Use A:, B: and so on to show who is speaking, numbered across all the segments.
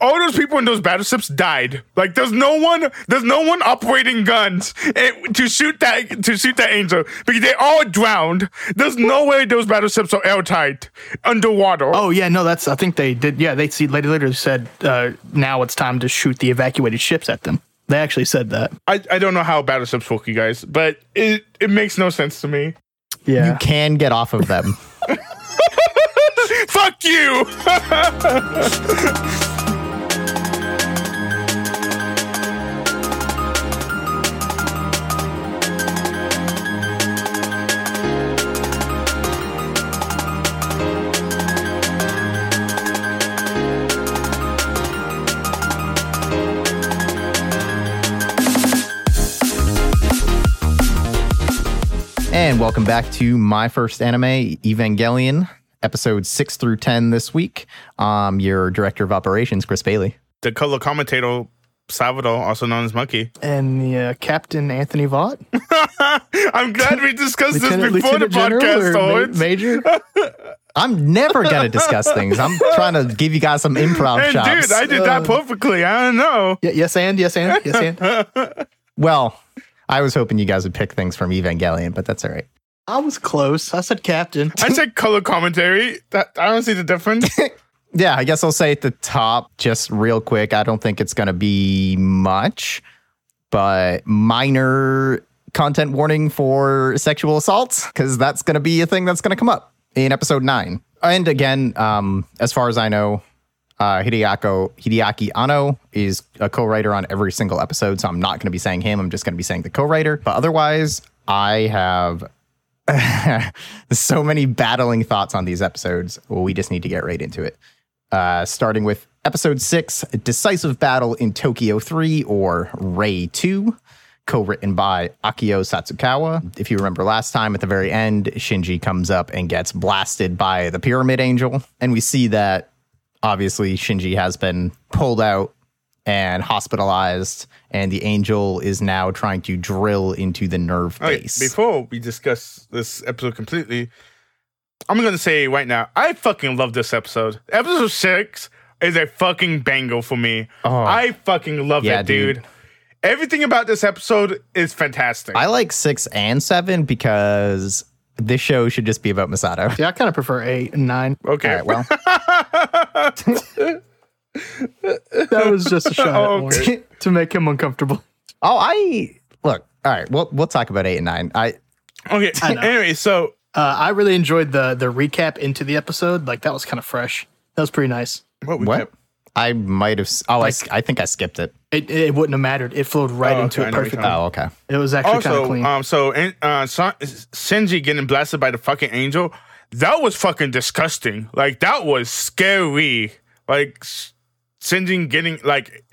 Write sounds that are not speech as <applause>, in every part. A: all those people in those battleships died. Like there's no one, there's no one operating guns eh, to shoot that to shoot that angel because they all drowned. There's no way those battleships are airtight underwater.
B: Oh yeah, no, that's. I think they did. Yeah, they see. They later said, uh, "Now it's time to shoot the evacuated ships at them." They actually said that.
A: I, I don't know how battleships work, you guys, but it it makes no sense to me. <laughs>
B: Yeah,
C: You can get off of them. <laughs>
A: Fuck you.
C: and welcome back to my first anime, Evangelion, episodes six through ten this week. Um, your director of operations, Chris Bailey.
A: <laughs> The color commentator Salvador, also known as Monkey.
B: and the uh, Captain
A: <laughs>
B: Anthony Vaught,
A: I'm glad we discussed this
B: Lieutenant,
A: before the
B: Lieutenant General
A: podcast.
B: or
A: starts.
B: ma- Major.
C: <laughs> I'm never gonna discuss
A: <laughs>
C: things. I'm trying to give you guys some improv
A: And
C: chops.
A: dude, I did
B: Uh.
A: that perfectly. I don't know.
B: Y- yes, and yes, and yes,
A: <laughs>
B: and.
C: well, I was hoping you guys would pick things from Evangelion, but that's all right.
B: I was close. I said Captain.
A: I said color commentary. That I don't see the difference.
C: Yeah, I guess I'll say at the top, just real quick. I don't think it's going to be much, but minor content warning for sexual assaults, because that's going to be a thing that's going to come up in episode nine. And again, um, as far as I know, uh, Hideako, Hideaki Anno is a co writer on every single episode. So I'm not going to be saying him. I'm just going to be saying the co writer. But otherwise, I have <laughs> so many battling thoughts on these episodes. We just need to get right into it. Uh, starting with episode six Decisive Battle in Tokyo 3 or Ray 2, co written by Akio Satsukawa. If you remember last time, at the very end, Shinji comes up and gets blasted by the Pyramid Angel. And we see that obviously Shinji has been pulled out and hospitalized, and the angel is now trying to drill into the nerve
A: Okay,
C: base.
A: before we discuss this episode completely, I'm gonna say right now, I fucking love this episode. Episode six is a fucking bangle for me.
C: Oh.
A: I fucking love
C: Yeah,
A: it, dude.
C: dude.
A: Everything about this episode is fantastic.
C: I like six and seven because this show should just be about Masato.
A: <laughs>
B: Yeah, I kind of prefer eight and nine.
A: okay.
C: All right,
B: That was just a shot
A: <laughs>
B: at
A: Oh, okay.
B: Lord <laughs> to make him uncomfortable.
C: Oh, I look. All right, we'll we'll talk about eight and nine. I
A: okay. <laughs> Anyway, so
B: Uh, I really enjoyed the the recap into the episode. Like that was kind of fresh. That was pretty nice.
A: what? We
C: what?
A: kept-
C: I might have. s- Oh, I s I I, think I skipped it.
B: It, it wouldn't have mattered. It flowed right
A: Oh,
B: into
A: okay, I
B: it
A: know what you're
B: perfectly.
A: talking
C: Oh, okay.
B: It was actually kind of
A: also,
B: clean.
A: um, so and, uh, Son- Shinji getting blasted by the fucking angel, that was fucking disgusting. Like that was scary. Like S- Shinji getting like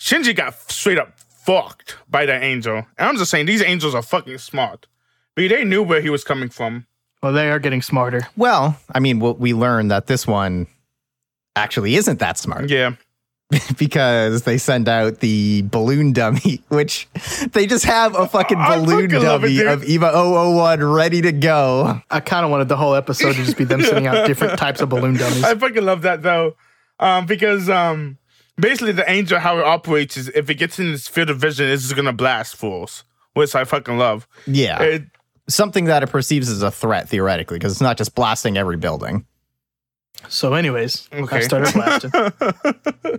A: Shinji got straight up fucked by that angel. And I'm just saying these angels are fucking smart. But they knew where he was coming from.
B: well, they are getting smarter.
C: Well, I mean, we we learned that this one actually isn't that smart
A: Yeah.
C: because they send out the balloon dummy, <laughs> which they just have a fucking
A: I
C: balloon
A: fucking love it,
C: dummy
A: dude.
C: of EVA 001 ready to go.
B: I kind of wanted the whole episode to just be them
A: <laughs>
B: sending out different types of balloon dummies.
A: I fucking love that though, um, because um, basically the angel how it operates is if it gets in its field of vision, it's just gonna blast fools, which I fucking love.
C: Yeah.
A: It,
C: something that it perceives as a threat theoretically because it's not just blasting every building
B: So, anyways, I
A: Okay.
B: started
A: <laughs>
B: blasting.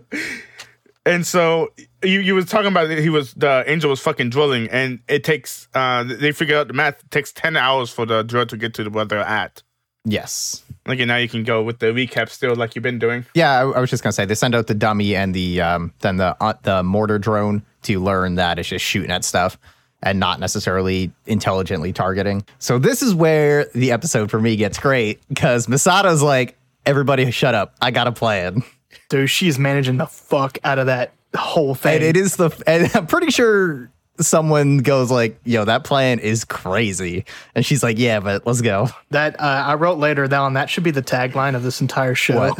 A: and so you you was talking about that he was the angel was fucking drilling, and it takes uh they figured out the math it takes ten hours for the drill to get to where they're at.
C: yes
A: Like and now you can go with the recap still, like you've been doing.
C: yeah i, I was just going to say they send out the dummy and the um, then the uh, the mortar drone to learn that it's just shooting at stuff and not necessarily intelligently targeting so this is where the episode for me gets great because masato's like everybody shut up i got a plan
B: Dude, she's managing the fuck out of that whole thing.
C: and it is the and i'm pretty sure someone goes like yo that plan is crazy and she's like yeah but let's go
B: That uh, I wrote later <laughs> down. That should be the tagline of this entire show.
C: What?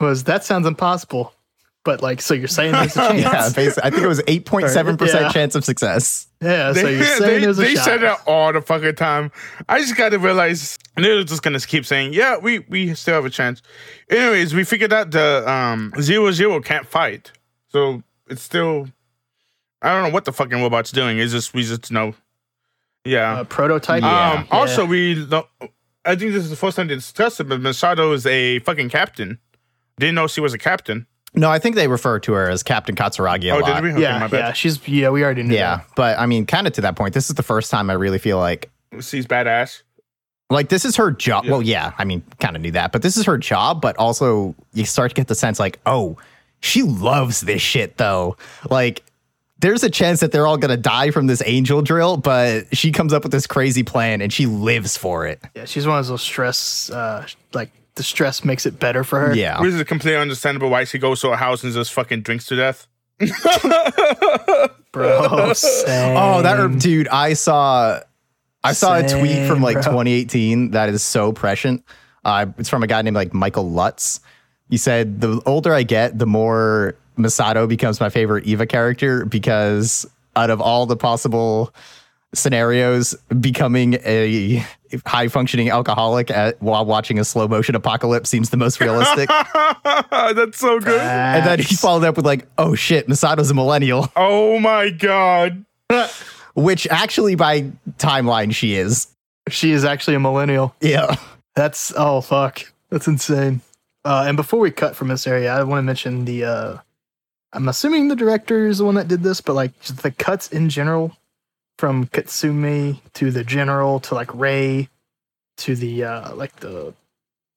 B: Was that sounds impossible? But like, so you're saying there's
A: <laughs>
B: a chance?
C: Yeah, basically, I think it was 8.7%
B: Yeah.
C: chance of success.
B: Yeah,
A: <laughs>
B: so
A: They,
B: you're saying
A: they,
B: there's a
A: they
B: shot.
A: said uh, that all the fucking time. I just got to realize they're just gonna keep saying, "Yeah, we we still have a chance." Anyways, we figured out the um zero zero can't fight, so it's still. I don't know what the fucking robot's doing. It's just we just know. Yeah.
B: a prototype.
C: Yeah.
A: um. Also, we. lo- I think this is the first time they discussed it, but Machado is a fucking captain. Didn't know she was a captain.
C: No, I think they refer to her as Captain Katsuragi a
A: Oh,
C: lot.
A: did we? Okay,
B: yeah,
A: my
B: yeah,
A: bad.
B: she's yeah. We already knew.
C: Yeah, but I mean, kind of to that point, this is the first time I really feel like
A: She's badass.
C: like this is her job.
A: Yeah.
C: Well, yeah, I mean, kind of knew that, but this is her job. But also, you start to get the sense like, oh, she loves this shit though. Like, there's a chance that they're all gonna die from this angel drill, but she comes up with this crazy plan and she lives for it.
B: that. yeah. She's one of those stress. Uh, like the stress makes it better for her.
C: Yeah,
A: Which is completely understandable why she goes to a house and just fucking drinks to death. <laughs>
B: bro. <laughs>
C: Oh, that rem- dude! I saw, I saw a tweet from
B: Same,
C: like
B: bro.
C: 2018 that is so prescient. Uh, it's from a guy named like Michael Lutz. He said, "The older I get, the more Masato becomes my favorite Eva character because out of all the possible scenarios, becoming a high functioning alcoholic at, while watching a slow motion apocalypse seems the most realistic."
B: <laughs>
A: That's so good.
C: and then he followed up with like, "Oh shit, Masato's a millennial." <laughs>
A: Oh my god.
C: Which actually, by timeline, she is.
B: she is actually a millennial.
C: Yeah.
B: That's oh fuck. That's insane. Uh, and before we cut from this area, I want to mention the. Uh, I'm assuming the director is the one that did this, but like just the cuts in general, from Katsumi to the general to like Ray, to the uh, like the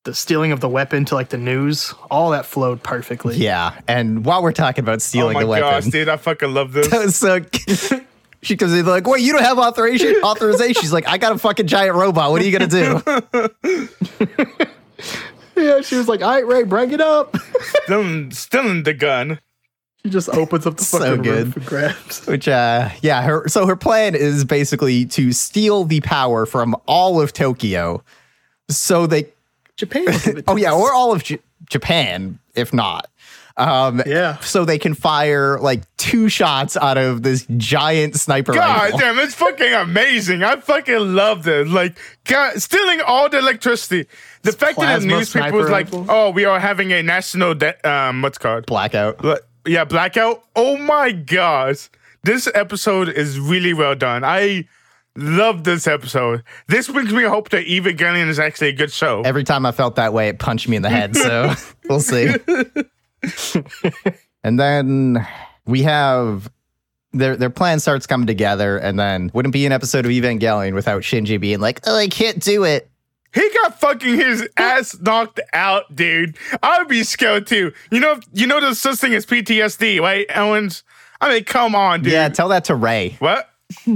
B: the stealing of the weapon to like the news, all that flowed perfectly.
C: Yeah, and while we're talking about stealing
A: oh
C: the
A: my gosh,
C: weapon,
A: dude, I fucking love this.
C: <laughs> so <laughs> she comes in like, "Wait, you don't have
A: <laughs>
C: authorization?" authorization. She's like, "I got a fucking giant robot. What are you gonna do?"
B: yeah. She was like, "All right, Ray, bring it up." <laughs>
A: Stealing, stealing the gun.
B: she just opens up the
C: So
B: fucking
C: good.
B: roof and grabs.
C: Which, uh, yeah, her. So her plan is basically to steal the power from all of Tokyo, so they.
B: Japan. will give it
C: Oh
B: to
C: yeah,
B: us.
C: or all of J- Japan, if not. Um, <laughs>
B: Yeah.
C: So they can fire like two shots out of this giant sniper
A: God
C: rifle.
A: damn, it's fucking amazing. I fucking love this. Like, God, stealing all the electricity. The fact that the
B: plasma
A: newspaper
B: sniper
A: was like,
B: rifle.
A: oh, we are having a national, de- um, what's it called?
C: Blackout.
A: Bla- yeah, blackout. Oh my gosh, this episode is really well done. I love this episode. This brings me hope that Evangelion is actually a good show.
C: every time I felt that way, it punched me in the
A: <laughs>
C: head. So we'll see. and then we have their their plan starts coming together, and then wouldn't be an episode of Evangelion without Shinji being like, "Oh, I can't do it."
A: He got fucking his ass knocked out, dude. I'd be scared too. You know, you know there's such thing as PTSD, right, Owens? I mean, come on, dude.
C: Yeah, tell that to <laughs> Ray.
A: What?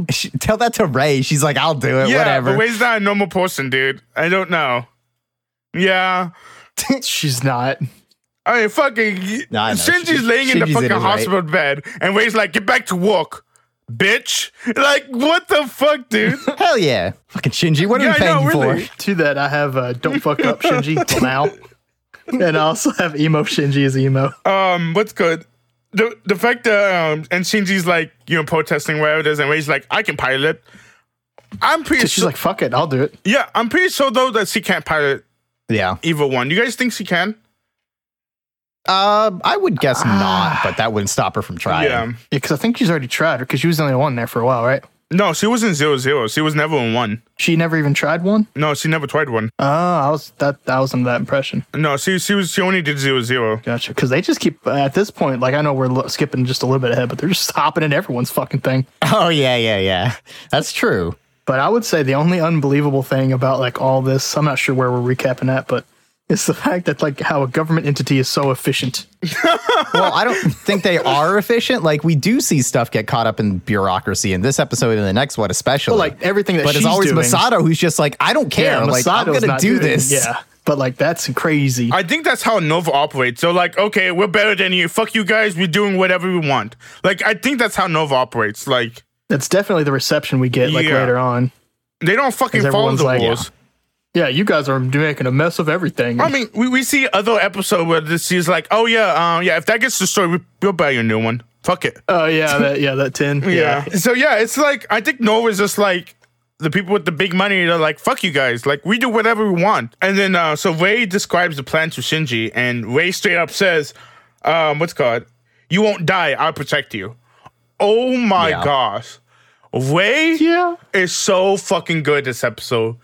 C: Sh- Tell that to Ray. She's like, "I'll do it,
A: Yeah,
C: whatever."
A: but Ray's not a normal person, dude. I don't know. Yeah.
B: She's not.
A: I mean, fucking.
C: No, I know.
A: Shinji's
C: She-
A: laying in the
C: Shinji's in
A: fucking
C: his right.
A: hospital bed, and Ray's like, get back to work, bitch. <laughs> Like, what the fuck, dude?
C: Hell yeah, fucking Shinji. What are
A: Yeah,
C: we
A: I
C: paying
A: know,
C: you
A: really.
C: for?
B: To that, I have uh, Don't Fuck Up Shinji now. And I also have Emo Shinji as Emo.
A: <laughs> um, what's good? The the fact that um, and Shinji's like, you know, protesting whatever it is, and Ray's like, I can pilot. I'm pretty
B: She's
A: su-
B: like, fuck it, I'll do it.
A: yeah, I'm pretty sure though that she can't pilot
C: Yeah,
A: either one. You guys think she can?
C: um, I would guess not, but that wouldn't stop her from
A: <sighs>
C: trying.
A: Yeah.
B: Yeah, because I think she's already tried her, because she was the only one there for a while, right?
A: No, she was in zero zero. She was never in one.
B: She never even tried one.
A: No, she never tried one.
B: Oh, I was that I was under that impression.
A: No, she she was she only did zero zero.
B: Gotcha. Because they just keep at this point. Like I know we're lo- skipping just a little bit ahead, but they're just <laughs> hopping in everyone's fucking thing.
C: <laughs> Oh yeah, yeah, yeah. That's true.
B: But I would say the only unbelievable thing about like all this, I'm not sure where we're recapping at, but it's the fact that like how a government entity is so efficient.
C: well, I don't think they are efficient. Like we do see stuff get caught up in bureaucracy in this episode and the next one, especially.
B: But like everything that
C: but
B: she's
C: it's always
B: doing,
C: Masato who's just like, I don't care. like I'm
B: Masato's
C: gonna
B: not
C: do
B: doing-
C: this.
B: Yeah, but like that's crazy.
A: I think that's how Nova operates. So like, okay, we're better than you. Fuck you guys. We're doing whatever we want. Like, I think that's how Nova operates. Like,
B: that's definitely the reception we get like
A: Yeah.
B: later on.
A: they don't fucking follow
B: everyone's
A: the
B: like,
A: rules.
B: Yeah, you guys are making a mess of everything.
A: I mean, we, we see other episode where this is like, oh yeah, um, yeah. If that gets destroyed, we, we'll buy you a new one. Fuck it.
B: oh yeah, that yeah, that tin.
A: Yeah. So yeah, it's like I think Nova's just like the people with the big money. They're like, "Fuck you guys! Like we do whatever we want." And then uh, so Ray describes the plan to Shinji, and Ray straight up says, um, "What's it called? You won't die. I'll protect you." Oh my
C: Yeah.
A: gosh, Ray
B: Yeah.
A: is so fucking good this episode.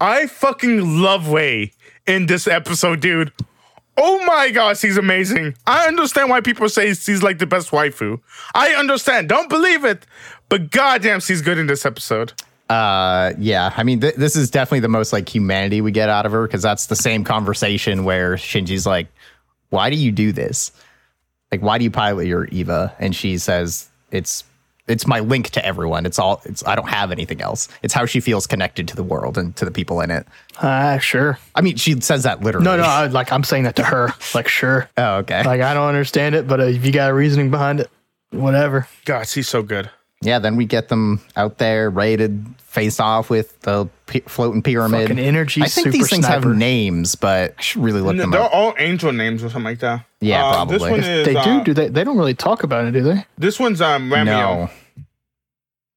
A: I fucking love Ray in this episode, dude. Oh my gosh, he's amazing. I understand why people say she's like the best waifu. I understand. Don't believe it. But goddamn, she's good in this episode.
C: uh yeah i mean th- this is definitely the most like humanity we get out of her because that's the same conversation where shinji's like why do you do this like why do you pilot your eva and she says it's it's my link to everyone it's all it's i don't have anything else it's how she feels connected to the world and to the people in it
B: Ah, sure.
C: i mean she says that literally
B: No, no, I, like I'm saying that to her. Like, sure.
C: oh okay
B: Like I don't understand it, but uh, if you got a reasoning behind it, whatever.
A: God, she's so good.
C: yeah then we get them out there raided face off with the p- floating pyramid
B: Fucking energy
C: i think
B: super
C: these things
B: sniper.
C: have names but i should really look
A: No,
C: them
A: They're
C: up
A: all angel names or something like that.
C: Yeah,
A: Uh, This
C: probably.
A: one is.
C: If
B: They
A: uh,
B: do. Do they? They don't really talk about it, do they?
A: This one's um, Ramio.
C: No.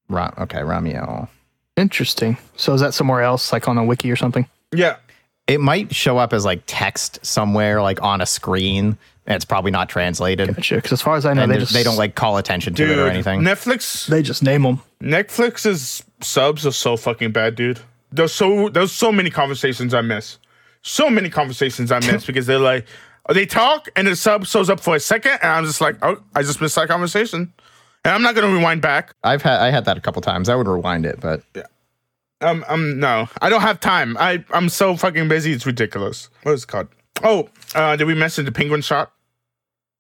C: Ra- okay, Ramio.
B: Interesting. So is that somewhere else, like on a wiki or something?
A: Yeah.
C: It might show up as like text somewhere, like on a screen. And it's probably not translated.
B: Gotcha. Because as far as I know,
C: and
B: they
C: they,
B: just
C: they don't like call attention to
A: Dude,
C: it or anything.
A: Netflix
B: they just name them.
A: Netflix's subs are so fucking bad, dude. There's so there's so many conversations I miss. So many conversations I miss because they're like they talk and the sub shows up for a second and I'm just like, oh, I just missed that conversation. And I'm not gonna rewind back.
C: I've had I had that a couple times. I would rewind it, but
A: Um um no. I don't have time. I, I'm so fucking busy, it's ridiculous. What is it called? Oh, uh did we mention the penguin shot?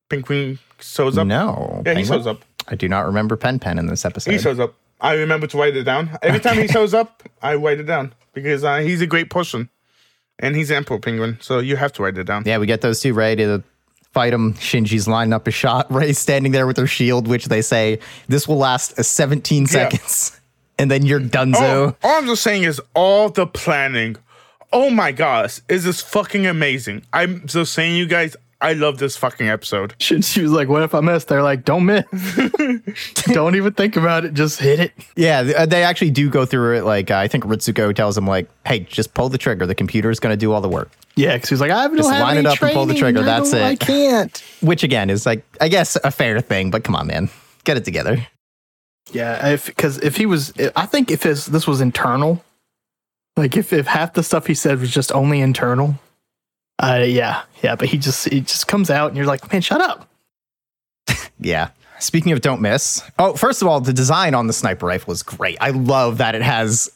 A: Penguin shows up?
C: no.
A: Yeah, he
C: Penguin?
A: shows up.
C: I do not remember Pen Pen in this episode.
A: He shows up. I remember to write it down. Every time he shows up, I write it down because uh, he's a great person, and he's Emperor Penguin, so you have to write it down.
C: yeah, we get those two ready to fight him. Shinji's lining up a shot. <laughs> Ray's standing there with her shield, which they say this will last uh, 17 seconds. <laughs> And then you're
A: All,
C: donezo.
A: all I'm just saying is all the planning. Oh my gosh, is this fucking amazing? I'm just saying, you guys, I love this fucking episode.
B: She, she was like, "What if I miss?" They're like, "Don't
C: <laughs>
B: miss. don't even think about it. Just hit it."
C: Yeah, th- uh, they actually do go through it. Like uh, I think Ritsuko tells him, like, "Hey, just pull the trigger. The computer is going to do all the work."
B: Yeah, because he's like, "I don't
C: Just
B: have
C: line
B: any
C: it up and pull the
B: training.
C: trigger.
B: I
C: That's
B: don't-
C: it."
B: I can't.
C: Which again is like, I guess, a fair thing. But come on, man, get it together.
B: Yeah, if because if he was, I think if his, this was internal, like if if half the stuff he said was just only internal, uh, yeah, yeah. But he just it just comes out, and you're like, man, shut up.
C: Yeah. Speaking of don't miss. Oh, first of all, the design on the sniper rifle is great. I love that it has,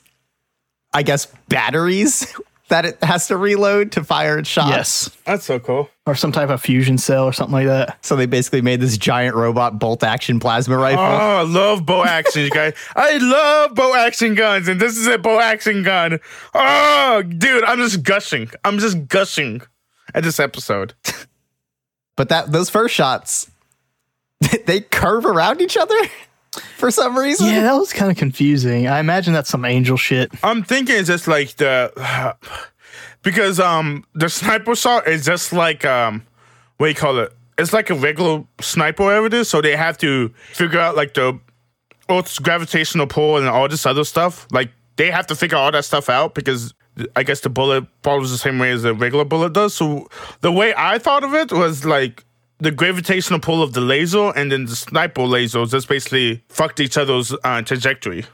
C: I guess, batteries <laughs> that it has to reload to fire its shots.
B: Yes,
A: That's so cool.
B: Uh, or some type of fusion cell or something like that.
C: So they basically made this giant robot bolt action plasma
A: Oh,
C: rifle.
A: I love bow action, you guys. I love bow action guns, and this is a bow action gun. Oh, dude, I'm just gushing. I'm just gushing at this episode.
C: But that those first shots, <laughs> they curve around each other <laughs> for some reason.
B: Yeah, that was kind of confusing. I imagine that's some angel shit.
A: I'm thinking it's just like the because um the sniper shot is just like um what do you call it? It's like a regular sniper whatever it is, so they have to figure out like the Earth's gravitational pull and all this other stuff. Like they have to figure all that stuff out because I guess the bullet follows the same way as a regular bullet does. So the way I thought of it was like the gravitational pull of the laser and then the sniper lasers just basically fucked each other's uh, trajectory.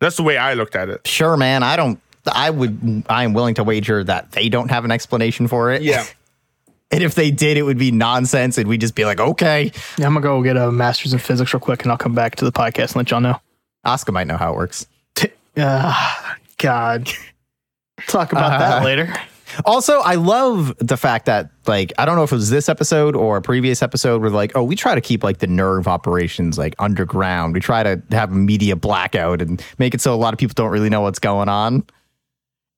A: That's the way I looked at it.
C: Sure, man. I don't. I would. I am willing to wager that they don't have an explanation for it.
A: Yeah.
C: <laughs> and if they did, it would be nonsense, and we'd just be like, okay.
B: Yeah, I'm gonna go get a master's in physics real quick, and I'll come back to the podcast and let y'all know.
C: Oscar might know how it works.
B: Ah, God, talk about that
C: Uh,
B: later.
C: Also, I love the fact that like I don't know if it was this episode or a previous episode where like oh we try to keep like the nerve operations like underground. We try to have a media blackout and make it so a lot of people don't really know what's going on.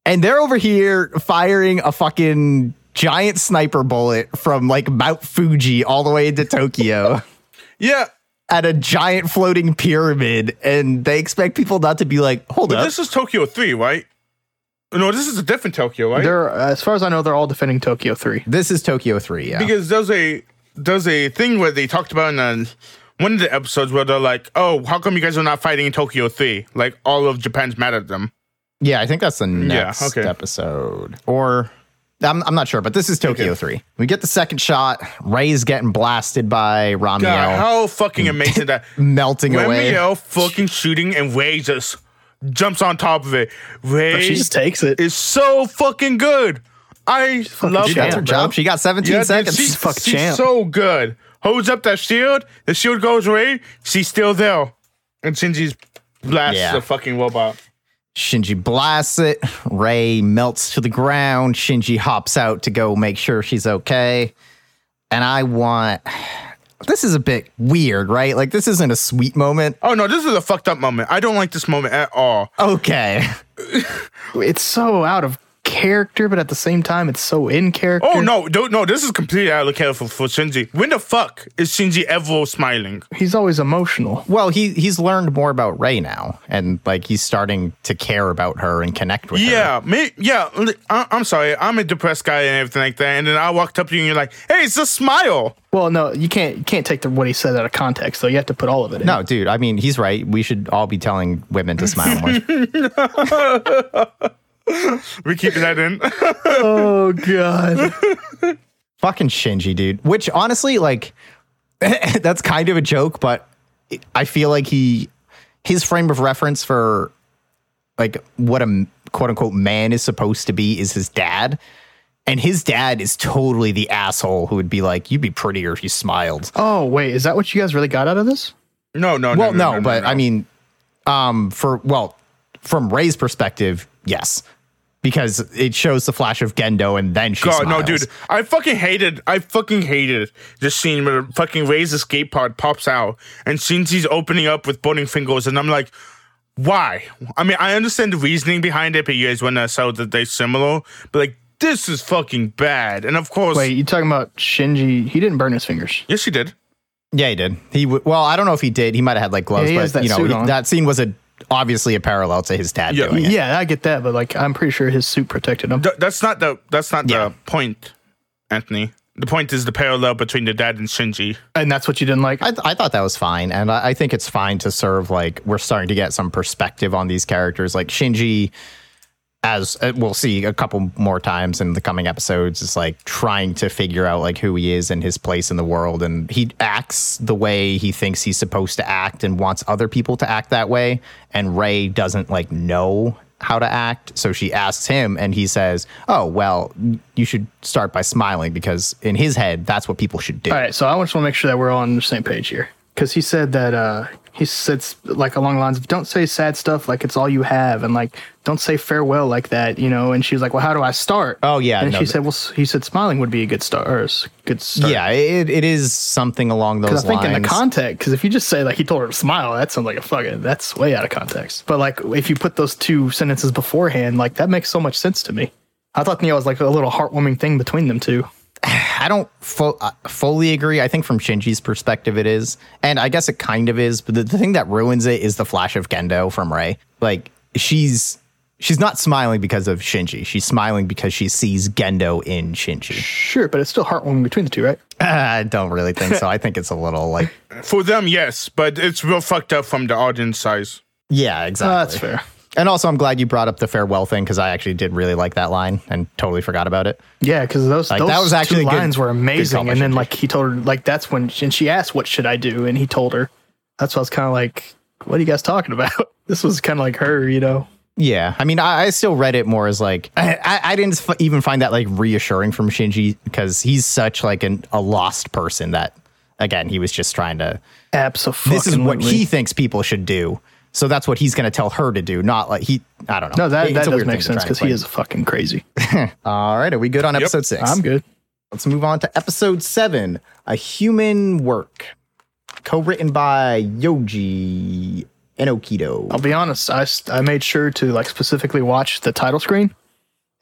C: And they're over here firing a fucking giant sniper bullet from like Mount Fuji all the way into Tokyo <laughs>
A: Yeah,
C: at a giant floating pyramid and they expect people not to be like hold
A: but
C: up.
A: this is Tokyo 3, right? No, this is a different Tokyo, right?
B: They're as far as I know, they're all defending Tokyo Three.
C: This is Tokyo 3, yeah.
A: because there's a there's a thing where they talked about in uh one of the episodes where they're like, "Oh, how come you guys are not fighting in Tokyo 3? Like all of Japan's mad at them."
C: yeah, I think that's the next
A: okay.
C: episode. Or I'm, I'm not sure, but this is Tokyo 3. We get the second shot. Ray's getting blasted by Ramiel,
A: God, how fucking amazing that
C: melting away.
A: Ramiel fucking shooting and Ray just jumps on top of it. Ray
B: She just takes it.
A: is so fucking good. I love
C: Dude, that's her
A: her.
B: bro.
C: job. She got 17
A: Yeah, dude,
C: seconds.
A: she's,
B: fucking
A: she's
B: champ.
A: so good. Holds up that shield. The shield goes away. She's still there. And Shinji's blasts
C: Yeah.
A: the fucking robot.
C: Shinji blasts it. Ray melts to the ground. Shinji hops out to go make sure she's okay. And I want. This is a bit weird, right? Like, this isn't a sweet moment.
A: Oh no, this is a fucked up moment. I don't like this moment at all.
C: Okay.
B: It's so out of character, but at the same time, it's so in character.
A: Oh no, don't, no, this is completely out of character for, for Shinji. When the fuck is Shinji ever smiling?
B: he's always emotional.
C: Well, he he's learned more about Ray now, and like he's starting to care about her and connect with her.
A: Yeah, me, yeah. li- I, am sorry, I'm a depressed guy and everything like that. And then I walked up to you and you're like, "Hey, it's a smile."
B: Well, no, you can't you can't take the, what he said out of context, though. You have to put all of it in.
C: No, dude. I mean, he's right. We should all be telling women to smile more.
A: We keep that in. <laughs>
B: Oh god.
C: fucking Shinji, dude. Which honestly, like, <laughs> that's kind of a joke, but I feel like he, his frame of reference for, like, what a quote unquote man is supposed to be is his dad. And his dad is totally the asshole who would be like, "You'd be prettier if you smiled."
B: Oh wait, is that what you guys really got out of this?
A: no, no, no.
C: Well, no, but I mean, um, for well, from Ray's perspective, yes, because it shows the flash of Gendo, and then she.
A: God, no,
C: smiles.
A: dude. I fucking hated. I fucking hated this scene where fucking Ray's escape pod pops out and Shinji's opening up with burning fingers, and I'm like, why? I mean, I understand the reasoning behind it, but you guys want to sell that they're similar, but like, this is fucking bad. And of course,
B: Wait, you talking about Shinji? He didn't burn his fingers.
A: yes, she did.
C: Yeah, he did. He w- well, I don't know if he did. He might have had like gloves,
B: Yeah, he
C: but
B: has that
C: you know
B: suit
C: he-
B: on.
C: that scene was a obviously a parallel to his dad
A: Yeah.
C: doing it.
B: Yeah, I get that, but like I'm pretty sure his suit protected him.
A: Th- that's not the. That's not
C: Yeah.
A: the point, Anthony. The point is the parallel between the dad and Shinji.
B: And that's what you didn't like.
C: I, th- I thought that was fine, and I, I think it's fine to serve like we're starting to get some perspective on these characters, like Shinji. As uh, we'll see a couple more times in the coming episodes, is like trying to figure out like who he is and his place in the world, and he acts the way he thinks he's supposed to act and wants other people to act that way. And Ray doesn't like know how to act, so she asks him, and he says, "Oh well, you should start by smiling because in his head that's what people should do."
B: All right, so I just want to make sure that we're all on the same page here, because he said that uh, he said s- like along the lines of "Don't say sad stuff like it's all you have," and like "Don't say farewell like that," you know. And she was like, "Well, how do I start?"
C: Oh, yeah,
B: and
C: no,
B: she
C: th-
B: said, "Well," s- he said, "Smiling would be a good start." Or s- good start.
C: Yeah, it, it is something along those
B: Because I think
C: lines.
B: in the context, because if you just say like he told her to smile, that sounds like a fucking that's way out of context. But like if you put those two sentences beforehand, like that makes so much sense to me. I thought Neo was like a little heartwarming thing between them two.
C: I don't fu- uh, fully agree. I think from Shinji's perspective, it is, and I guess it kind of is. But the, the thing that ruins it is the flash of Gendo from Ray. Like she's she's not smiling because of Shinji. She's smiling because she sees Gendo in Shinji. <laughs>
B: Sure, but it's still heartwarming between the two, right?
C: I don't really think so. I think it's a little like
A: For them, yes, but it's real fucked up from the audience size.
B: <laughs>
C: yeah, exactly.
B: that's fair.
C: And also, I'm glad you brought up the farewell thing because I actually did really like that line and totally forgot about it.
B: Yeah, because those
C: Like,
B: those
C: that was actually a
B: two
C: good-
B: lines were
C: good call
B: amazing.
C: by
B: And then
C: Shinji.
B: like he told her like that's when and she asked what should I do, and he told her. That's why I was kind of like, what are you guys talking about? <laughs> this was kind of like her, you know.
C: Yeah, I mean, I, I still read it more as like I, I- I didn't f- even find that like reassuring from Shinji because he's such like an, a lost person that again he was just trying to.
B: Absolutely.
C: This is what he thinks people should do, so that's what he's going to tell her to do. Not like he, I don't know.
B: No, that,
C: It-
B: that
C: it's a
B: does
C: weird
B: make
C: thing to
B: sense
C: try and
B: because he
C: explain.
B: is fucking crazy.
C: All right, are we good on episode six?
B: I'm good.
C: Let's move on to episode seven, a human work, co-written by Yoji Enokido.
B: I'll be honest. I, s- I made sure to like specifically watch the title screen,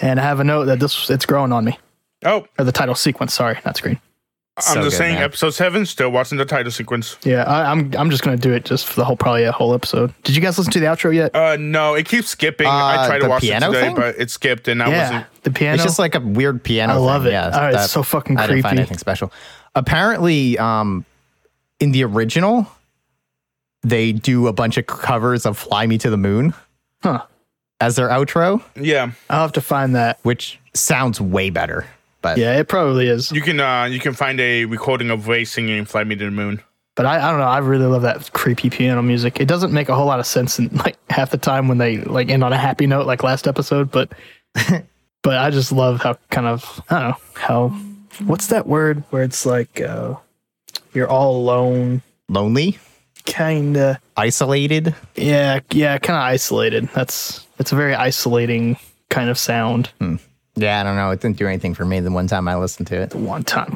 B: and I have a note that this it's growing on me
A: Oh,
B: or the title sequence. Sorry, not screen.
A: I'm
C: So
A: just
C: good,
A: saying,
C: man.
A: episode seven, still watching the title sequence.
B: Yeah, I, I'm I'm just gonna do it just for the whole probably a whole episode. Did you guys listen to the outro yet?
A: Uh, no, it keeps skipping. I
C: Uh,
A: tried to
C: the
A: watch it
C: piano
A: today,
C: thing?
A: but it skipped, and I
B: yeah,
A: wasn't.
B: the piano.
C: It's just like a weird piano.
B: I love
C: thing.
B: it.
C: Yeah,
B: Oh, it's so fucking
C: I didn't find
B: creepy.
C: anything special. Apparently, um, in the original, they do a bunch of covers of "Fly Me to the Moon"
B: huh?
C: as their outro,
A: Yeah,
B: I'll have to find that.
C: which sounds way better. But
B: Yeah, it probably is.
A: you can uh, you can find a recording of Ray singing "Fly Me to the Moon."
B: But I, I don't know. I really love that creepy piano music. It doesn't make a whole lot of sense in <laughs> like half the time when they like end on a happy note, like last episode.
C: <laughs>
B: But but I just love how kind of I don't know how what's that word where it's like uh, you're all alone,
C: lonely,
B: kinda.
C: isolated.
B: Yeah, yeah, kind of isolated. That's it's a very isolating kind of sound.
C: Hmm. Yeah, I don't know. It didn't do anything for me the one time I listened to it.
B: One time,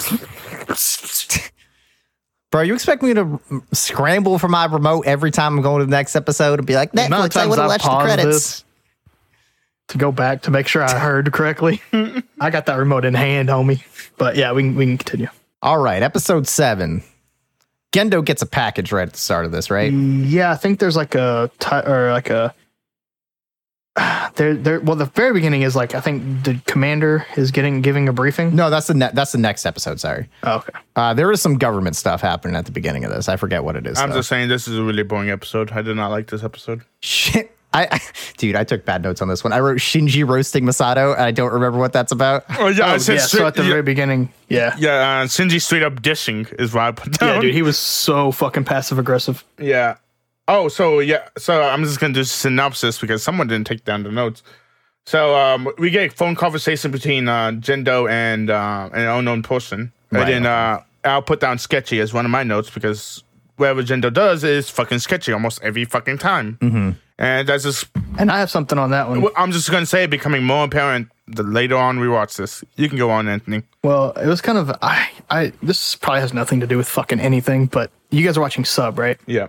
C: Bro, you expect me to mm, scramble for my remote every time I'm going to the next episode and be like,
B: amount of
C: Netflix, I
B: times
C: would have
B: I
C: watched the
B: paused
C: credits.
B: this to go back to make sure I heard
C: <laughs>
B: correctly. I got that remote in hand, homie. But yeah, we can, we can continue.
C: All right, episode seven. Gendo gets a package right at the start of this, right?
B: Mm. Yeah, I think there's like a ti- or like a <sighs> there there. Well, the very beginning is like I think the commander is getting giving a briefing.
C: No, that's the ne- that's the next episode. Sorry,
B: Oh, okay.
C: uh, there is some government stuff happening at the beginning of this. I forget what it is.
A: I'm
C: though.
A: just saying, this is a really boring episode. I did not like this episode.
C: shit. I, I dude, I took bad notes on this one. I wrote Shinji roasting Masato, and I don't remember what that's about.
A: Oh yeah, I
B: Oh,
A: said
B: yeah.
A: straight-
B: So at the
A: yeah,
B: very beginning, yeah,
A: yeah, uh, Shinji straight up dishing is what I put down.
B: yeah, dude, he was so fucking passive aggressive.
A: Yeah. Oh, so yeah. So I'm just gonna do synopsis because someone didn't take down the notes. So um, we get a phone conversation between uh, Jendo and uh, an unknown person,
C: Right.
A: and then uh, I'll put down sketchy as one of my notes because whatever Jendo does is fucking sketchy almost every fucking time. Mm-hmm. And that's just
B: And I have something on that one.
A: I'm just gonna say it becoming more apparent the later on we watch this. You can go on, Anthony.
B: Well, it was kind of I I this probably has nothing to do with fucking anything, but you guys are watching sub, right?
A: Yeah.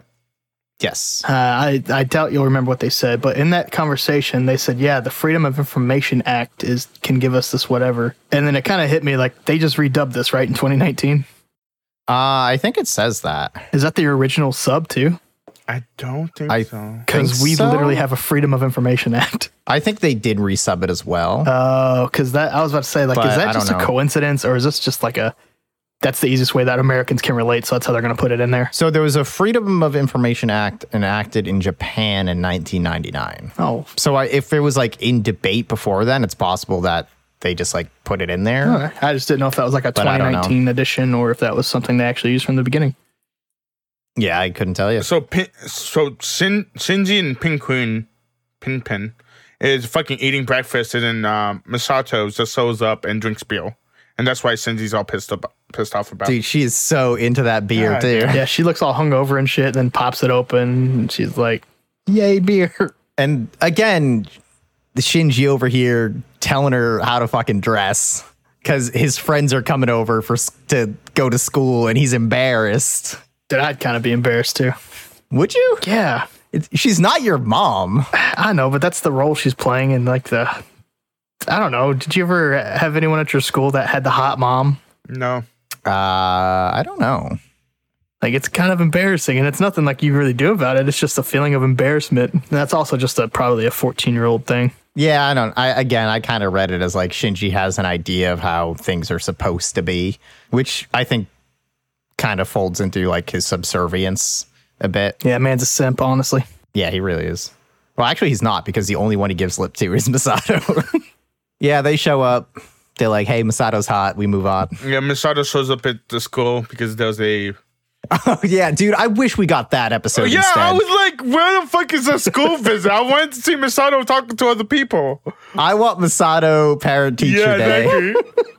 C: Yes,
B: Uh, I I doubt you'll remember what they said, but in that conversation they said, "Yeah, the Freedom of Information Act is can give us this whatever." And then it kind of hit me like they just redubbed this, right, in 2019.
C: uh, I think it says that.
B: Is that the original sub too?
A: I don't think
C: I-
A: so.
B: Cuz
C: Think
B: we
C: so?
B: literally have a Freedom of Information Act. <laughs>
C: I think they did resub it as well.
A: Uh,
B: Oh, cuz that I was about to say like
C: But
B: is
C: I
B: that
C: don't
B: just a
C: know.
B: coincidence or is this just like a that's the easiest way that Americans can relate, so that's how they're going to put it in there.
C: So there was a Freedom of Information Act enacted in Japan in 1999.
B: Oh,
C: So I, if it was like in debate before then, it's possible that they just like put it in there.
B: Okay. I just didn't know if that was like a
C: I don't know.
B: 2019 edition or if that was something they actually used from the beginning.
C: Yeah, I couldn't tell you.
A: So Pin, so Shin, Shinji and Pin Queen, Pin Pin, is fucking eating breakfast, and then um, Misato just shows up and drinks beer, and that's why Shinji's all pissed up, pissed off about. it.
C: Dude, she is so into that beer
A: God,
C: too.
B: Yeah, she looks all hungover and shit, and then pops it open, and she's like, "Yay, beer!"
C: And again, the Shinji over here telling her how to fucking dress because his friends are coming over for s- to go to school, and he's embarrassed.
B: That I'd kind of be embarrassed too.
C: Would you?
B: Yeah,
C: It's, she's not your mom.
B: I know, but that's the role she's playing in like the. I don't know. Did you ever have anyone at your school that had the hot mom?
A: No,
C: Uh, I don't know.
B: Like it's kind of embarrassing, and it's nothing like you really do about it. It's just a feeling of embarrassment. And that's also just a probably a 14 year old thing.
C: Yeah, I don't. I again, I kind of read it as like Shinji has an idea of how things are supposed to be, which I think kind of folds into like his subservience a bit.
B: Yeah, man's a simp, honestly.
C: Yeah, he really is. Well, actually, he's not because the only one he gives lip to is <laughs> Masato. yeah, they show up. They're like, "Hey, Masato's hot. We move on." <laughs>
A: yeah, Misato shows up at the school because there's a.
C: oh yeah, dude. I wish we got that episode
A: Yeah,
C: instead.
A: I was like, where the fuck is a
C: <laughs>
A: school visit? I wanted to see Misato talking to other people.
C: I want Masato parent teacher
A: yeah,
C: day.
A: exactly.
C: <laughs>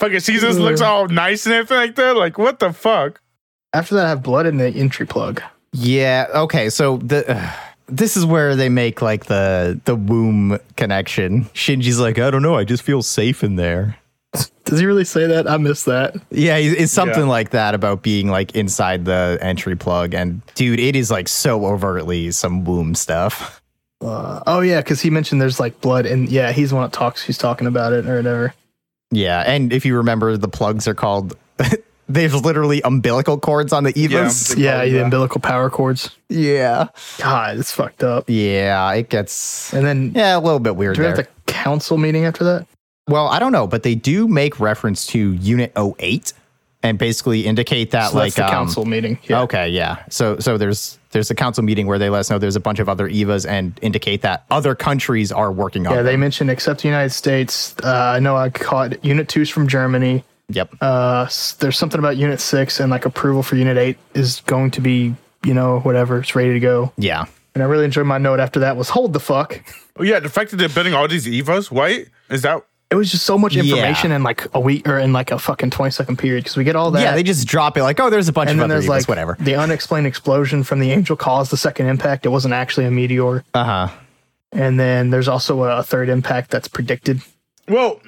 A: Fucking, she just looks all nice and everything like that. Like, what the fuck?
B: After that, I have blood in the entry plug.
C: Yeah. Okay. So the uh, this is where they make like the the womb connection. Shinji's like, I don't know. I just feel safe in there.
B: Does he really say that? I missed that.
C: Yeah, it- it's something
A: Yeah.
C: like that about being like inside the entry plug. And dude, it is like so overtly some womb stuff. <laughs>
B: Uh, oh yeah, because he mentioned there's like blood, and yeah, he's the one that talks. He's talking about it or whatever.
C: Yeah, and if you remember, the plugs are called. <laughs> There's literally umbilical cords on the Evas.
B: Yeah, the umbilical power cords.
C: Yeah,
B: God, it's fucked up.
C: yeah, it gets
B: And then
C: yeah a little bit weird
B: do we
C: there.
B: have the council meeting after that?
C: well, I don't know, but they do make reference to Unit 08 and basically indicate that
B: So
C: like
B: that's the
C: um,
B: council meeting. Yeah.
C: Okay, yeah. So so there's there's a council meeting where they let us know there's a bunch of other EVAs and indicate that other countries are working on.
B: Yeah, they
C: them.
B: mentioned except the United States. Uh, I know I caught Unit Two's from Germany.
C: Yep.
B: Uh, s- there's something about Unit Six and like approval for Unit Eight is going to be you know whatever it's ready to go.
C: yeah.
B: And I really enjoyed my note after that was hold the fuck.
A: Oh, yeah, the fact that they're building all these Evas, right? Is that
B: It was just so much
C: Yeah.
B: information in like a week or in like a fucking twenty second period because we get all that.
C: Yeah, they just drop it like, oh, there's a bunch
B: and
C: of
B: then
C: other
B: there's
C: EVAs,
B: like
C: whatever.
B: the unexplained explosion from the angel caused the second impact. It wasn't actually a meteor.
C: Uh huh.
B: And then there's also a, a third impact that's predicted.
A: well?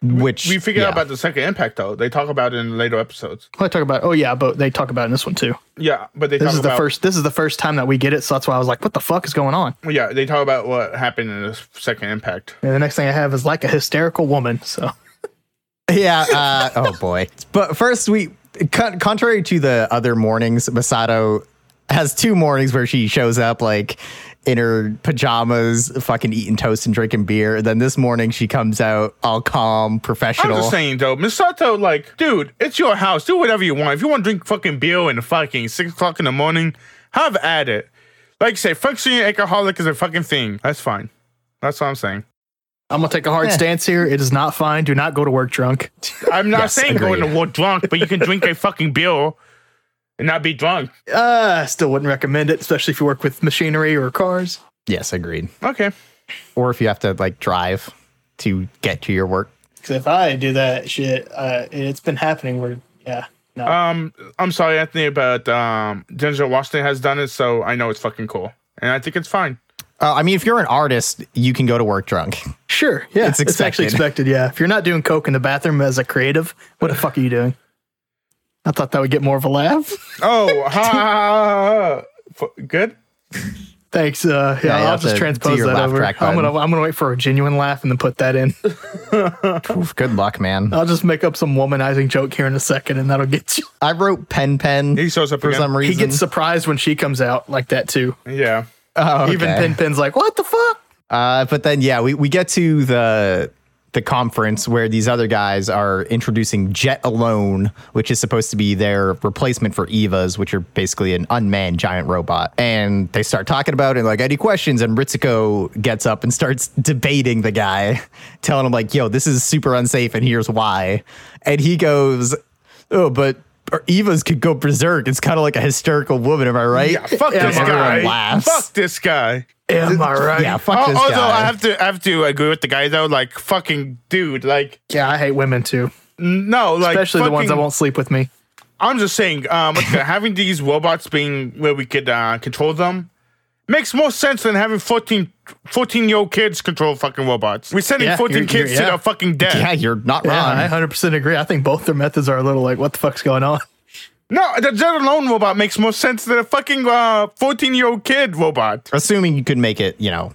C: Which
A: We figured out
C: yeah.
A: about the second impact though. They talk about it in later episodes.
B: Well, I talk about oh yeah, but they talk about it in this one too.
A: Yeah, but they
B: This
A: talk
B: is the
A: about
B: first. This is the first time that we get it, so that's why I was like, "What the fuck is going on?"
A: yeah they talk about what happened in the second impact.
B: And the next thing I have is like a hysterical woman. So
C: Yeah. Uh, <laughs> oh boy. But first, we con- contrary to the other mornings, Masato has two mornings where she shows up like in her pajamas, fucking eating toast and drinking beer. And then this morning, she comes out all calm,
A: I'm
C: professional.
A: just saying though, Misato, like, dude, it's your house. Do whatever you want. If you want to drink fucking beer in the fucking six o'clock in the morning, have at it. Like you say, functioning alcoholic is a fucking thing. That's fine. That's what I'm saying.
B: I'm gonna take a hard
C: Eh.
B: stance here. It is not fine. Do not go to work drunk.
A: I'm not
C: Yes,
A: saying going
C: agreed.
A: to war drunk, but you can drink a fucking beer and not be drunk.
B: Uh, still wouldn't recommend it, especially if you work with machinery or cars.
C: yes, agreed.
A: Okay.
C: Or if you have to like drive to get to your work.
B: Because if I do that shit, uh, it's been happening. Where yeah, no,
A: Um, I'm sorry, Anthony, but um, Denzel Washington has done it, so I know it's fucking cool, and I think it's fine.
C: Uh, I mean, if you're an artist, you can go to work drunk.
B: sure, yeah,
C: it's
B: it's actually expected. Yeah, if you're not doing coke in the bathroom as a creative, what the fuck are you doing? I thought that would get more of a laugh.
A: <laughs>
B: <laughs>
A: Oh, ha, ha, ha, ha. F- good.
B: Thanks. Uh, yeah,
C: Yeah, yeah,
B: I'll just
C: to- to
B: transpose
C: your
B: that
C: laugh
B: over. I'm
C: track
B: gonna
C: button.
B: I'm gonna wait for a genuine laugh and then put that in. <laughs>
C: Oof, good luck, man.
B: I'll just make up some womanizing joke here in a second, and that'll get you.
C: I wrote Pen Pen
A: He shows up
C: for
A: again.
C: some
B: He
C: reason.
B: gets surprised when she comes out like that too.
A: Yeah.
C: Oh, okay.
B: Even Pin Pin's like, "What the fuck?"
C: Uh, but then, yeah, we, we get to the the conference where these other guys are introducing Jet Alone, which is supposed to be their replacement for Evas, which are basically an unmanned giant robot. And they start talking about it, like any questions. And Ritsuko gets up and starts debating the guy, <laughs> telling him like, "Yo, this is super unsafe, and here's why." And he goes, "Oh, but." Or Evas could go berserk. It's kind of like a hysterical woman, am I right?
A: Yeah, fuck
B: Yeah,
A: this
C: everyone
A: guy.
C: laughs.
A: Fuck this guy.
B: Am I right?
C: Yeah,
B: Yeah,
C: fuck
A: Al-
C: this
A: although
C: guy.
A: I have to, I have to agree with the guy though. Like fucking dude. Like
B: I hate women too,
A: n- no. Like
B: especially the ones that
A: fucking-
B: won't sleep with me.
A: I'm just saying. Um, what's good, having these robots being where we could uh, control them makes more sense than having 14 14 year old kids control fucking robots. We're sending
B: Yeah,
A: 14
B: you're-
A: kids
B: you're-
A: to
B: yeah.
A: their fucking death.
C: <laughs> yeah, you're not
B: Yeah,
C: wrong.
B: I 100 percent agree. I think both their methods are a little like, "What the fuck's going on?" <laughs>
A: No, the Jet Alone robot makes more sense than a fucking uh, 14 year old kid robot.
C: assuming you could make it, you know,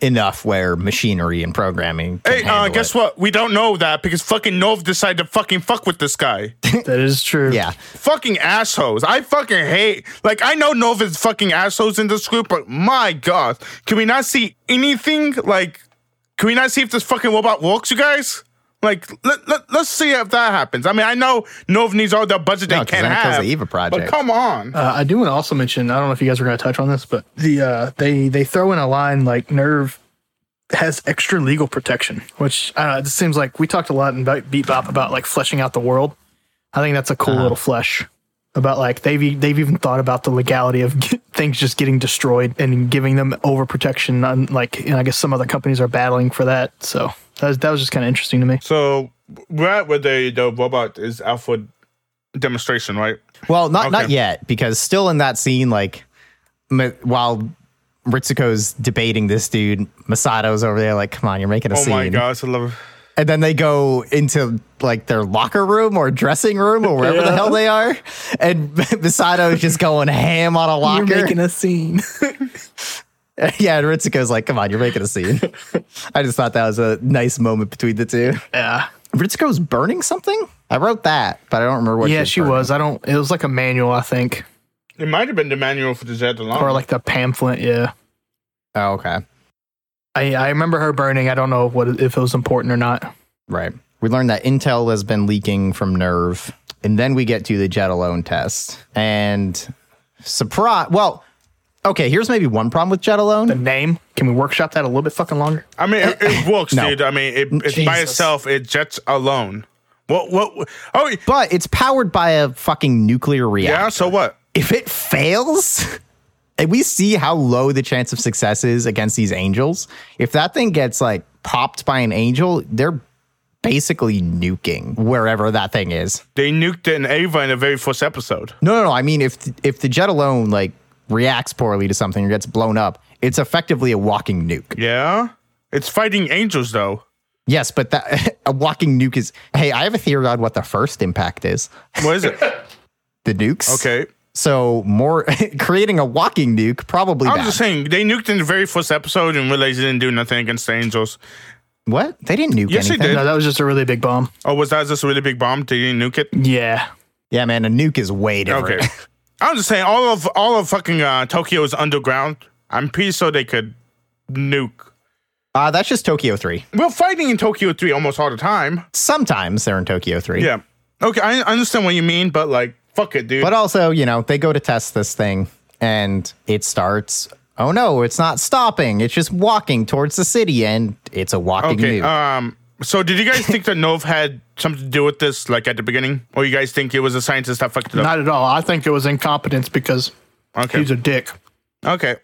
C: enough where machinery and programming. Can
A: Hey, uh,
C: handle
A: guess
C: it.
A: what? We don't know that because fucking Nov decided to fucking fuck with this
C: <laughs>
A: guy.
B: that is true.
C: Yeah,
A: fucking assholes. I fucking hate. Like, I know Nov is fucking assholes in this group, but my god. Can we not see anything? Like, can we not see if this fucking robot works, you guys? Like, let, let, let's see if that happens. I mean, I know Nov needs all the budget
C: No,
A: they
C: 'cause
A: can
C: then it kills
A: have.
C: the Eva
A: But
C: project.
A: come on.
B: Uh, I do want to also mention. I don't know if you guys were going to touch on this, but the uh, they they throw in a line like Nerve has extra legal protection, which I don't know, it just seems like we talked a lot in Be- Beat Bop about like fleshing out the world. I think that's a cool little flesh about like they've e- they've even thought about the legality of <laughs> things just getting destroyed and giving them overprotection. On, like and I guess some other companies are battling for that. So that was, that was just kind of interesting to me.
A: so, we're at where the, the robot is out for demonstration, right?
C: well, not not
A: Okay.
C: yet because still in that scene, like m- while Ritsuko's debating this dude, Masato's over there like, "Come on, you're making a
A: Oh
C: scene."
A: my gosh, I love
C: And then they go into like their locker room or dressing room or wherever the
B: Yeah.
C: hell they are, and <laughs> Masato is just going ham on a locker.
B: a scene.
C: yeah,
B: <laughs>
C: and Ritsuko's like, "Come on, you're making a scene." I just thought that was a nice moment between the two.
B: yeah.
C: Ritsuko's burning something? I wrote that, but I don't remember what
B: yeah, she
C: burning.
B: was. I don't. It was like a manual, I think,
A: It might have been the manual for the Zedalon.
B: or like the pamphlet. Yeah,
C: Oh, okay.
B: I I remember her burning. I don't know what if it was important or not.
C: Right. We learned that Intel has been leaking from Nerve. And then we get to the jet alone test. And surprise. Well, okay, here's maybe one problem with jet
B: The
C: alone.
B: name. Can we workshop that a little bit fucking longer?
A: I mean, it, it works,
C: No.
A: dude. I mean, it, it's by
B: Jesus.
A: itself. It jets alone. What? What? Oh,
C: But it's powered by a fucking nuclear reactor.
A: yeah. So what?
C: If it fails, <laughs> and we see how low the chance of success is against these angels, if that thing gets like popped by an angel, they're basically nuking wherever that thing is.
A: They nuked it in Ava in the very first episode.
C: No, no, no. I mean, if if the jet alone like reacts poorly to something or gets blown up, it's effectively a walking nuke.
A: Yeah. It's fighting angels, though.
C: Yes, but that <laughs> a walking nuke is. Hey, I have a theory on what the first impact is.
A: What is it?
C: The nukes.
A: Okay.
C: So more <laughs> creating a walking nuke probably.
A: I'm
C: bad.
A: just saying they nuked in the very first episode and realized they didn't do nothing against the angels.
C: what they didn't nuke
A: Yes, they
C: anything.
A: did.
B: No, that was just a really big bomb.
A: Oh, was that just a really big bomb? They didn't nuke it.
B: Yeah,
C: Yeah, man, a nuke is way
A: Okay.
C: different.
A: <laughs> I'm just saying all of all of fucking uh, Tokyo is underground. I'm pretty sure they could nuke.
C: Uh, that's just Tokyo three.
A: We're fighting in Tokyo three almost all the time.
C: Sometimes they're in Tokyo three.
A: Yeah. Okay, I I understand what you mean, but like, fuck it, dude.
C: But also, you know, they go to test this thing and it starts. Oh no, it's not stopping. It's just walking towards the city and it's a walking
A: okay.
C: nuke.
A: Um. So, did you guys think that Nov had something to do with this, like at the beginning, or you guys think it was a scientist that fucked it up?
B: not at all. I think it was incompetence because
A: Okay.
B: he's a dick.
A: Okay.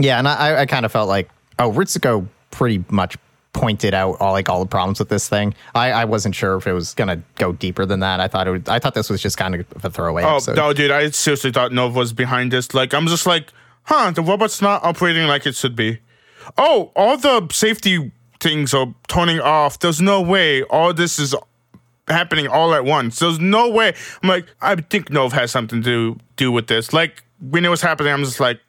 C: Yeah, and I, I kind of felt like, oh, Ritsuko pretty much pointed out all like all the problems with this thing. I, I wasn't sure if it was gonna go deeper than that. I thought it would, I thought this was just kind of a throwaway
A: Oh
C: episode.
A: no, dude! I seriously thought Nova was behind this. Like, I'm just like, huh? The robot's not operating like it should be. Oh, all the safety things are turning off. There's no way all this is happening all at once. There's no way. I'm like, I think Nova has something to do with this. Like, when it was happening, I'm just like,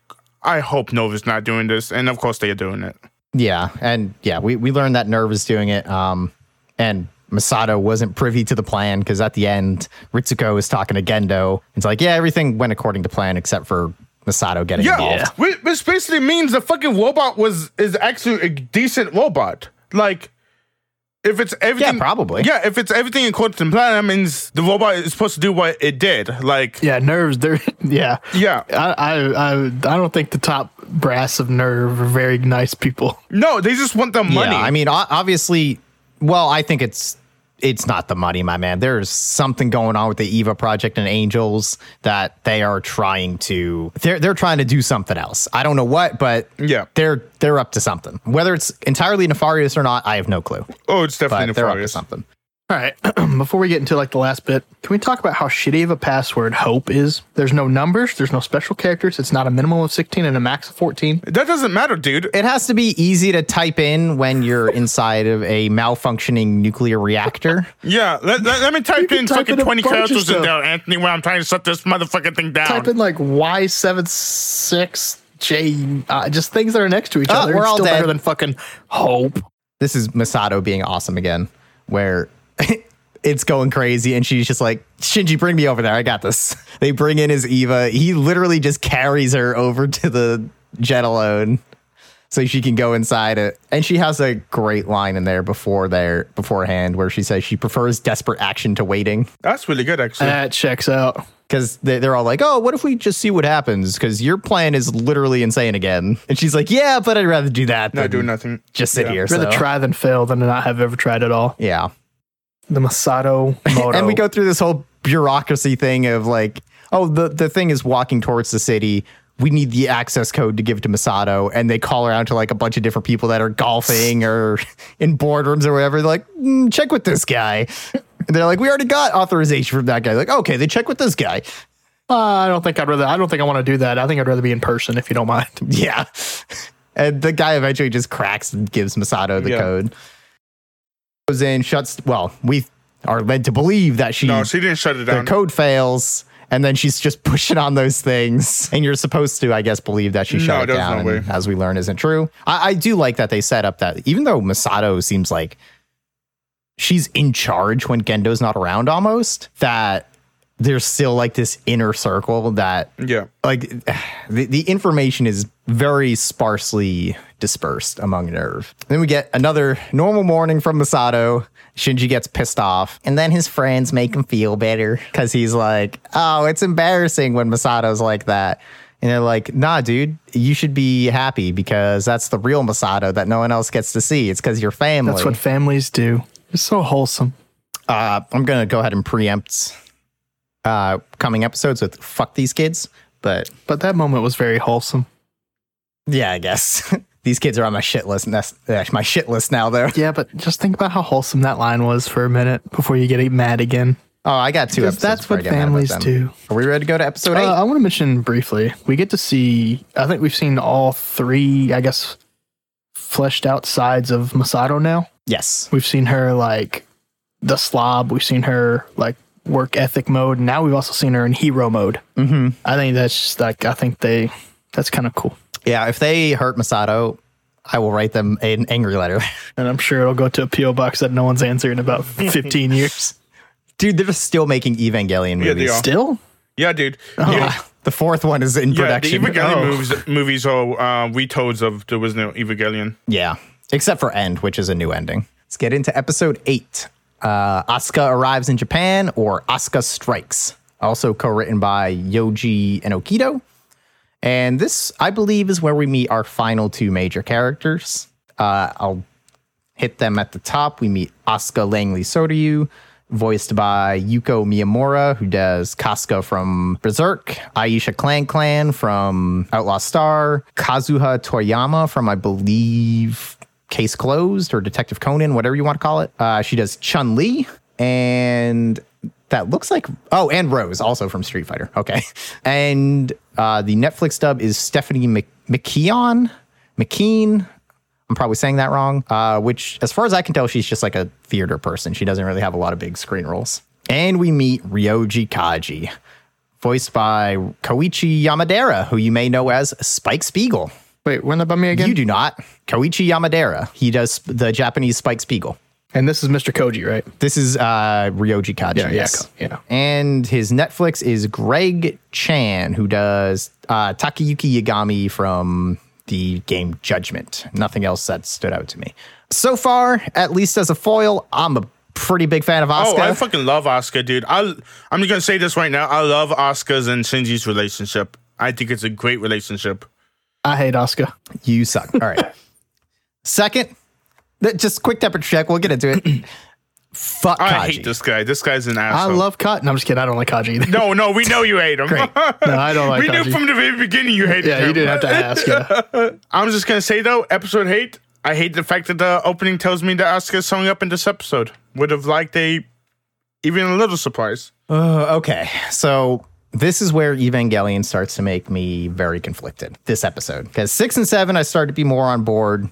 A: I hope Nova's not doing this, and of course they are doing it.
C: Yeah, and yeah, we, we learned that Nerve is doing it. Um, and Masato wasn't privy to the plan because at the end, Ritsuko is talking to Gendo. It's like, yeah, everything went according to plan except for Masato getting involved.
A: Yeah, whi- which basically means the fucking robot was is actually a decent robot. Like, if it's everything,
C: probably.
A: Yeah, if it's everything according to plan, that means the robot is supposed to do what it did. Like,
B: Yeah, nerves. They're <laughs> yeah.
A: yeah,
B: I, I I I don't think the top brass of Nerve are very nice people.
A: no, they just want the money.
C: Yeah, I mean, o- obviously, well, I think it's it's not the money, my man. There's something going on with the Eva project and Angels that they are trying to they're they're trying to do something else. I don't know what, but
A: Yeah.
C: they're they're up to something. Whether it's entirely nefarious or not, I have no clue.
A: oh, it's
C: But
A: definitely
C: they're up to
A: nefarious.
C: something.
B: All right. <clears throat> Before we get into like the last bit, can we talk about how shitty of a password hope is? There's no numbers. There's no special characters. It's not a minimum of 16 and a max of 14.
A: That doesn't matter, dude.
C: It has to be easy to type in when you're inside of a malfunctioning nuclear reactor.
A: Yeah, let, let, let me type
B: can
A: in
B: type
A: fucking
B: in a
A: twenty
B: bunch of
A: characters in
B: stuff.
A: there, Anthony, while I'm trying to shut this motherfucking thing down.
B: Type in like Y76J, uh, just things that are next to each
C: Ah,
B: other.
C: we're
B: It's
C: all
B: still better
C: dead.
B: than fucking hope.
C: this is Masato being awesome again, where <laughs> it's going crazy and she's just like, Shinji, bring me over there. I got this. <laughs> They bring in his Eva. He literally just carries her over <laughs> to the jet alone so she can go inside it. And she has a great line in there before there beforehand where she says she prefers desperate action to waiting.
A: That's really good, actually.
C: Uh,
B: That checks out.
C: Because they're all like, oh, what if we just see what happens? Because your plan is literally insane again. And she's like, yeah, but I'd rather do that
A: Not
C: than
A: doing nothing.
C: just sit
A: Yeah.
C: here.
B: Rather
C: so.
B: try than fail than not have ever tried at all.
C: yeah.
B: The
C: <laughs>
B: Masato Moto.
C: and we go through this whole bureaucracy thing of like, oh, the, the thing is walking towards the city. We need the access code to give to Masato. And they call around to like a bunch of different people that are golfing or <laughs> in boardrooms or whatever. They're like, "Mm, check with this guy. And they're like, we already got authorization from that guy. Like, okay, they check with this guy.
B: Uh, I don't think I'd rather. I don't think I want to do that. I think I'd rather be in person if you don't mind.
C: Yeah. And the guy eventually just cracks and gives Masato the
A: Yeah.
C: code. Goes in, shuts. Well, we are led to believe that she
A: No, she didn't shut it
C: the
A: down.
C: code fails and then she's just pushing on those things and you're supposed to i guess believe that she shut
A: No,
C: it
A: there's no
C: down
A: way.
C: and as we learn isn't true I, I do like that they set up that even though masato seems like she's in charge when Gendo's not around almost, that there's still like this inner circle that
A: Yeah.
C: like the, the information is very sparsely dispersed among Nerve. Then we get another normal morning from Masato. Shinji gets pissed off, and then his friends make him feel better because he's like, "Oh, it's embarrassing when Masato's like that." And they're like, "Nah, dude, you should be happy because that's the real Masato that no one else gets to see. It's because you're family."
B: That's what families do. It's so wholesome.
C: Uh, I'm gonna go ahead and preempt uh, coming episodes with "fuck these kids," but
B: But that moment was very wholesome.
C: Yeah, I guess <laughs> these kids are on my shit list. That's, that's my shit list now, though.
B: Yeah, but just think about how wholesome that line was for a minute before you get mad again.
C: Oh, I got two
B: Because
C: episodes.
B: that's
C: before I
B: what
C: get mad about
B: families
C: them.
B: do.
C: Are we ready to go to episode eight?
B: Uh, I want to mention briefly. We get to see. I think we've seen all three. I guess fleshed out sides of Masato now.
C: yes.
B: We've seen her like the slob. We've seen her like work ethic mode. And now we've also seen her in hero mode.
C: Mm-hmm.
B: I think that's just like I think they. That's kind of cool.
C: Yeah. If they hurt Masato, I will write them an angry letter. <laughs>
B: And I'm sure it'll go to a PO box that no one's answered in about 15 years.
C: Dude, they're just still making Evangelion movies.
A: Yeah, they are.
B: Still,
A: Yeah, dude.
C: Oh.
A: yeah.
C: The fourth one is in
A: Yeah, the
C: production.
A: Evangelion
C: Oh.
A: movies, movies are uh, retoads of there was no Evangelion.
C: Yeah, except for End, which is a new ending. Let's get into episode eight. Uh, Asuka arrives in Japan, or Asuka Strikes, also co written by Yoji and Okido. And this, I believe, is where we meet our final two major characters. Uh, I'll hit them at the top. We meet Asuka Langley Soryu, voiced by Yuko Miyamura, who does Casca from Berserk, Aisha Clan Clan from Outlaw Star, Kazuha Toyama from, I believe, Case Closed or Detective Conan, whatever you want to call it. Uh, she does Chun Li, and that looks like oh, and Rose also from Street Fighter. Okay, and uh, the Netflix dub is Stephanie Mc- McKeon. McKean, I'm probably saying that wrong. Uh, which, as far as I can tell, she's just like a theater person. She doesn't really have a lot of big screen roles. And we meet Ryoji Kaji, voiced by Koichi Yamadera, who you may know as Spike Spiegel.
B: wait, run that by me again.
C: You do not. Koichi Yamadera. He does sp- the Japanese Spike Spiegel.
B: And this is Mr. Koji, right?
C: This is uh, Ryoji Kaji.
B: yeah,
C: yes.
B: yeah.
C: And his Netflix is Greg Chan, who does uh, Takayuki Yagami from the game Judgment. Nothing else that stood out to me. So far, at least as a foil, I'm a pretty big fan of
A: Oh, I
C: Asuka.
A: fucking love Oscar, dude. I I'm just gonna say this right now. I love Oscar's and Shinji's relationship. I think it's a great relationship.
B: I hate Oscar.
C: you suck. All right. <laughs> Second, th- just quick temperature check. We'll get into it. <clears throat> Fuck Kaji.
A: I hate this guy. This guy's an
B: I
A: asshole.
B: love Kaji. No, I'm just kidding. I don't like Kaji either.
A: No, no, we know you hate him. <laughs>
B: <laughs> No, I don't like
A: we knew
B: Kaji.
A: from the very beginning you hated
B: yeah,
A: him.
B: you didn't have to ask. Yeah.
A: I'm just gonna say though, episode eight. I hate the fact that the opening tells me that Oscar's showing up in this episode. Would have liked a even a little surprise.
C: Uh, okay, so this is where Evangelion starts to make me very conflicted. This episode, because six and seven, I started to be more on board,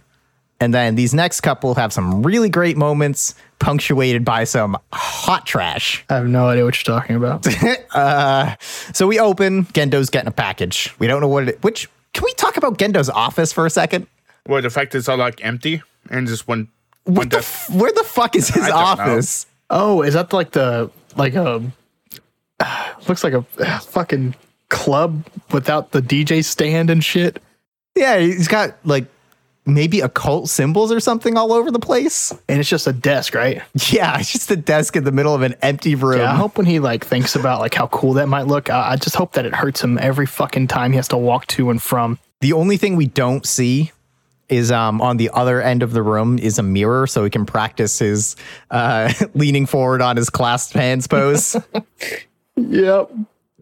C: and then these next couple have some really great moments, punctuated by some hot trash.
B: I have no idea what you're talking about. <laughs>
C: So we open. Gendo's getting a package. We don't know what it. Which can we talk about Gendo's office for a second?
A: Well, the fact it's all like empty and just one. one
C: What the?
A: death-
C: F- where the fuck is his
A: don't know.
C: office?
B: Oh, is that like the like a <sighs> looks like a <sighs> fucking club without the DJ stand and shit?
C: Yeah, he's got like maybe occult symbols or something all over the place. <laughs>
B: And it's just a desk, right?
C: Yeah, it's just a desk in the middle of an empty room.
B: Yeah, I hope when he like thinks about like how cool that might look, I, I just hope that it hurts him every fucking time he has to walk to and from.
C: The only thing we don't see is um, on the other end of the room is a mirror, so he can practice his uh, <laughs> leaning forward on his clasped hands pose.
B: Yep.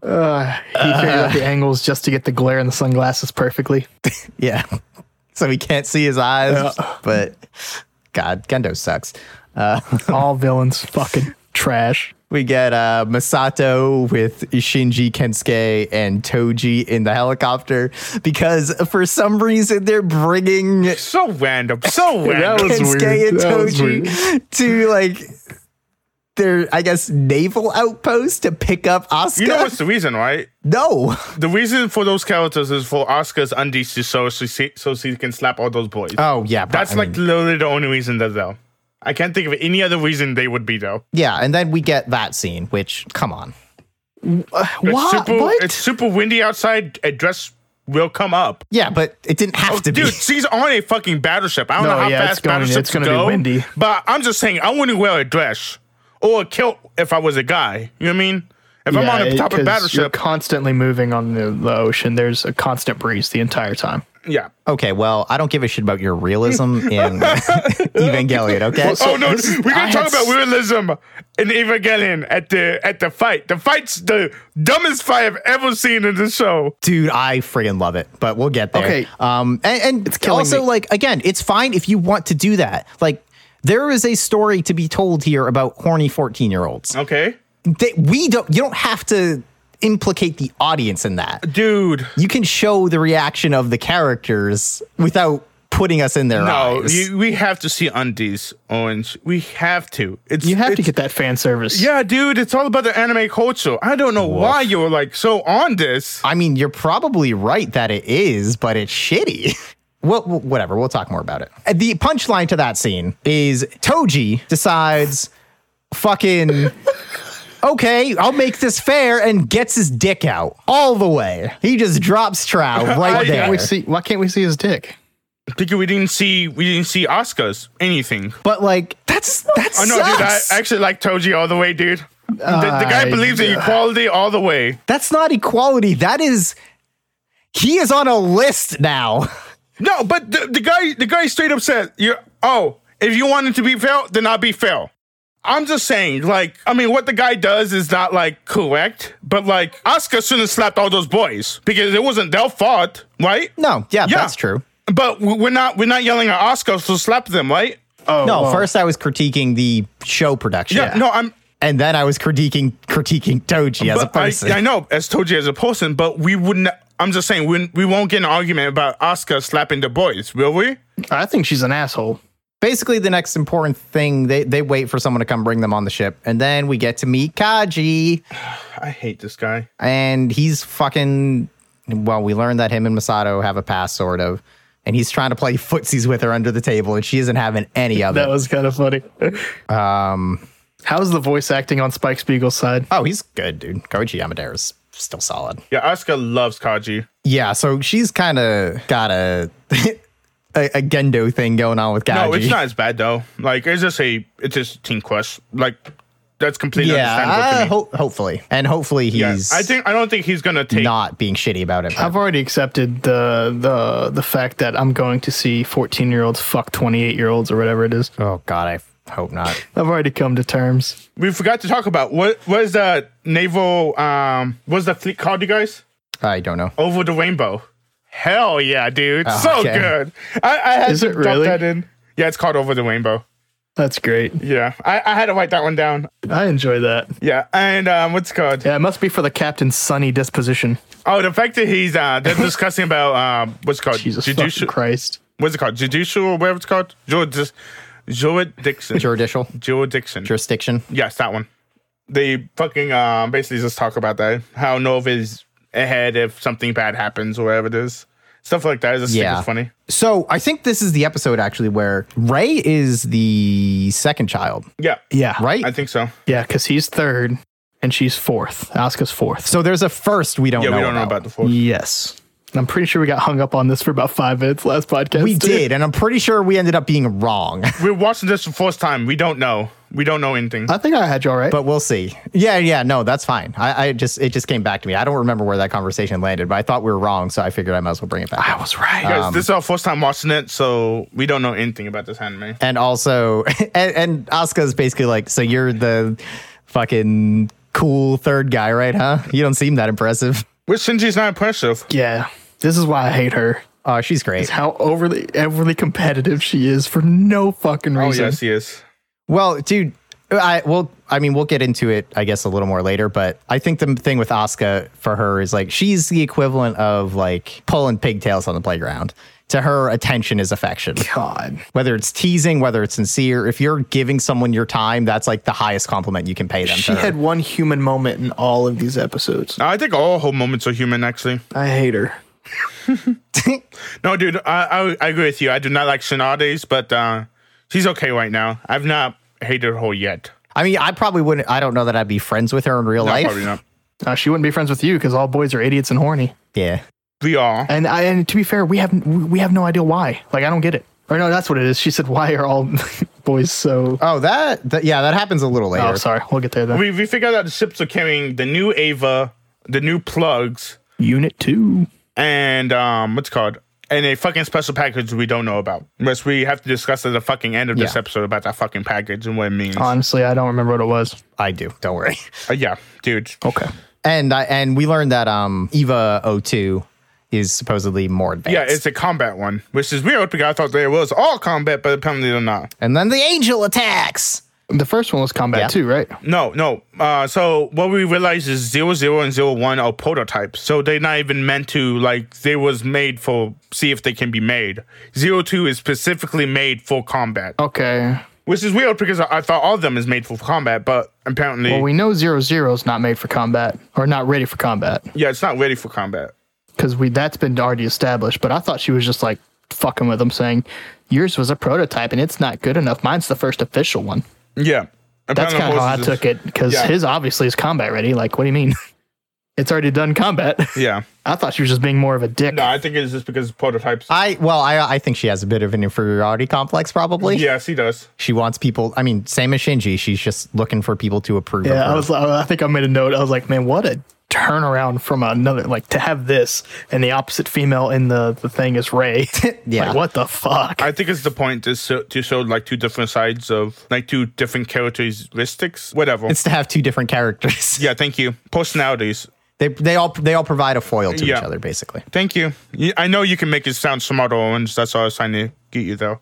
B: Uh, he figured out the angles just to get the glare and the sunglasses <laughs> perfectly.
C: yeah, so he can't see his eyes. But God, Gendo sucks. Uh, <laughs>
B: All villains fucking trash.
C: we get uh, Masato with Shinji, Kensuke, and Toji in the helicopter because for some reason they're bringing
A: so random. So
B: <laughs> That
A: random.
B: was
C: Kensuke
B: weird.
C: and
B: That was
C: Toji to like their, I guess, naval outpost to pick up Asuka.
A: you know what's the reason, right?
C: no.
A: The reason for those characters is for Oscar's undies to so she so she can slap all those boys.
C: Oh yeah, but
A: That's
C: I
A: like
C: mean,
A: literally the only reason that though. I can't think of any other reason they would be though.
C: Yeah, and then we get that scene, which come on.
A: It's
B: Wha-
A: super
B: What?
A: it's super windy outside. A dress will come up.
C: Yeah, but it didn't have
A: Oh,
C: to
A: dude,
C: be.
A: she's on a fucking battleship. I don't
B: No,
A: know how
B: yeah, it's
A: fast
B: going-
A: battleships
B: it's gonna be
A: go,
B: windy.
A: But I'm just saying, I wouldn't wear a dress or a kilt if I was a guy. You know what I mean? If I'm on
B: Yeah,
A: the
B: it-
A: top of a
B: 'cause You're
A: battleship,
B: constantly moving on the, the ocean. There's a constant breeze the entire time.
A: yeah.
C: Okay, well, I don't give a shit about your realism in <laughs> Evangelion, okay?
A: oh no,
B: listen,
A: we're
B: I
A: gonna
B: had
A: talk about
B: s-
A: realism in Evangelion at the at the fight. The fight's the dumbest fight I've ever seen in the show.
C: Dude, I friggin' love it, but we'll get there.
B: Okay.
C: Um, and, and it's
B: killing
C: also,
B: me.
C: like, again, it's fine if you want to do that. Like, there is a story to be told here about horny 14 year olds.
A: Okay,
C: They, we don't, you don't have to implicate the audience in that.
A: dude.
C: You can show the reaction of the characters without putting us in their
A: No,
C: eyes.
A: you, we have to see undies, Orange. We have to. It's
B: You have to
A: it's-
B: get that fan service.
A: Yeah, dude, it's all about the anime culture. I don't know why you were like so on this.
C: I mean, you're probably right that it is, but it's shitty. <laughs> Well, well, whatever. We'll talk more about it. Uh, The punchline to that scene is Toji decides, fucking, <laughs> okay, I'll make this fair, and gets his dick out all the way. He just drops
A: <laughs>
C: Trow right
B: Why can't we
C: there.
B: see? Why can't we see his dick?
A: Because we didn't see we didn't see Oscars anything.
C: But like, that's that's.
A: I know, dude. I actually like Toji all the way, dude. The, the guy
B: I-
A: believes in equality all the way.
C: that's not equality. That is, he is on a list now. <laughs>
A: No, but the, the guy the guy straight up said, "You oh, if you wanted to be fair, then I'll be fair." I'm just saying, like, I mean, what the guy does is not like correct, but like Oscar shouldn't have slapped all those boys because it wasn't their fault, right?
C: No, yeah,
A: Yeah.
C: that's true.
A: But w- we're not we're not yelling at Oscar to slap them, right?
B: Oh
C: No,
B: well,
C: first I was critiquing the show production.
A: Yeah, no, I'm.
C: and then I was critiquing critiquing Toji as a
A: But I,
C: person.
A: I know as Toji as a person, but we wouldn't. I'm just saying we we won't get an argument about Oscar slapping the boys, will we?
B: I think she's an asshole.
C: Basically, the next important thing they they wait for someone to come bring them on the ship, and then we get to meet Kaji,
A: I hate this guy.
C: and he's fucking. Well, we learned that him and Masato have a past, sort of, and he's trying to play footsies with her under the table, and she isn't having any of
B: That
C: it.
B: was kind of funny. Um, how's the voice acting on Spike Spiegel's side?
C: Oh, he's good, dude. Koichi Amadera is still solid.
A: Yeah, Oscar loves Kaji.
C: Yeah, so she's kind of got a, <laughs> a a Gendo thing going on with Kaji.
A: No, it's not as bad though. Like it's just a it's just team quest. Like that's completely understandable to
C: yeah, uh,
A: me.
C: ho- hopefully, and hopefully he's.
A: yeah, I think I don't think he's gonna take.
C: not being shitty about it. but-
B: I've already accepted the the the fact that I'm going to see 14 year olds fuck 28 year olds or whatever it is.
C: oh God, I f- hope not.
B: I've already come to terms.
A: We forgot to talk about what was the naval um was the fleet called you guys
C: I don't know.
A: over the rainbow. Hell yeah, dude! so
C: Oh, okay.
A: good. I, I had
B: Is
A: to
B: it
A: drop
B: really?
A: that in. Yeah, it's called over the rainbow.
B: That's great.
A: Yeah, I, I had to write that one down.
B: I enjoy that.
A: Yeah, and um, what's it called?
B: Yeah, it must be for the captain's sunny disposition.
A: Oh, the fact that he's uh,
C: <laughs>
A: they're discussing about um, what's it called
B: Jesus fucking
A: judicial.
B: Christ.
A: What's it called? Judicial or whatever it's called. Juris, jurisdiction.
C: Juridical
A: jurisdiction.
C: jurisdiction.
A: yes, that one. They fucking um, basically just talk about that. How Nova is ahead if something bad happens or whatever it is. Stuff like that is just
C: Yeah.
A: super funny.
C: So I think this is the episode actually where Ray is the second child,
A: Yeah,
B: Yeah.
C: right?
A: I think so.
B: Yeah, because he's third and she's fourth. Asuka's fourth.
C: so there's a first we don't
A: Yeah,
C: know.
A: we don't know
C: about.
A: about the fourth.
B: Yes. I'm pretty sure we got hung up on this for about five minutes last podcast.
C: We did, and I'm pretty sure we ended up being wrong, <laughs>
A: We're watching this for the first time. We don't know. We don't know anything.
C: Uh,
B: I think I had you all right.
C: but we'll see. Yeah, yeah, no, that's fine. I, I just it just came back to me. I don't remember where that conversation landed, but I thought we were wrong, so I figured I might as well bring it back.
B: I was right. Um,
C: um,
A: Guys, this is our first time watching it, so we don't know anything about this anime.
C: and also <laughs> and, and Asuka's basically like, so you're the fucking cool third guy, right? Huh? You don't seem that impressive.
A: Which Shinji's not impressive.
B: yeah. This is why I hate her.
C: Oh, she's great.
B: How overly overly competitive she is for no fucking
A: Oh
B: reason.
A: yes, he is.
C: Well, dude, I will. I mean, we'll get into it, I guess, a little more later. But I think the thing with Asuka for her is like she's the equivalent of like pulling pigtails on the playground. To her, attention is affection.
B: God.
C: Whether it's teasing, whether it's sincere, if you're giving someone your time, that's like the highest compliment you can pay them.
B: She
C: to her.
B: had one human moment in all of these episodes.
A: I think all whole moments are human, actually.
B: I hate her.
A: No, dude, I, I I agree with you. I do not like Shinade's, but uh, she's okay right now. I've not hated her yet.
C: I mean, I probably wouldn't. I don't know that I'd be friends with her in real
A: No,
C: life.
A: probably not.
B: Uh, she wouldn't be friends with you because all boys are idiots and horny.
C: Yeah.
A: We are.
B: And I, and to be fair, we have we we have no idea why. Like I don't get it. Or no, that's what it is. She said, "Why are all <laughs> boys so?"
C: Oh, that, that. Yeah, that happens a little later.
B: Oh, sorry. We'll get there then.
A: We we figured out the ships are carrying the new Ava, the new plugs,
B: Unit two.
A: and um, what's it called? And a fucking special package we don't know about. Unless we have to discuss at the fucking end of this
C: Yeah. Uh,
A: episode about that fucking package and what it means.
B: Honestly, I don't remember what it was.
C: I do. Don't worry. <laughs>
A: Uh, yeah, dude.
B: Okay.
C: And I and we learned that um Eva 02 is supposedly more advanced.
A: Yeah, it's a combat one, which is weird because I thought there was all combat, but apparently they're not.
C: and then the angel attacks.
B: The first one was combat
C: Yeah.
B: two, right?
A: No, no. Uh, so what we realize is zero zero and zero one are prototypes. So they're not even meant to like they was made for see if they can be made. Zero two is specifically made for combat,
B: Okay.
A: which is weird because I, I thought all of them is made for combat, but apparently
B: Well, we know zero zero is not made for combat or not ready for combat
A: yeah, it's not ready for combat.
B: because we that's been already established. But I thought she was just like fucking with them, saying yours was a prototype and it's not good enough. Mine's the first official one.
A: Yeah,
B: That's
A: Apparently
B: kind of how I
A: Moses is-
B: took it because
A: Yeah.
B: his obviously is combat ready. Like, what do you mean? <laughs> it's already done combat. <laughs>
A: Yeah,
B: I thought she was just being more of a dick.
A: no, I think it's just because prototypes.
C: I well, I I think she has a bit of an inferiority complex probably.
A: Yes, he does.
C: She wants people, I mean, same as Shinji, she's just looking for people to approve of
B: yeah,
C: her.
B: I was. I think I made a note. I was like, man, what a turnaround from another. Like to have this and the opposite female in the the thing is Ray. <laughs>
C: Yeah.
B: like, what the fuck?
A: I think it's the point to show, to show like two different sides of like two different characteristics, whatever.
C: it's to have two different characters.
A: yeah, thank you. Personalities.
C: They they all they all provide a foil to
A: Yeah.
C: each other basically.
A: Thank you. You- I know you can make it sound smarter, Owens. That's all I was trying to get you, though.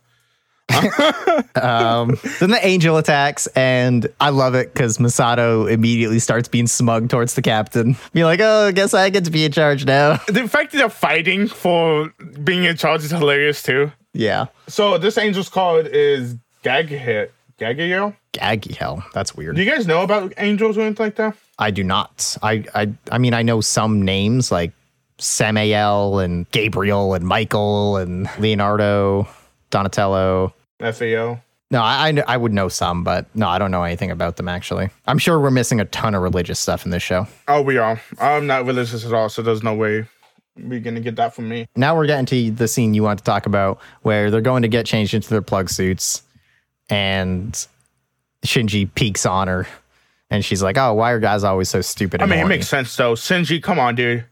C: Um, then the angel attacks, and I love it because Masato immediately starts being smug towards the captain. <laughs> Be like, oh, guess I get to be in charge now. <laughs>
A: The fact that they're fighting for being in charge is hilarious, too.
C: yeah.
A: So, this angel's card is Gagahit. Gagayo?
C: Gaggy hell. That's weird.
A: Do you guys know about angels or anything like that?
C: I do not. I, I I mean I know some names like Samael and Gabriel and Michael and Leonardo, Donatello.
A: FAO.
C: No, I I, kn- I would know some, but no, I don't know anything about them actually. I'm sure we're missing a ton of religious stuff in this show.
A: Oh, we are. I'm not religious at all, so there's no way we're going to get that from me.
C: Now we're getting to the scene you want to talk about where they're going to get changed into their plug suits and Shinji peeks on her and she's like, "Oh, why are guys always so stupid?"
A: I
C: And
A: mean, it
C: horny?"
A: makes sense, though. Senji, come on, dude.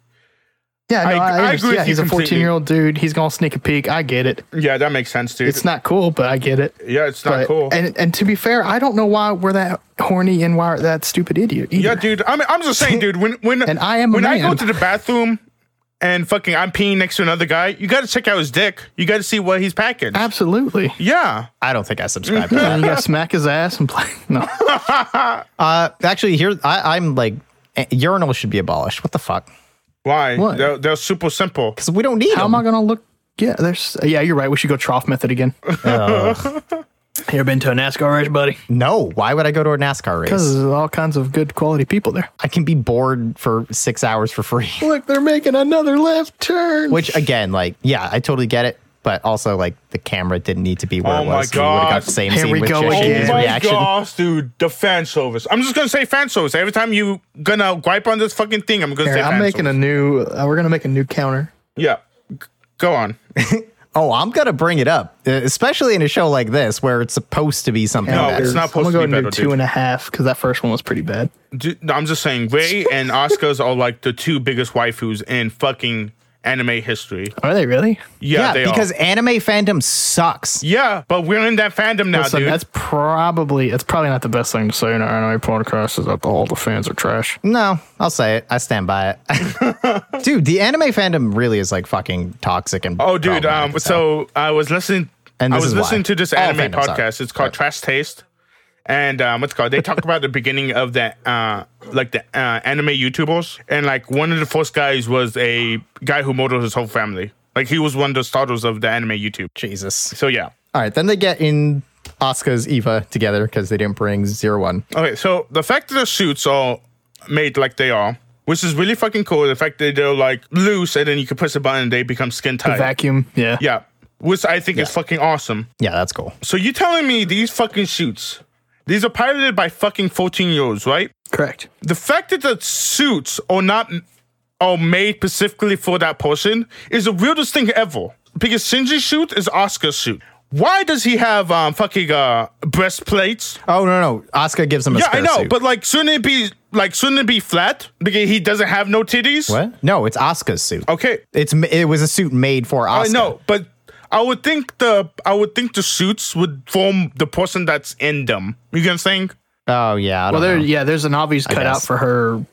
B: yeah, no,
A: I-
B: I,
A: I agree
B: understand.
A: with
B: yeah,
A: you
B: he's a
A: completely.
B: fourteen year old dude. He's gonna sneak a peek. I get it.
A: Yeah, that makes sense, dude.
B: It's not cool, but I get it.
A: yeah, it's not
B: But-
A: cool.
B: And and to be fair, I don't know why we're that horny and why we're that stupid idiot. Either.
A: Yeah, dude. I'm I'm just saying, dude. When when
B: <laughs> And I am a
A: when I go
B: man.
A: to the bathroom and fucking I'm peeing next to another guy, you got to check out his dick. You got to see what he's packing.
B: Ah. Absolutely.
A: yeah,
C: I don't think I subscribe
B: <laughs>
C: to that.
B: And you gotta smack his ass and play. <laughs> No.
C: Uh, actually, here I, I'm like, eh, urinals should be abolished. What the fuck?
A: why?
B: What?
A: They're, they're super simple.
C: Because we don't need
B: How
C: them.
B: am I gonna look? Yeah, there's. Yeah, you're right. We should go trough method again. <laughs> you ever been to a NASCAR race, buddy?
C: no, why would I go to a NASCAR
B: Because
C: race?
B: there's all kinds of good quality people there.
C: I can be bored for six hours for free.
B: <laughs> Look, they're making another left turn.
C: Which again, like, yeah, I totally get it. But also, like, the camera didn't need to be where
A: Oh
C: it
A: my
C: was. We would've
A: God.
C: got the same
B: Here
C: scene
B: we
C: with
B: go
C: Joshin's
B: again.
A: Oh
B: his
A: my
C: reaction.
A: gosh, dude! The fan service. I'm just gonna say fan service. Every time you gonna gripe on this fucking thing, I'm gonna
B: Here,
A: say.
B: I'm
A: fan
B: making a
A: service.
B: new. Uh, we're gonna make a new counter.
A: Yeah, G- go on.
C: Oh, I'm gonna bring it up, uh, especially in a show like this where it's supposed to be something.
A: No,
C: better.
A: it's not supposed
B: I'm
A: to
B: gonna
A: be
B: go
A: better,
B: into two
A: dude.
B: and a half because that first one was pretty bad.
A: Dude, I'm just saying,
B: <laughs>
A: Ray and Oscars are like the two biggest waifus in fucking anime history.
B: Are they really?
A: Yeah, they are.
C: because anime fandom sucks.
A: Yeah, but we're in that fandom now,
B: Listen,
A: dude.
B: that's probably it's probably not the best thing to say in our anime podcast is that all the fans are trash.
C: No, I'll say it. I stand by it.
A: <laughs>
C: Dude, the anime fandom really is like fucking toxic and
A: Oh, dude.
C: problematic
A: Um,
C: as hell.
A: so I was listening.
C: And
A: I
C: this
A: was
C: is why.
A: listening to this
C: All
A: anime
C: fandoms are.
A: podcast. It's called Trash Taste, and um, what's it called? They talk about the beginning of the uh, like the uh, anime YouTubers, and like one of the first guys was a guy who murdered his whole family. Like he was one of the starters of the anime YouTube.
C: Jesus.
A: So yeah.
C: All right, then they get in Asuka's Eva together because they didn't bring Zero One.
A: Okay, so the fact that the suits are made like they are. Which is really fucking cool. The fact that they're like loose, and then you can press a button, and they become skin tight.
B: Vacuum, yeah.
A: Yeah. which I think is fucking awesome.
C: Yeah, that's cool.
A: So you telling me these fucking shoots, these are piloted by fucking 14 year olds, right?
B: Correct.
A: The fact that the suits are not are made specifically for that person is the weirdest thing ever. Because Shinji's suit is Oscar's suit. Why does he have um fucking uh breastplates?
C: Oh no, no, Oscar gives him a
A: Yeah,
C: spare
A: I know,
C: suit.
A: but like shouldn't it be like shouldn't it be flat? Because he doesn't have no titties?
C: what? No, it's Oscar's suit.
A: Okay.
C: It's m- it was a suit made for
A: Oh. I
C: Oscar.
A: know, but I would think the I would think the suits would form the person that's in them. You get what I'm saying?
C: Oh yeah. I
B: Well,
C: don't
B: there,
C: know.
B: yeah, there's an obvious cutout
C: guess.
B: for her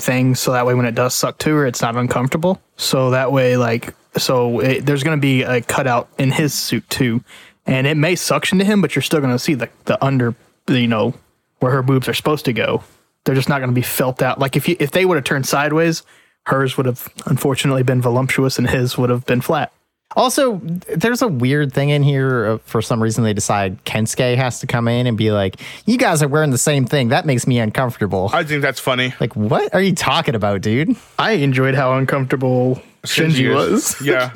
B: thing, so that way when it does suck to her, it's not uncomfortable. So that way, like, so it, there's going to be a cutout in his suit too, and it may suction to him, but you're still going to see the the under, the, you know, where her boobs are supposed to go. They're just not going to be felt out. Like if you if they would have turned sideways, hers would have unfortunately been voluptuous, and his would have been flat.
C: Also, there's a weird thing in here. Uh, for some reason, they decide Kensuke has to come in and be like, "You guys are wearing the same thing. That makes me uncomfortable."
A: I think that's funny.
C: like, what are you talking about, dude?
B: I enjoyed how uncomfortable Shinji,
A: Shinji is- <laughs>
B: was.
A: Yeah.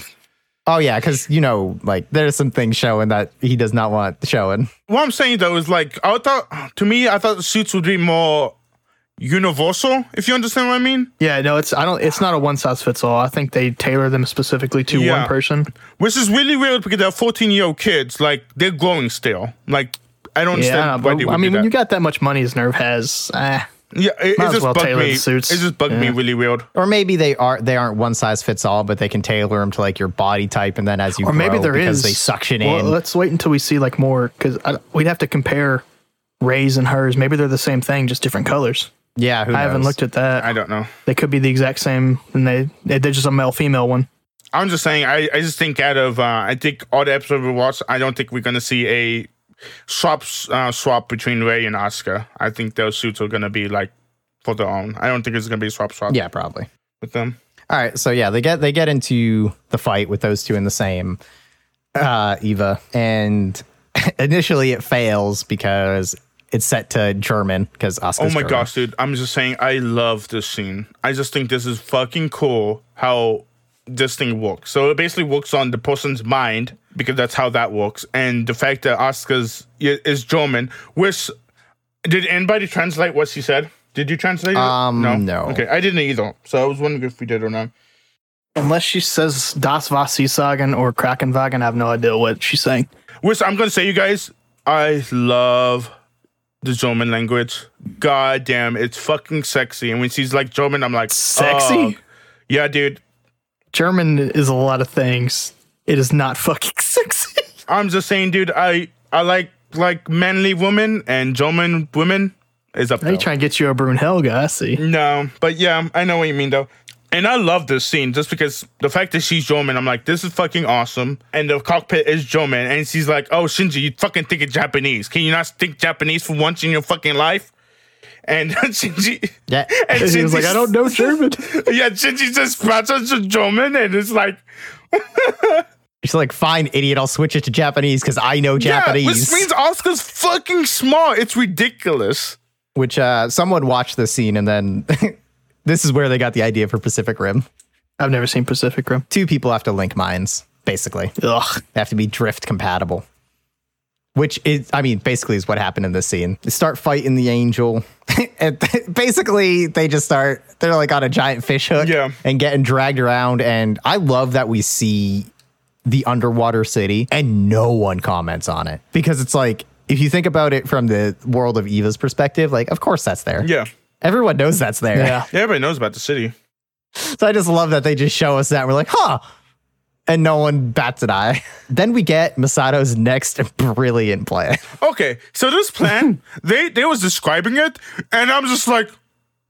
C: Oh yeah, because you know, like, there's some things showing that he does not want showing.
A: what I'm saying though is like I thought to me I thought the suits would be more universal if you understand what I mean
B: Yeah, no, it's I don't. It's not a one size fits all. I think they tailor them specifically to
A: Yeah.
B: one person.
A: which is really weird because they're 14 year old kids like they're growing still like I don't understand
B: Yeah, I, know,
A: why
B: but
A: they would
B: I mean,
A: do
B: when
A: that.
B: you got that much money as Nerve has, eh,
A: yeah it, it
B: might as
A: just
B: well
A: bugged
B: tailor
A: me
B: the suits.
A: it just bugged me
B: Yeah.
A: really weird
C: Or maybe they are they aren't one size fits all, but they can tailor them to like your body type, and then as you
B: or maybe
C: grow,
B: there
C: because
B: is
C: they suction
B: well,
C: in.
B: Let's wait until we see like more because we'd have to compare Ray's and hers. Maybe they're the same thing, just different colors.
C: Yeah, who
B: I haven't
C: knows?
B: looked at that.
A: I don't know
B: they could be the exact same, and they they're just a male female one.
A: I'm just saying I, I just think out of uh, I think all the episodes we watched I don't think we're gonna see a swap uh, swap between Ray and Oscar I think those suits are gonna be like for their own I don't think it's gonna be a swap swap
C: Yeah, probably.
A: with them
C: All right, so yeah, they get they get into the fight with those two in the same uh, Eva, and <laughs> initially it fails because it's set to German because Oscar.
A: Oh my gosh, dude. I'm just saying, I love this scene. I just think this is fucking cool how this thing works. So it basically works on the person's mind because that's how that works. And the fact that Oscar's i- is German, which did anybody translate what she said? Did you translate it?
C: Um, no.
A: Okay, I didn't either. So I was wondering if we did or not.
B: Unless she says Das was Seesagen or Krakenwagen, I have no idea what she's saying.
A: Which I'm gonna say, you guys, I love the German language. God damn, it's fucking sexy. And when she's like German, I'm like,
B: Sexy.
A: oh, yeah, dude.
B: German is a lot of things. It is not fucking <laughs> sexy.
A: I'm just saying, dude. I I like like manly women and German women is up
B: Are
A: there.
B: you trying to get you a Brunhilde? I see.
A: no, but yeah, I know what you mean though. And I love this scene just because the fact that she's German, I'm like, this is fucking awesome. And the cockpit is German, and she's like, oh Shinji, you fucking think in Japanese? Can you not think Japanese for once in your fucking life? And <laughs> Shinji,
C: Yeah.
A: <laughs> and
B: And <laughs> he was like, I don't know
A: <laughs>
B: German. <laughs>
A: Yeah, Shinji just sprouts to German, and it's like,
C: <laughs> She's like, "Fine, idiot, I'll switch it to Japanese because I know
A: yeah, which
C: Japanese."
A: means Oscar's fucking smart. It's ridiculous.
C: Which, uh, someone watched this scene, and then <laughs> this is where they got the idea for Pacific Rim.
B: I've never seen Pacific Rim.
C: Two people have to link minds, basically.
B: Ugh.
C: They have to be drift compatible. Which is, I mean, basically is what happened in this scene. They start fighting the angel. <laughs> and basically, they just start, they're like on a giant fish hook
A: Yeah.
C: and getting dragged around. And I love that we see the underwater city and no one comments on it because it's like, if you think about it from the world of Eva's perspective, like, of course that's there.
A: Yeah.
C: Everyone knows that's there.
B: Yeah.
A: Everybody knows about the city.
C: So I just love that they just show us that. We're like, huh. And no one bats an eye. <laughs> Then we get Masato's next <laughs> brilliant plan.
A: Okay, so this plan, they they was describing it, and I'm just like,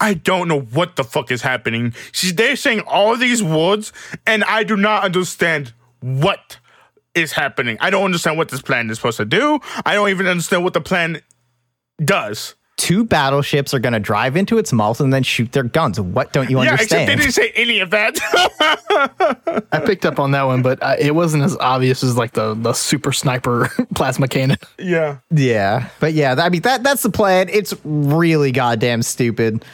A: I don't know what the fuck is happening. She, they're saying all these words, and I do not understand what is happening. I don't understand what this plan is supposed to do. I don't even understand what the plan does.
C: Two battleships are going to drive into its mouth and then shoot their guns. What don't you
A: Yeah, except
C: understand?
A: they didn't say any of that. <laughs>
B: I picked up on that one, but I, it wasn't as obvious as like the, the super sniper <laughs> plasma cannon.
A: yeah.
C: yeah. But yeah, I mean, that that's the plan. It's really goddamn stupid.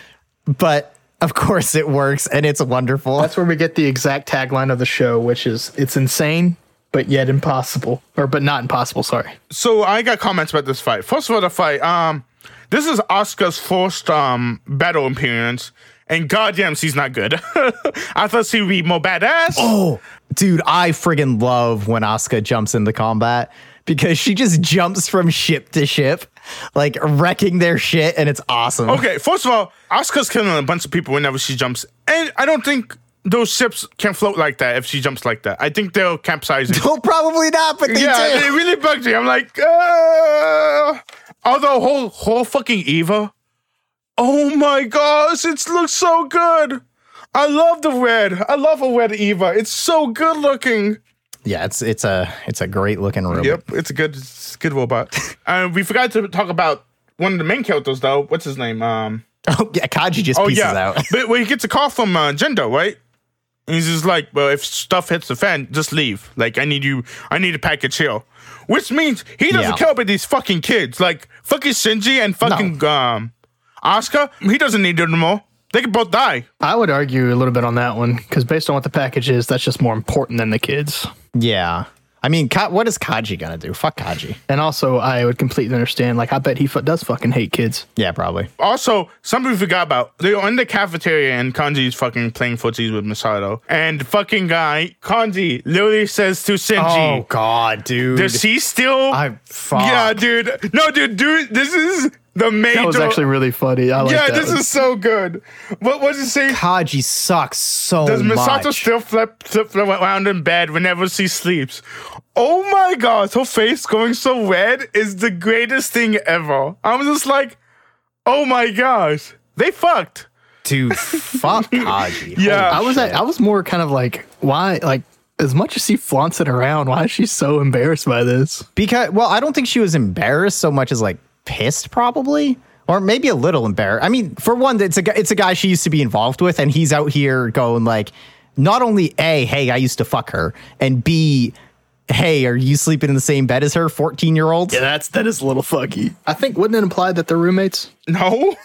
C: But of course it works and it's wonderful.
B: That's where we get the exact tagline of the show, which is it's insane, but yet impossible, or but not impossible. Sorry.
A: So I got comments about this fight. First of all, the fight. Um, this is Oscar's first um battle appearance, and goddamn, she's not good. <laughs> I thought she would be more badass.
C: Oh, dude, I friggin' love when Asuka jumps into combat because she just jumps from ship to ship, like wrecking their shit, and it's awesome.
A: Okay, first of all, Asuka's killing a bunch of people whenever she jumps, and I don't think those ships can float like that if she jumps like that. I think they'll capsize. and
C: Well, probably not, but they
A: yeah,
C: do.
A: it really bugged me. I'm like, uh, although whole whole fucking Eva. Oh my gosh, it looks so good. I love the red. I love a red Eva. It's so good looking.
C: yeah, it's it's a it's a great looking robot.
A: Yep, it's a good, it's a good robot. And we forgot to talk about one of the main characters though. What's his name? Um.
C: <laughs> Oh yeah, Kaji just
A: Oh
C: pieces
A: yeah.
C: out. <laughs>
A: but when he gets a call from uh, Jindo, right? And he's just like, "Well, if stuff hits the fan, just leave. Like, I need you. I need a package here." Which means he doesn't
C: Yeah.
A: care about these fucking kids, like fucking Shinji and fucking um, Asuka. He doesn't need them all. They could both die.
B: I would argue a little bit on that one because based on what the package is, that's just more important than the kids.
C: Yeah. I mean, Ka- what is Kaji gonna do? Fuck Kaji.
B: And also, I would completely understand. Like, I bet he f- does fucking hate kids.
C: Yeah, probably.
A: Also, something we forgot about. They are in the cafeteria and Kanji's fucking playing footsies with Masato. And fucking guy, Kanji literally says to Shinji,
C: Oh, God, dude.
A: "Does he still?"
C: I fuck.
A: Oh, Yeah, dude. No, dude, dude. This is the major.
B: That was actually really funny. I like
A: yeah,
B: that.
A: this is so good. What was it say?
C: Kaji sucks so
A: Does Misato
C: much.
A: still flip, flip, flip around in bed whenever she sleeps? Oh my gosh, her face going so red is the greatest thing ever. I'm just like, oh my gosh, they fucked. Oh, <laughs>
C: dude, fuck Kaji.
A: Yeah.
B: I was I was more kind of like why like as much as she flaunts it around, why is she so embarrassed by this?
C: because well i don't think she was embarrassed so much as like pissed probably or maybe a little embarrassed i mean for one it's a gu- it's a guy she used to be involved with and he's out here going like not only a hey i used to fuck her and b hey are you sleeping in the same bed as her 14 year old
B: that's that is a little fucky. I think wouldn't it imply that they're roommates?
A: <laughs> No.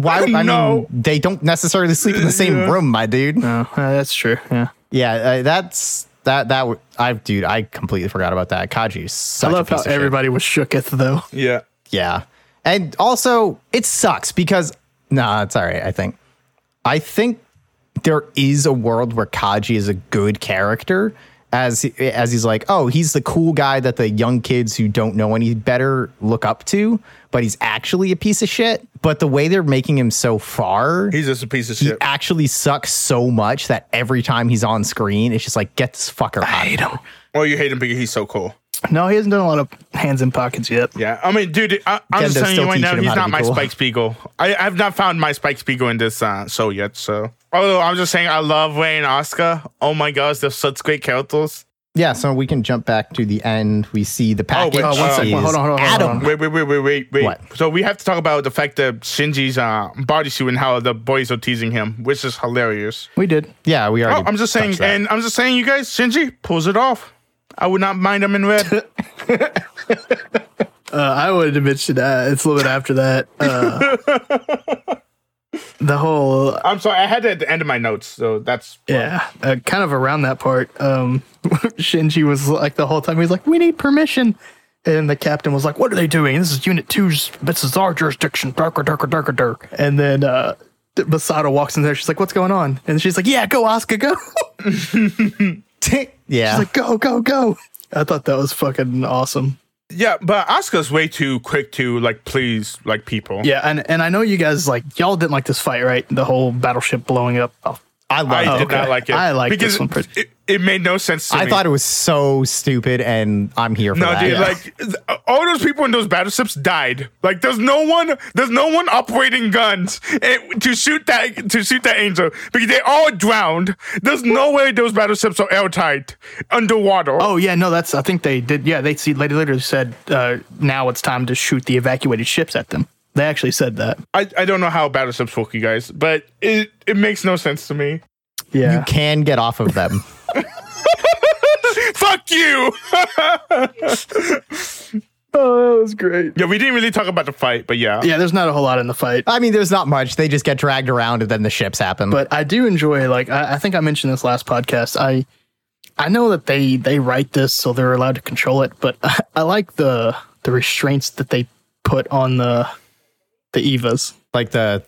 C: why i
A: no.
C: mean they don't necessarily sleep in the same
A: Yeah.
C: room my dude
B: No, uh, that's true. Yeah.
C: yeah uh, that's that that w- i dude i completely forgot about that kaji such
B: I love
C: a piece
B: how
C: of shit.
B: everybody was shooketh though.
A: yeah.
C: Yeah. And also, it sucks because, nah, it's all right, I think. I think there is a world where Kaji is a good character as as he's like, oh, he's the cool guy that the young kids who don't know any better look up to, but he's actually a piece of shit. But the way they're making him so far,
A: He's just a piece of
C: he
A: shit.
C: actually sucks so much that every time he's on screen, it's just like, get this fucker
A: <sighs>
C: out of here.
A: Or you hate him because he's so cool.
B: No, he hasn't done a lot of hands in pockets yet.
A: Yeah, I mean, dude, I, I'm just
C: Gendo's
A: telling
C: still
A: you right now,
C: teaching him
A: he's
C: how to
A: not
C: be
A: my
C: cool.
A: Spike Spiegel. I, I've not found my Spike Spiegel in this uh, show yet. So, although I'm just saying, I love Ray and Oscar. Oh my gosh, they're such great characters.
C: Yeah, so we can jump back to the end. We see the package.
A: wait, oh, one second.
C: is
B: Hold on, hold on, hold on, hold
C: Adam.
B: on.
A: Wait, wait, wait, wait, wait, wait.
C: What?
A: So we have to talk about the fact that Shinji's uh, bodysuit and how the boys are teasing him, which is hilarious.
B: We did.
C: Yeah, we
A: Oh,
C: already.
A: I'm just saying,
C: touched that.
A: and I'm just saying, you guys, Shinji pulls it off. I would not mind him in red.
C: <laughs>
B: Uh, I wanted to mention that it's a little bit after that. Uh, <laughs> the whole
A: I'm sorry, I had it at the end of my notes, so that's
B: Yeah, uh, kind of around that part. Um, <laughs> Shinji was like the whole time he's like, "We need permission," and the captain was like, "What are they doing? This is Unit 2's This is our jurisdiction." Darker, darker, darker, dark. And then uh, Masato walks in there. She's like, "What's going on?" And she's like, "Yeah, go, Asuka, go!" <laughs>
C: yeah.
B: She's like, "Go, go, go!" I thought that was fucking awesome.
A: yeah. But Oscar's way too quick to like please like people.
B: Yeah, and and I know you guys like y'all didn't like this fight, right? The whole battleship blowing up. Oh,
C: I love
A: I
C: it.
A: did
B: okay.
A: not like it.
B: I like
A: because
B: this one
A: It,
B: pretty-
A: it, made no sense to
C: I
A: me.
C: thought it was so stupid, and I'm here for
A: no,
C: that.
A: dude,
C: Yeah.
A: like th- all those people in those battleships died. Like there's no one, there's no one operating guns eh, to shoot that to shoot that angel because they all drowned. There's no way those battleships are airtight underwater.
B: Oh yeah, no, that's I think they did. Yeah, they see. They literally said uh, now it's time to shoot the evacuated ships at them. They actually said that.
A: I, I don't know how battleships work, you guys, but it it makes no sense to me.
B: Yeah,
C: <laughs> can get off of them.
A: Fuck you. <laughs>
B: oh, that was great.
A: yeah, we didn't really talk about the fight, but yeah.
B: Yeah, there's not a whole lot in the fight,
C: I mean, there's not much. They just get dragged around, and then the ships happen.
B: but I do enjoy. Like I, I think I mentioned this last podcast. I I know that they they write this so they're allowed to control it, but <laughs> I, I like the the restraints that they put on the the Evas.
C: Like the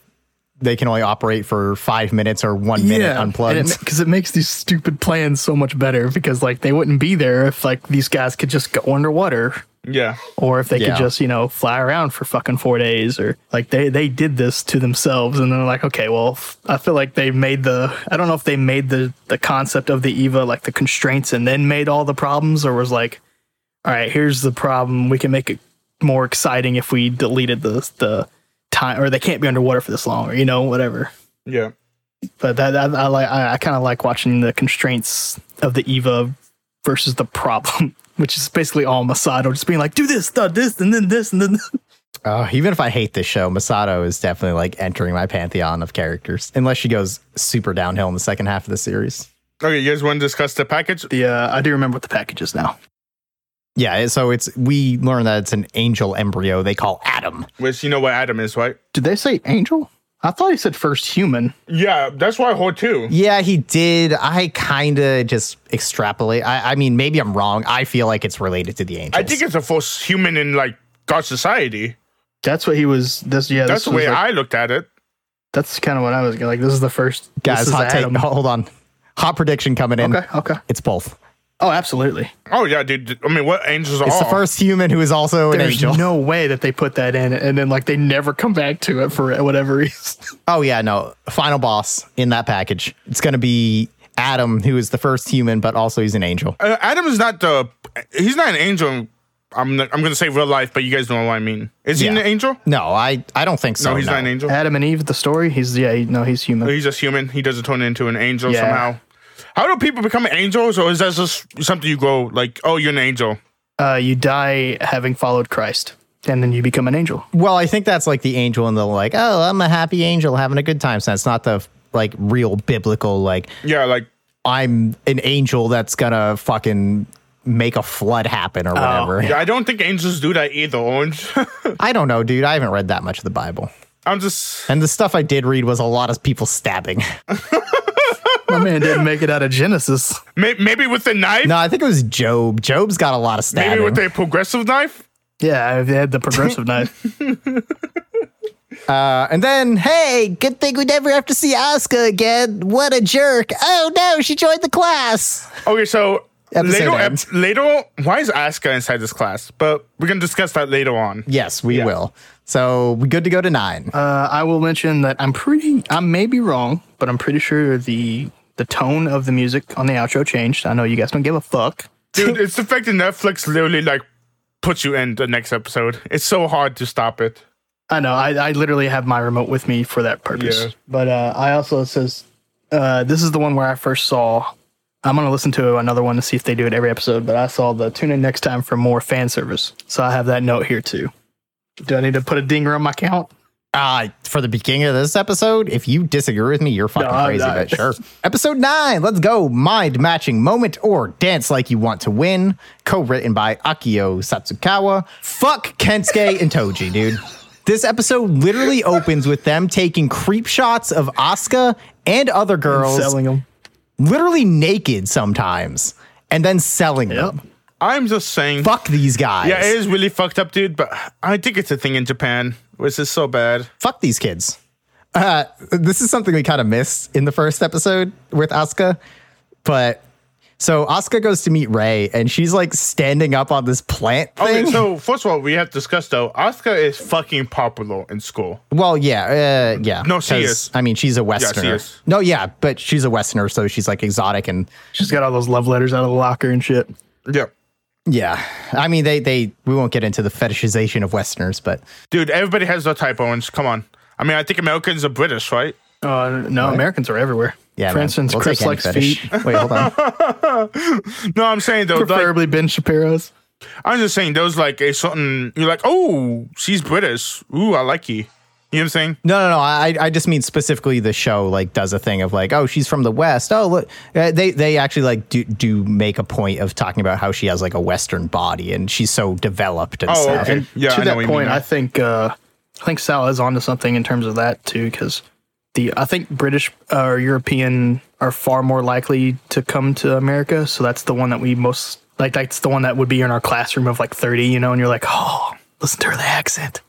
C: they can only operate for five minutes or one minute unplugged.
B: because it, makes these stupid plans so much better. Because like they wouldn't be there if like these guys could just go underwater
A: Yeah.
B: or if they
C: Yeah.
B: could just you know fly around for fucking four days or like they they did this to themselves and they're like okay well f- i feel like they made the i don't know if they made the the concept of the eva like the constraints and then made all the problems or was like all right here's the problem we can make it more exciting if we deleted the the time or they can't be underwater for this long or you know whatever
A: Yeah.
B: but that, that i like i, I kind of like watching the constraints of the eva versus the problem <laughs> which is basically all masato just being like do this do this and then this and then this."
C: Oh, even if I hate this show, Masato is definitely like entering my pantheon of characters, unless she goes super downhill in the second half of the series.
A: Okay, you guys want to discuss the package?
B: the uh, i do remember what the package is now
C: Yeah, it- so it's we learn that it's an angel embryo they call Adam.
A: Which you know what Adam is, right?
B: did they say angel i thought he said first human
A: Yeah, that's why I hold two.
C: Yeah, he did. I kind of just extrapolate. I, I mean, maybe I'm wrong. I feel like it's related to the angels.
A: I think it's the first human in like God society.
B: that's what he was this yeah
A: That's the way I looked at it.
B: that's kind of what i was like this is the first
C: guys.
B: this is
C: Hot take.
B: Adam.
C: Hold on. Hot prediction coming in.
B: okay okay
C: It's both.
B: oh absolutely
A: Oh yeah, dude. I mean, what angels are?
C: It's the
A: all?
C: first human who is also an
B: there's
C: angel.
B: no way that they put that in and then like they never come back to it for whatever reason
C: Oh yeah, no. Final boss in that package. It's gonna be Adam, who is the first human, but also he's an angel.
A: Uh, Adam is not the. He's not an angel. I'm not, I'm gonna say real life, but you guys know what I mean. Is he
C: Yeah.
A: an angel?
C: No, I I don't think so.
A: No, he's not an angel.
B: adam and eve the story he's yeah he, no he's human
A: He's just human. He doesn't turn into an angel
B: Yeah.
A: somehow. How do people become angels, or is that just something you grow? Like, oh, you're an angel.
B: uh, you die having followed Christ, and then you become an angel.
C: Well, I think that's like the angel and the like. Oh, I'm a happy angel having a good time. So it's not the like real biblical like
A: Yeah, like
C: I'm an angel that's gonna fucking make a flood happen or whatever.
A: Oh, yeah, I don't think angels do that either. Orange. <laughs>
C: I don't know, dude. I haven't read that much of the Bible,
A: I'm just.
C: and the stuff I did read was a lot of people stabbing. <laughs>
B: My man didn't make it out of Genesis.
A: May, maybe with a knife.
C: no, I think it was Job. Job's got a lot of
A: maybe
C: stabbing.
A: with a progressive knife.
B: Yeah, they had the progressive knife.
C: Uh, and then, hey, good thing we never have to see Asuka again. What a jerk. Oh no, she joined the class.
A: Okay, so
C: Episode
A: later,
C: ends.
A: ep- later. Why is Asuka inside this class? But we're gonna discuss that later
C: <laughs>
A: on.
C: Yes, we will. So we good to go to nine.
B: Uh, I will mention that I'm pretty. I may be wrong, but I'm pretty sure the the tone of the music on the outro changed. I know you guys don't give a fuck.
A: Dude, it's the fact that Netflix literally like puts you in the next episode. It's so hard to stop it.
B: I know. I, I literally have my remote with me for that purpose.
A: Yeah.
B: But uh, I also it says uh, this is the one where I first saw. I'm gonna listen to another one to see if they do it every episode. But I saw the tune in next time for more fan service. So I have that note here too. Do I need to put a dinger on my count?
C: Uh, for the beginning of this episode, if you disagree with me, you're fucking
B: No, I'm
C: crazy,
B: not.
C: but sure. episode nine, let's go. Mind matching moment or dance like you want to win. Co written by Akio Satsukawa. Fuck Kensuke and Toji, dude. This episode literally opens with them taking creep shots of Asuka and other girls
B: Selling them.
C: literally naked sometimes and then selling them.
A: I'm just saying.
C: Fuck these guys.
A: Yeah, it is really fucked up, dude. But I think it's a thing in Japan, which is so bad.
C: Fuck these kids. Uh, this is something we kind of missed in the first episode with Asuka, but so Asuka goes to meet Ray and she's like standing up on this plant
A: Okay,
C: thing.
A: so first of all, we have discussed though. Asuka is fucking popular in school.
C: well, yeah, uh, yeah.
A: No, she
C: 'cause,
A: is.
C: I mean, she's a Westerner.
A: is.
C: No, yeah, but she's a Westerner, so she's like exotic and
B: She's got all those love letters out of the locker and shit.
A: Yeah,
C: yeah. I mean, they they we won't get into the fetishization of Westerners, but
A: dude. Everybody has their type. Orange. Come on. I mean, I think Americans are British, right?
B: Uh, no, Americans are everywhere.
C: yeah.
B: For
C: man,
B: instance,
C: we'll
B: Chris
C: take any
B: likes
C: fetish.
B: feet,
C: Wait, hold on.
A: No, I'm saying though. Like,
B: <laughs> preferably Ben Shapiro's.
A: I'm just saying those like a certain. You're like, oh, she's British. Ooh, I like you. You know what I'm saying?
C: No, no, no. I, I just mean specifically the show like does a thing of like, oh, she's from the West. Oh, look, Uh, they they actually like do do make a point of talking about how she has like a Western body and she's so developed and
A: Oh,
C: stuff.
A: okay. Yeah,
B: to
A: I know
B: that
A: what you mean
B: point,
A: now.
B: I think uh, I think Sal is onto something in terms of that too, because the I think British uh, or European are far more likely to come to America, so that's the one that we most like. That's the one that would be in our classroom of like thirty, you know, and you're like, oh, listen to her the accent,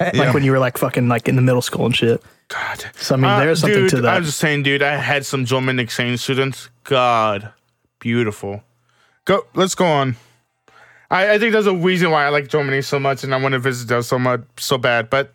B: like when you were like fucking like in the middle school and shit.
A: God.
B: So I mean,
A: Uh,
B: there's something
A: dude,
B: to that.
A: I was just saying, dude, I had some German exchange students. God, beautiful. Go, let's go on. I, I think there's a reason why I like Germany so much and I want to visit there so much, so bad, but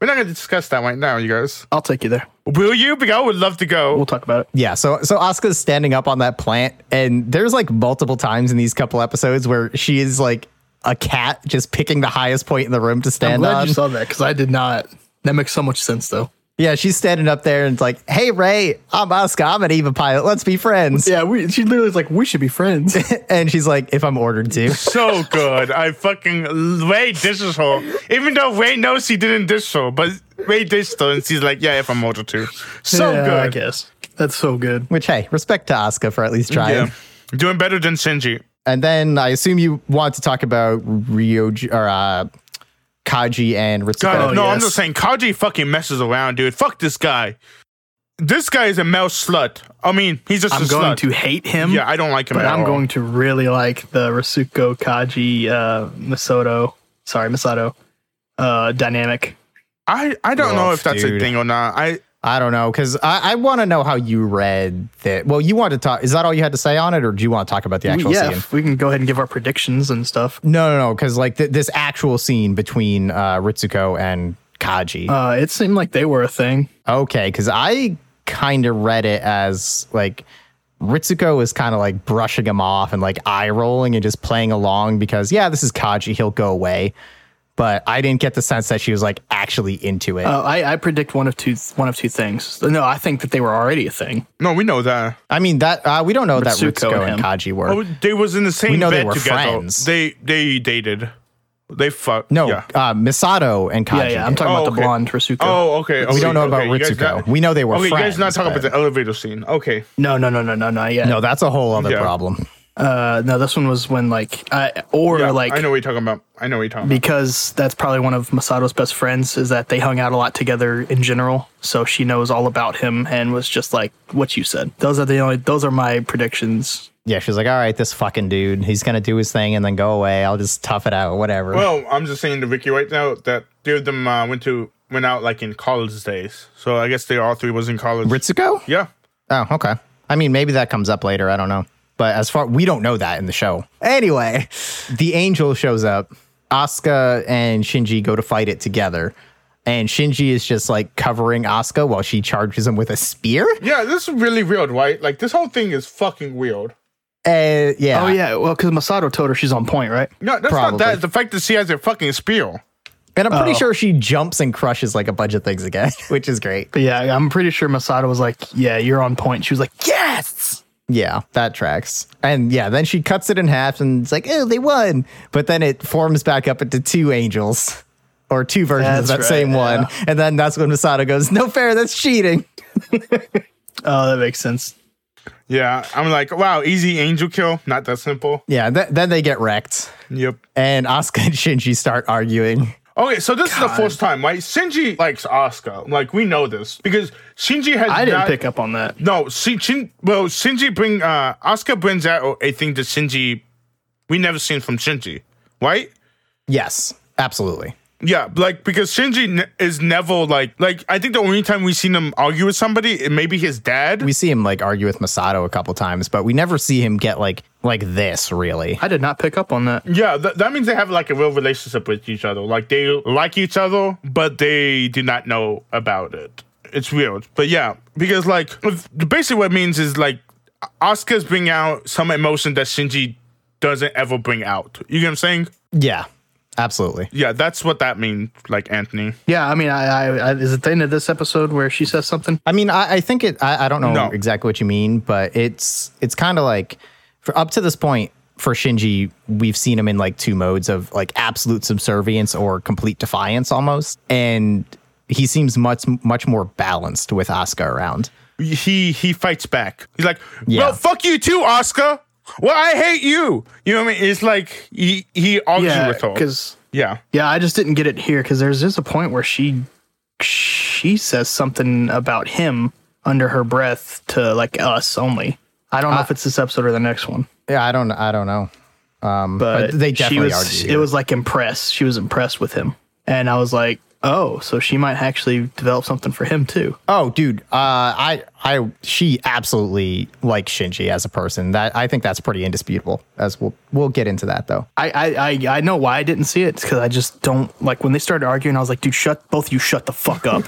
A: we're not going to discuss that right now, you guys.
B: I'll take you there.
A: Will you? Because I would love to
B: We'll
A: go.
B: talk about it.
C: Yeah, so so Asuka's standing up on that plant, and there's like multiple times in these couple episodes where she is like a cat just picking the highest point in the room to
B: I'm
C: stand
B: glad
C: on.
B: you saw that because I did not. That makes so much sense though.
C: yeah, she's standing up there and it's like, "Hey Ray, I'm Asuka. I'm an Eva pilot. Let's be friends."
B: Yeah, we, she literally is like, we should be <laughs> friends.
C: <laughs> and she's like, "If I'm ordered to."
A: So good. I fucking Ray dishes her. Even though Ray knows she didn't dish her, but Ray dished her and she's like, yeah, if I'm older too. So
B: Yeah, I
A: good.
B: guess that's so good.
C: Which hey, respect to Asuka for at least trying.
A: Yeah. Doing better than Shinji.
C: And then I assume you want to talk about Ryoji or uh, Kaji and Ritsuko.
A: God,
B: Oh,
A: no, I'm
B: yes.
A: just saying, Kaji fucking messes around, dude. Fuck this guy. This guy is a male slut. I mean, he's just
B: I'm
A: a
B: going
A: slut.
B: to hate him.
A: yeah, I don't like him
B: but
A: at
B: I'm
A: all.
B: going to really like the Rasuko Kaji uh, Masato. Sorry, Masato. Uh, dynamic.
A: I, I don't know
C: Rough,
A: if that's a
C: dude.
A: thing or not. I
C: I don't know because I, I want to know how you read that. Well, you want to talk. Is that all you had to say on it, or do you want to talk about the actual
B: yeah,
C: scene?
B: if we can go ahead and give our predictions and stuff.
C: No, no, no. Because like th- this actual scene between uh, Ritsuko and Kaji.
B: Uh, it seemed like they were a thing.
C: okay, because I kind of read it as like Ritsuko is kind of like brushing him off and like eye rolling and just playing along because yeah, this is Kaji. He'll go away. But I didn't get the sense that she was like actually into it.
B: Uh, I, I predict one of two one of two things. No, I think that they were already a thing.
A: no, we know that.
C: I mean that uh, we don't know that
B: Ritsuko
C: Ritsuko
B: and
C: and
B: him.
C: Kaji were.
A: Oh, they was in the same
C: know they
A: bed
C: were
A: together.
C: friends.
A: They they dated. They fucked.
C: No,
A: Yeah.
C: uh, Misato and Kaji.
B: Yeah, yeah. I'm talking
A: Oh,
B: about the
A: okay.
B: blonde Rasuko.
A: Oh, okay.
C: We don't know about Ritsuko. we know they were
A: Okay, you
C: friends.
A: guys not talking
C: but-
A: about the elevator scene. Okay.
B: No, no, no, no, no, no. Yeah.
C: No, that's a whole other
A: Yeah.
C: problem.
B: Uh, no, this one was when like, I, or
A: Yeah,
B: like
A: I know what you're talking about. I know what you're talking about.
B: because that's probably one of Masato's best friends is that they hung out a lot together in general. So she knows all about him and was just like what you said. Those are the only those are my predictions.
C: Yeah, she's like, all right, this fucking dude, he's gonna do his thing and then go away. I'll just tough it out, whatever.
A: Well, I'm just saying to Vicky right now that two of them uh, went to went out like in college days. So I guess they all three was in college.
C: Ritsuko?
A: yeah.
C: Oh, okay. I mean, maybe that comes up later. I don't know. But as far we don't know that in the show. Anyway, the angel shows up. Asuka and Shinji go to fight it together. And Shinji is just like covering Asuka while she charges him with a spear.
A: Yeah, this is really weird, right? Like this whole thing is fucking weird.
C: Uh, yeah.
B: Oh yeah, well because Masato told her she's on point, right?
A: No, that's
C: Probably.
A: not that. The fact that she has a fucking spear.
C: And I'm pretty sure she jumps and crushes like a bunch of things again, <laughs> which is great.
B: But yeah, I'm pretty sure Masato was like, "Yeah, you're on point." She was like, "Yes."
C: Yeah, that tracks. And yeah, then she cuts it in half and it's like, oh, they won. But then it forms back up into two angels or two versions of
B: That's
C: that
B: right,
C: same
B: yeah.
C: one. And then that's when Masato goes, no fair, that's cheating.
B: Oh, that makes sense.
A: Yeah, I'm like, wow, easy angel kill. Not that simple.
C: Yeah, th- then they get wrecked.
A: Yep.
C: And Asuka and Shinji start arguing.
A: Okay, so this is the first time, right? Shinji likes Asuka. Like we know this because Shinji has.
B: I didn't
A: not-
B: pick up on that.
A: No, Shin, Shin, well, Shinji bring uh Asuka brings out a thing that Shinji we never seen from Shinji, right?
C: Yes, absolutely.
A: Yeah, like because Shinji n- is Neville. Like, like I think the only time we've seen him argue with somebody, it may be his dad.
C: We see him like argue with Masato a couple times, but we never see him get like like this really.
B: I did not pick up on that.
A: yeah, th- that means they have like a real relationship with each other. Like they like each other, but they do not know about it. It's weird, but yeah, because like if- basically what it means is like Asuka's bring out some emotion that Shinji doesn't ever bring out. You get what I'm saying?
C: Yeah, absolutely.
A: Yeah, that's what that means. Like Anthony.
B: Yeah, I mean, I, I, I is it the end of this episode where she says something?
C: I mean, I, I think it. I, I don't know
A: No.
C: exactly what you mean, but it's it's kind of like for up to this point for Shinji, we've seen him in like two modes of like absolute subservience or complete defiance, almost, and he seems much much more balanced with Asuka around.
A: he he fights back. He's like,
C: Yeah.
A: well, fuck you too, Oscar. Well, I hate you. You know what I mean? It's like he he argues
B: Yeah,
A: with her.
B: because
A: Yeah,
B: Yeah, I just didn't get it here because there's just a point where she, she she says something about him under her breath to like us only. I don't know if it's this episode or the next one,
C: Yeah, I don't. I don't know. Um,
B: but,
C: but, they definitely
B: she was.
C: argued.
B: It was like impressed. She was impressed with him, and I was like, oh, so she might actually develop something for him too.
C: Oh, dude, uh, I, I, she absolutely likes Shinji as a person. That I think that's pretty indisputable. As we'll, we'll get into that though.
B: I I I, I know why I didn't see it because I just don't like when they started arguing. I was like, dude, shut both of you, shut the
A: <laughs>
B: fuck up.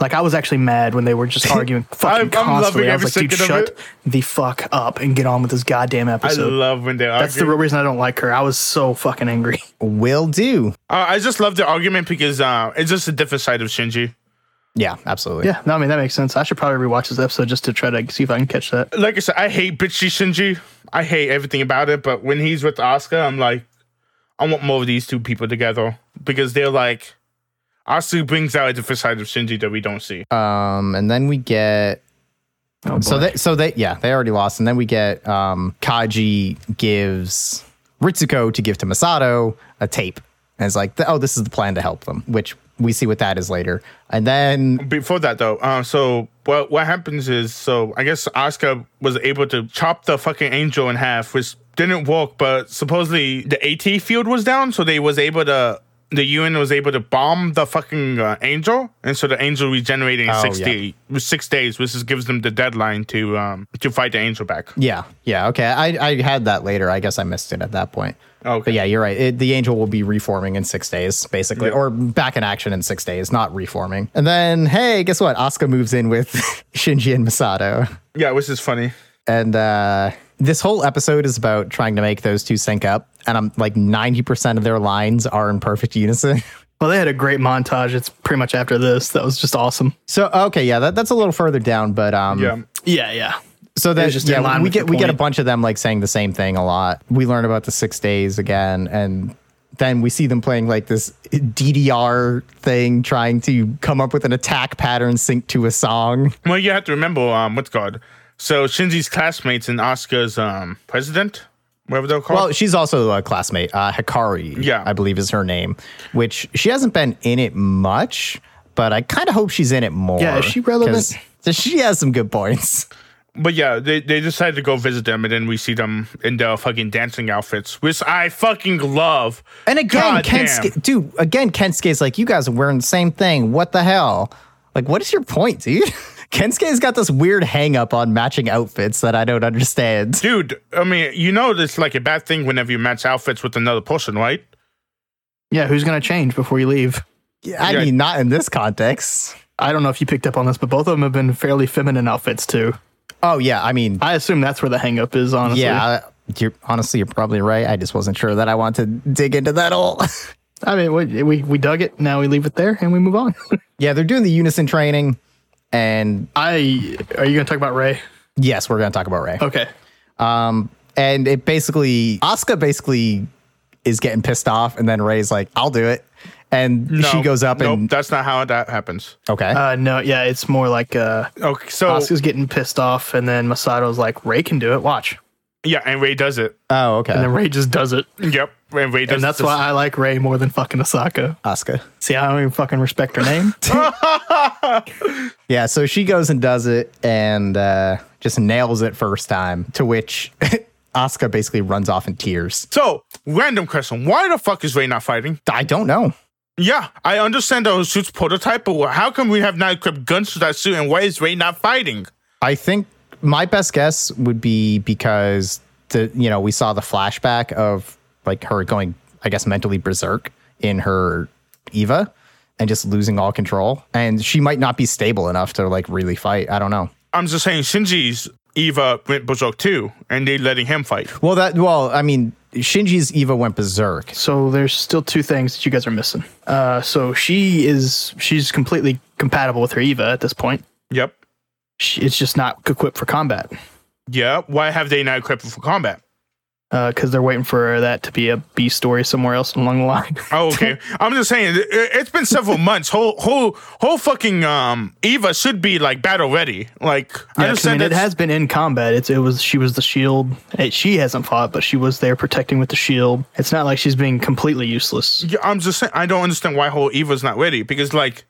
B: like I was actually mad when they were just arguing fucking
A: I'm loving
B: constantly. I was
A: every
B: like, dude,
A: second of
B: shut the fuck up and get on with this goddamn
A: I
B: episode.
A: love when they're
B: That's the
A: arguing.
B: real reason I don't like her. I was so fucking angry. <laughs>
C: Will do.
A: Uh, I just love the argument because uh, it's just a different side of Shinji.
C: Yeah, absolutely.
B: Yeah, no, I mean that makes sense. I should probably rewatch this episode just to try to see if I can catch that.
A: Like I said, I hate bitchy Shinji. I hate everything about it. But when he's with Asuka, I'm like, I want more of these two people together because they're like, Asuka brings out a different side of Shinji that we don't see.
C: Um, and then we get.
B: Oh,
C: So
B: boy.
C: they, so they, yeah, they already lost, and then we get um, Kaji gives Ritsuko to give to Masato a tape, and it's like, oh, this is the plan to help them, which we see what that is later, and then
A: Before that, though, uh, so what what happens is, so I guess Asuka was able to chop the fucking angel in half, which didn't work. But supposedly the AT field was down, so they was able to. The UN was able to bomb the fucking uh, angel, and so the angel regenerated in
C: Oh,
A: six
C: yeah.
A: day- six days, which is, gives them the deadline to um to fight the angel back.
C: yeah, yeah, okay, I, I had that later, I guess I missed it at that point.
A: Okay,
C: But yeah, you're right. It, the angel will be reforming in six days, basically,
A: Yeah.
C: or back in action in six days, not reforming. And then, hey, guess what? Asuka moves in with <laughs> Shinji and Masato.
A: yeah, which is funny.
C: And uh, this whole episode is about trying to make those two sync up. And I'm like 90% of their lines are in perfect unison. <laughs>
B: well, they had a great montage. It's pretty much after this that was just awesome.
C: So, okay, yeah, that, that's a little further down, but um,
A: Yeah,
B: Yeah, yeah.
C: So
B: It
C: then,
B: was just in
C: yeah,
B: line
C: we
B: with
C: get
B: the
C: we get a
B: point.
C: bunch of them like saying the same thing a lot. We learn about the six days again, and then we see them playing like this DDR thing, trying to come up with an attack pattern synced to a song.
A: well, you have to remember um what's it called. So Shinji's classmates and Asuka's um president, whatever they're called.
C: Well, she's also a classmate, uh, Hikari.
A: Yeah.
C: I believe is her name. Which she hasn't been in it much, but I kind of hope she's in it more.
B: Yeah, is she relevant?
C: 'cause- 'cause She has some good points.
A: But yeah, they, they decided to go visit them, and then we see them in their fucking dancing outfits, which I fucking love.
C: <laughs> And again,
A: God damn.
C: Kensuke, dude, again, Kensuke's like, you guys are wearing the same thing. What the hell? Like, what is your point, dude? <laughs> Kensuke's got this weird hang up on matching outfits that I
A: <laughs>
C: don't understand.
A: dude, I mean, you know, it's like a bad thing whenever you match outfits with another person, right?
B: Yeah, who's gonna change before you leave?
C: I
A: Yeah.
C: mean, not in this context.
B: I don't know if you picked up on this, but both of them have been fairly feminine outfits too.
C: Oh, yeah. I mean,
B: I assume that's where the hang up is, honestly.
C: yeah. I- You're, honestly, you're probably right. I just wasn't sure that I want to dig into that all. <laughs>
B: I mean, we, we, we dug it. Now we leave it there and we move on. <laughs>
C: yeah, they're doing the unison training. And
B: I are you gonna talk about Ray?
C: yes, we're going to talk about Ray. Um,
B: Okay.
C: And it basically, Asuka basically is getting pissed off. And then Ray's like, I'll do it. And she goes up
A: nope,
C: and
A: that's not how that happens. Ah,
C: Okay.
B: Uh, no, yeah, it's more like uh,
A: Okay, so
B: Asuka's getting pissed off, and then Masato's like, "Ray can do it. Watch."
A: yeah, and Ray does it. <laughs>
C: oh, okay.
B: And Ray just does it,
A: Yep, and Ray does.
B: and that's why I like Ray more than fucking Asaka.
C: Asuka.
B: See, I don't even fucking respect her <laughs> name.
C: Yeah, so she goes and does it and uh, just nails it first time, to which <laughs> Asuka basically runs off in tears.
A: So, random question: Why the fuck is Ray not fighting?
C: I don't know.
A: Yeah, I understand that suit's prototype, but how come we have not equipped guns to that suit, and why is Ray not fighting?
C: I think my best guess would be because the you know, we saw the flashback of like her going, I guess, mentally berserk in her Eva and just losing all control. And she might not be stable enough to like really fight. I don't know.
A: I'm just saying, Shinji's Eva went berserk too, and they letting him fight.
C: Well that well, I mean, Shinji's Eva went berserk.
B: so there's still two things that you guys are missing. Uh, so she is she's completely compatible with her Eva at this point.
A: Yep.
B: She, it's just not equipped for combat
A: Yeah. Why have they not equipped for combat?
B: because uh, they're waiting for that to be a B story somewhere else along the
C: <laughs>
B: line.
A: Oh,
B: <laughs>
A: okay. I'm just saying, it, it's been several months. Whole, whole, whole fucking um, Eva should be like battle ready. Like I
B: Yeah, 'cause, I,
A: understand
B: mean, it
A: that's-
B: has been in combat. It's it was she was the shield. It, she hasn't fought, but she was there protecting with the shield. It's not like she's being completely useless.
A: Yeah, I'm just saying, I don't understand why whole Eva's not ready because like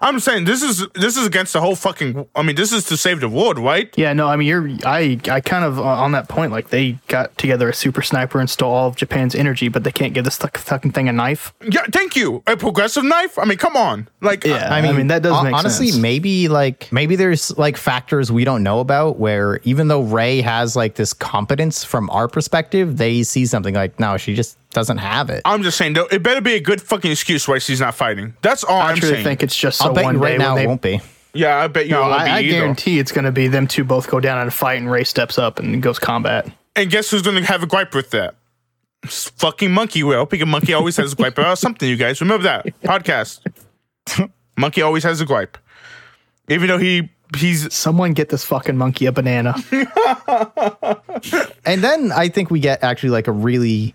A: I'm saying this is this is against the whole fucking. I mean, this is to save the world, right?
B: Yeah, no, I mean you're I I kind of uh, on that point like they got together a super sniper and stole all of Japan's energy, but they can't give this th- fucking thing a knife.
A: Yeah. Thank you. A progressive knife. I mean, come on. Like,
B: Yeah, I mean, that does
C: hon-
B: make
C: honestly,
B: sense.
C: maybe like maybe there's like factors we don't know about where even though Ray has like this competence from our perspective, they see something like no, she just doesn't have it.
A: I'm just saying though, it better be a good fucking excuse why she's not fighting. That's all I
B: I
A: am
B: truly
A: saying.
B: think it's just so
C: I'll bet
B: one
C: you
B: day
C: right now
B: when
C: it
B: they
C: won't be.
A: yeah, I bet you.
B: No,
A: won't
B: I,
A: be
B: I
A: either.
B: guarantee it's going to be them two both go down and fight, and Ray steps up and goes combat.
A: And guess who's gonna have a gripe with that? It's Fucking monkey will. Because monkey always has a gripe
B: <laughs>
A: about something. You guys remember that podcast? monkey always has a gripe, even though he he's
B: Someone get this fucking monkey a banana.
C: And then I think we get actually like a really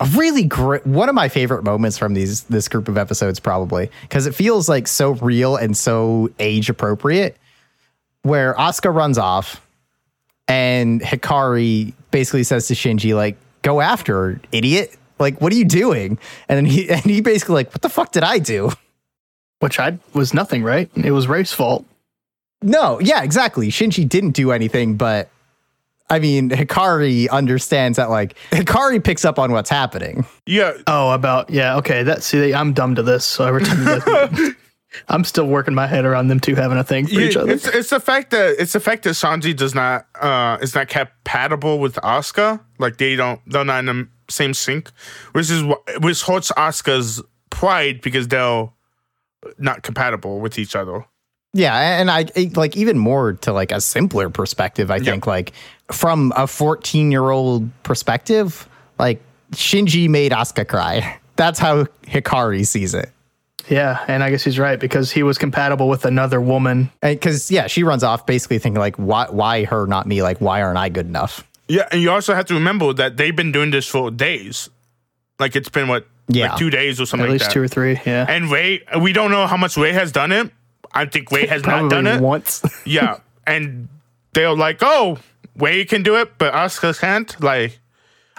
C: a really great one of my favorite moments from these this group of episodes probably because it feels like so real and so age appropriate where Asuka runs off and Hikari basically says to Shinji like go after her idiot like what are you doing and then he <laughs> and he basically like what the fuck did I do
B: Which I was nothing, right? It was Ray's fault.
C: No, yeah, exactly. Shinji didn't do anything, but I mean, Hikari understands that like Hikari picks up on what's happening.
A: yeah.
B: Oh, about yeah, okay. That see, I'm dumb to this. So every time you guys- I'm still working my head around them two having a thing for each
A: Yeah,
B: other.
A: It's, it's the fact that it's the fact that Sanji does not uh is not compatible with Asuka. Like they don't they're not in the same sync, which is wh- which hurts Asuka's pride because they're not compatible with each other.
C: Yeah, and I it- like even more to like a simpler perspective, I think like from a 14-year-old perspective, like Shinji made Asuka cry. <laughs> That's how Hikari sees it.
B: Yeah, and I guess he's right because he was compatible with another woman.
C: Because yeah, she runs off basically thinking like, why, why her, not me? Like, why aren't I good enough?
A: Yeah, and you also have to remember that they've been doing this for days. Like it's been what
C: Yeah.
A: like two days or something
B: At
A: like
B: least
A: that.
B: two or three. Yeah,
A: and Ray, we don't know how much Ray has done it. I think Ray has not
B: probably
A: done it.
B: once.
A: Yeah, and they're like, "Oh, Wade can do it, but Oscar can't." Like,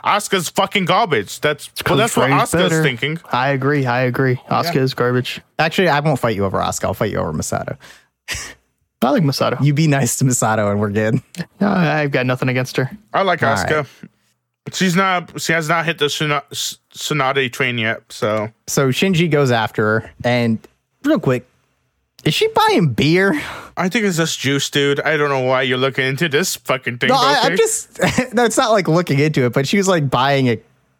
A: Oscar's fucking garbage. That's well, that's what
B: Ray's
A: Oscar's
B: better.
A: thinking.
B: I agree. I agree. Asuka is garbage.
C: Actually, I won't fight you over Asuka. I'll fight you over Masato.
B: I like Masato.
C: You be nice to Masato and we're good.
B: No, I've got nothing against her.
A: I like
C: All
A: Oscar. She's not. She has not hit the Shina- S- Sonata train yet. So
C: So Shinji goes after her, and real quick, is she buying beer?
A: I think it's just juice, dude. I don't know why you're looking into this fucking thing.
C: No,
A: but
C: I,
A: okay.
C: I'm just <laughs> no, it's not like looking into it, but she was like buying a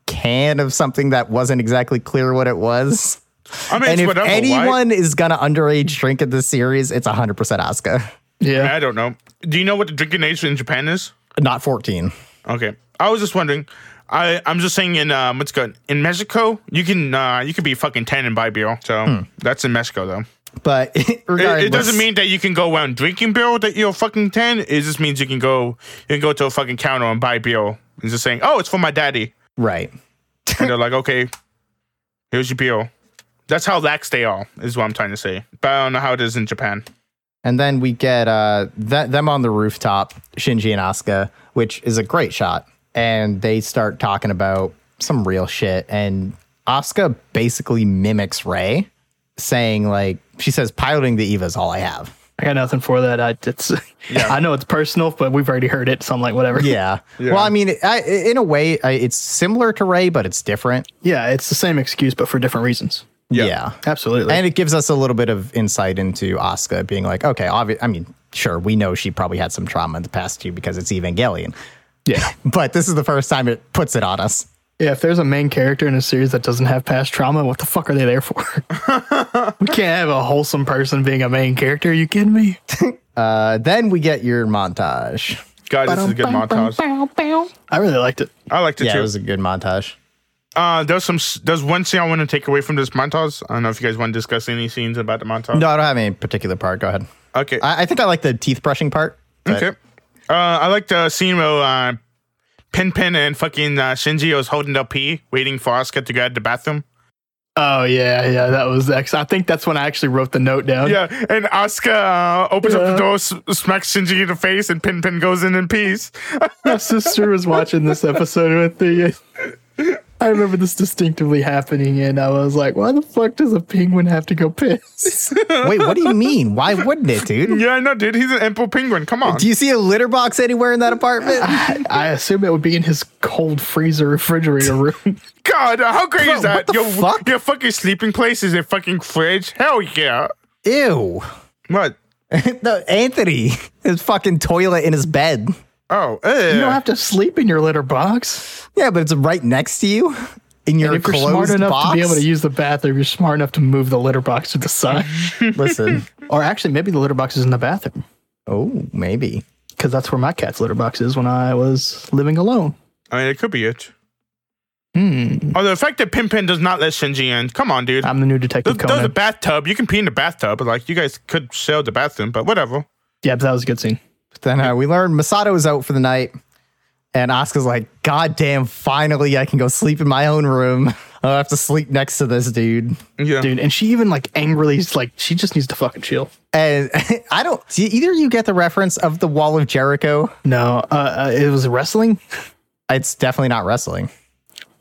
C: can of something that wasn't exactly clear what it was.
A: I mean,
C: And
A: <laughs> it's
C: if
A: whatever.
C: anyone
A: Why?
C: is gonna underage drink in this series, it's 100% Asuka,
B: Yeah.
A: I don't know. Do you know what the drinking age in Japan is?
C: not 14.
A: Okay, I was just wondering. I I'm just saying in um what's good in Mexico you can uh you can be fucking ten and buy beer. So
C: Hmm.
A: that's in Mexico though.
C: But <laughs>
A: It,
C: regardless,
A: it doesn't mean that you can go around drinking beer that you're fucking ten. It just means you can go you can go to a fucking counter and buy beer. It's just saying, oh, it's for my
C: <laughs>
A: daddy,
C: right.
A: and they're like, okay, here's your beer. That's how lax they are, is what I'm trying to say. But I don't know how it is in Japan.
C: And then we get uh, th- them on the rooftop, Shinji and Asuka, which is a great shot. And they start talking about some real shit. And Asuka basically mimics Ray, saying, like, she says, piloting the Eva is all I have.
B: I got nothing for that. I it's <laughs> I know it's personal, but we've already heard it, so I'm like, whatever.
C: <laughs> Yeah. Well, I mean, I, in a way, I, it's similar to Ray, but it's different.
B: Yeah, it's the same excuse, but for different reasons.
C: Yeah.
B: Absolutely.
C: And it gives us a little bit of insight into Asuka being like, okay, obvi- I mean, sure, we know she probably had some trauma in the past too because it's Evangelion,
B: yeah.
C: but this is the first time it puts it on us.
B: Yeah, if there's a main character in a series that doesn't have past trauma, what the fuck are they there for? <laughs> we can't have a wholesome person being a main character. Are you kidding me?
C: Uh, then we get your montage.
A: God, this is a good montage.
B: I really liked it.
A: I liked it
C: Yeah,
A: too.
C: it was a good montage.
A: Uh, there's some. s- There's one scene I want to take away from this montage. I don't know if you guys want to discuss any scenes about the montage.
C: No, I don't have any particular part. Go ahead.
A: Okay.
C: I, I think I like the teeth brushing part. but-
A: okay. <laughs> Uh, I like the scene where uh, Pin Pin and fucking uh, Shinji was holding their pee, waiting for Asuka to go out the bathroom.
B: Oh yeah, yeah, that was ex- I think that's when I actually wrote the note
A: <laughs>
B: down.
A: Yeah, and Asuka uh, opens up the
B: Yeah.
A: door, s- smacks Shinji in the face, and Pin Pin goes in in peace.
B: My sister was watching this episode with the I remember this distinctively happening, and I was like, "Why the fuck does a penguin have to go piss?"
C: Wait, what do you mean? Why wouldn't it,
A: <laughs>
C: dude?
A: Yeah, I know, dude. He's an emperor penguin. Come on.
C: Do you see a litter box anywhere in that apartment?
B: I assume it would be in his cold freezer refrigerator room.
A: God, uh, how great
C: Bro,
A: is that?
C: what the
A: your,
C: fuck?
A: your fucking sleeping place is a fucking fridge? Hell yeah.
C: Ew. <laughs>
A: What?
C: no, Anthony, his fucking toilet in his bed.
A: Oh,
B: You don't
A: eh.
B: have to sleep in your litter box.
C: Yeah, but it's right next to you in your
B: If you're
C: closed
B: smart enough
C: box.
B: to be able to use the bathroom, you're smart enough to move the litter box to the side.
C: Listen.
B: <laughs> or actually, maybe the litter box is in the bathroom
C: Oh, maybe.
B: because that's where my cat's litter box is when I was living alone.
A: I mean, it could be it. Hmm. Oh, the fact that Pinpin does not let Shinji in. Come on, dude.
B: I'm the new detective
A: Th- There's a
B: Conan.
A: bathtub. You can pee in the bathtub. Like, you guys could share the bathroom, but whatever.
B: yeah, but that was a good scene.
C: But then uh, we learned Masato is out for the night, and Asuka's like, God damn, finally I can go sleep in my own room. <laughs> I don't have to sleep next to this dude.
A: Yeah.
B: dude. And she even like angrily, is like she just needs to fucking chill.
C: And <laughs> I don't, do either of you get the reference of the wall of Jericho?
B: No, uh, uh, it was wrestling
C: It's definitely not wrestling.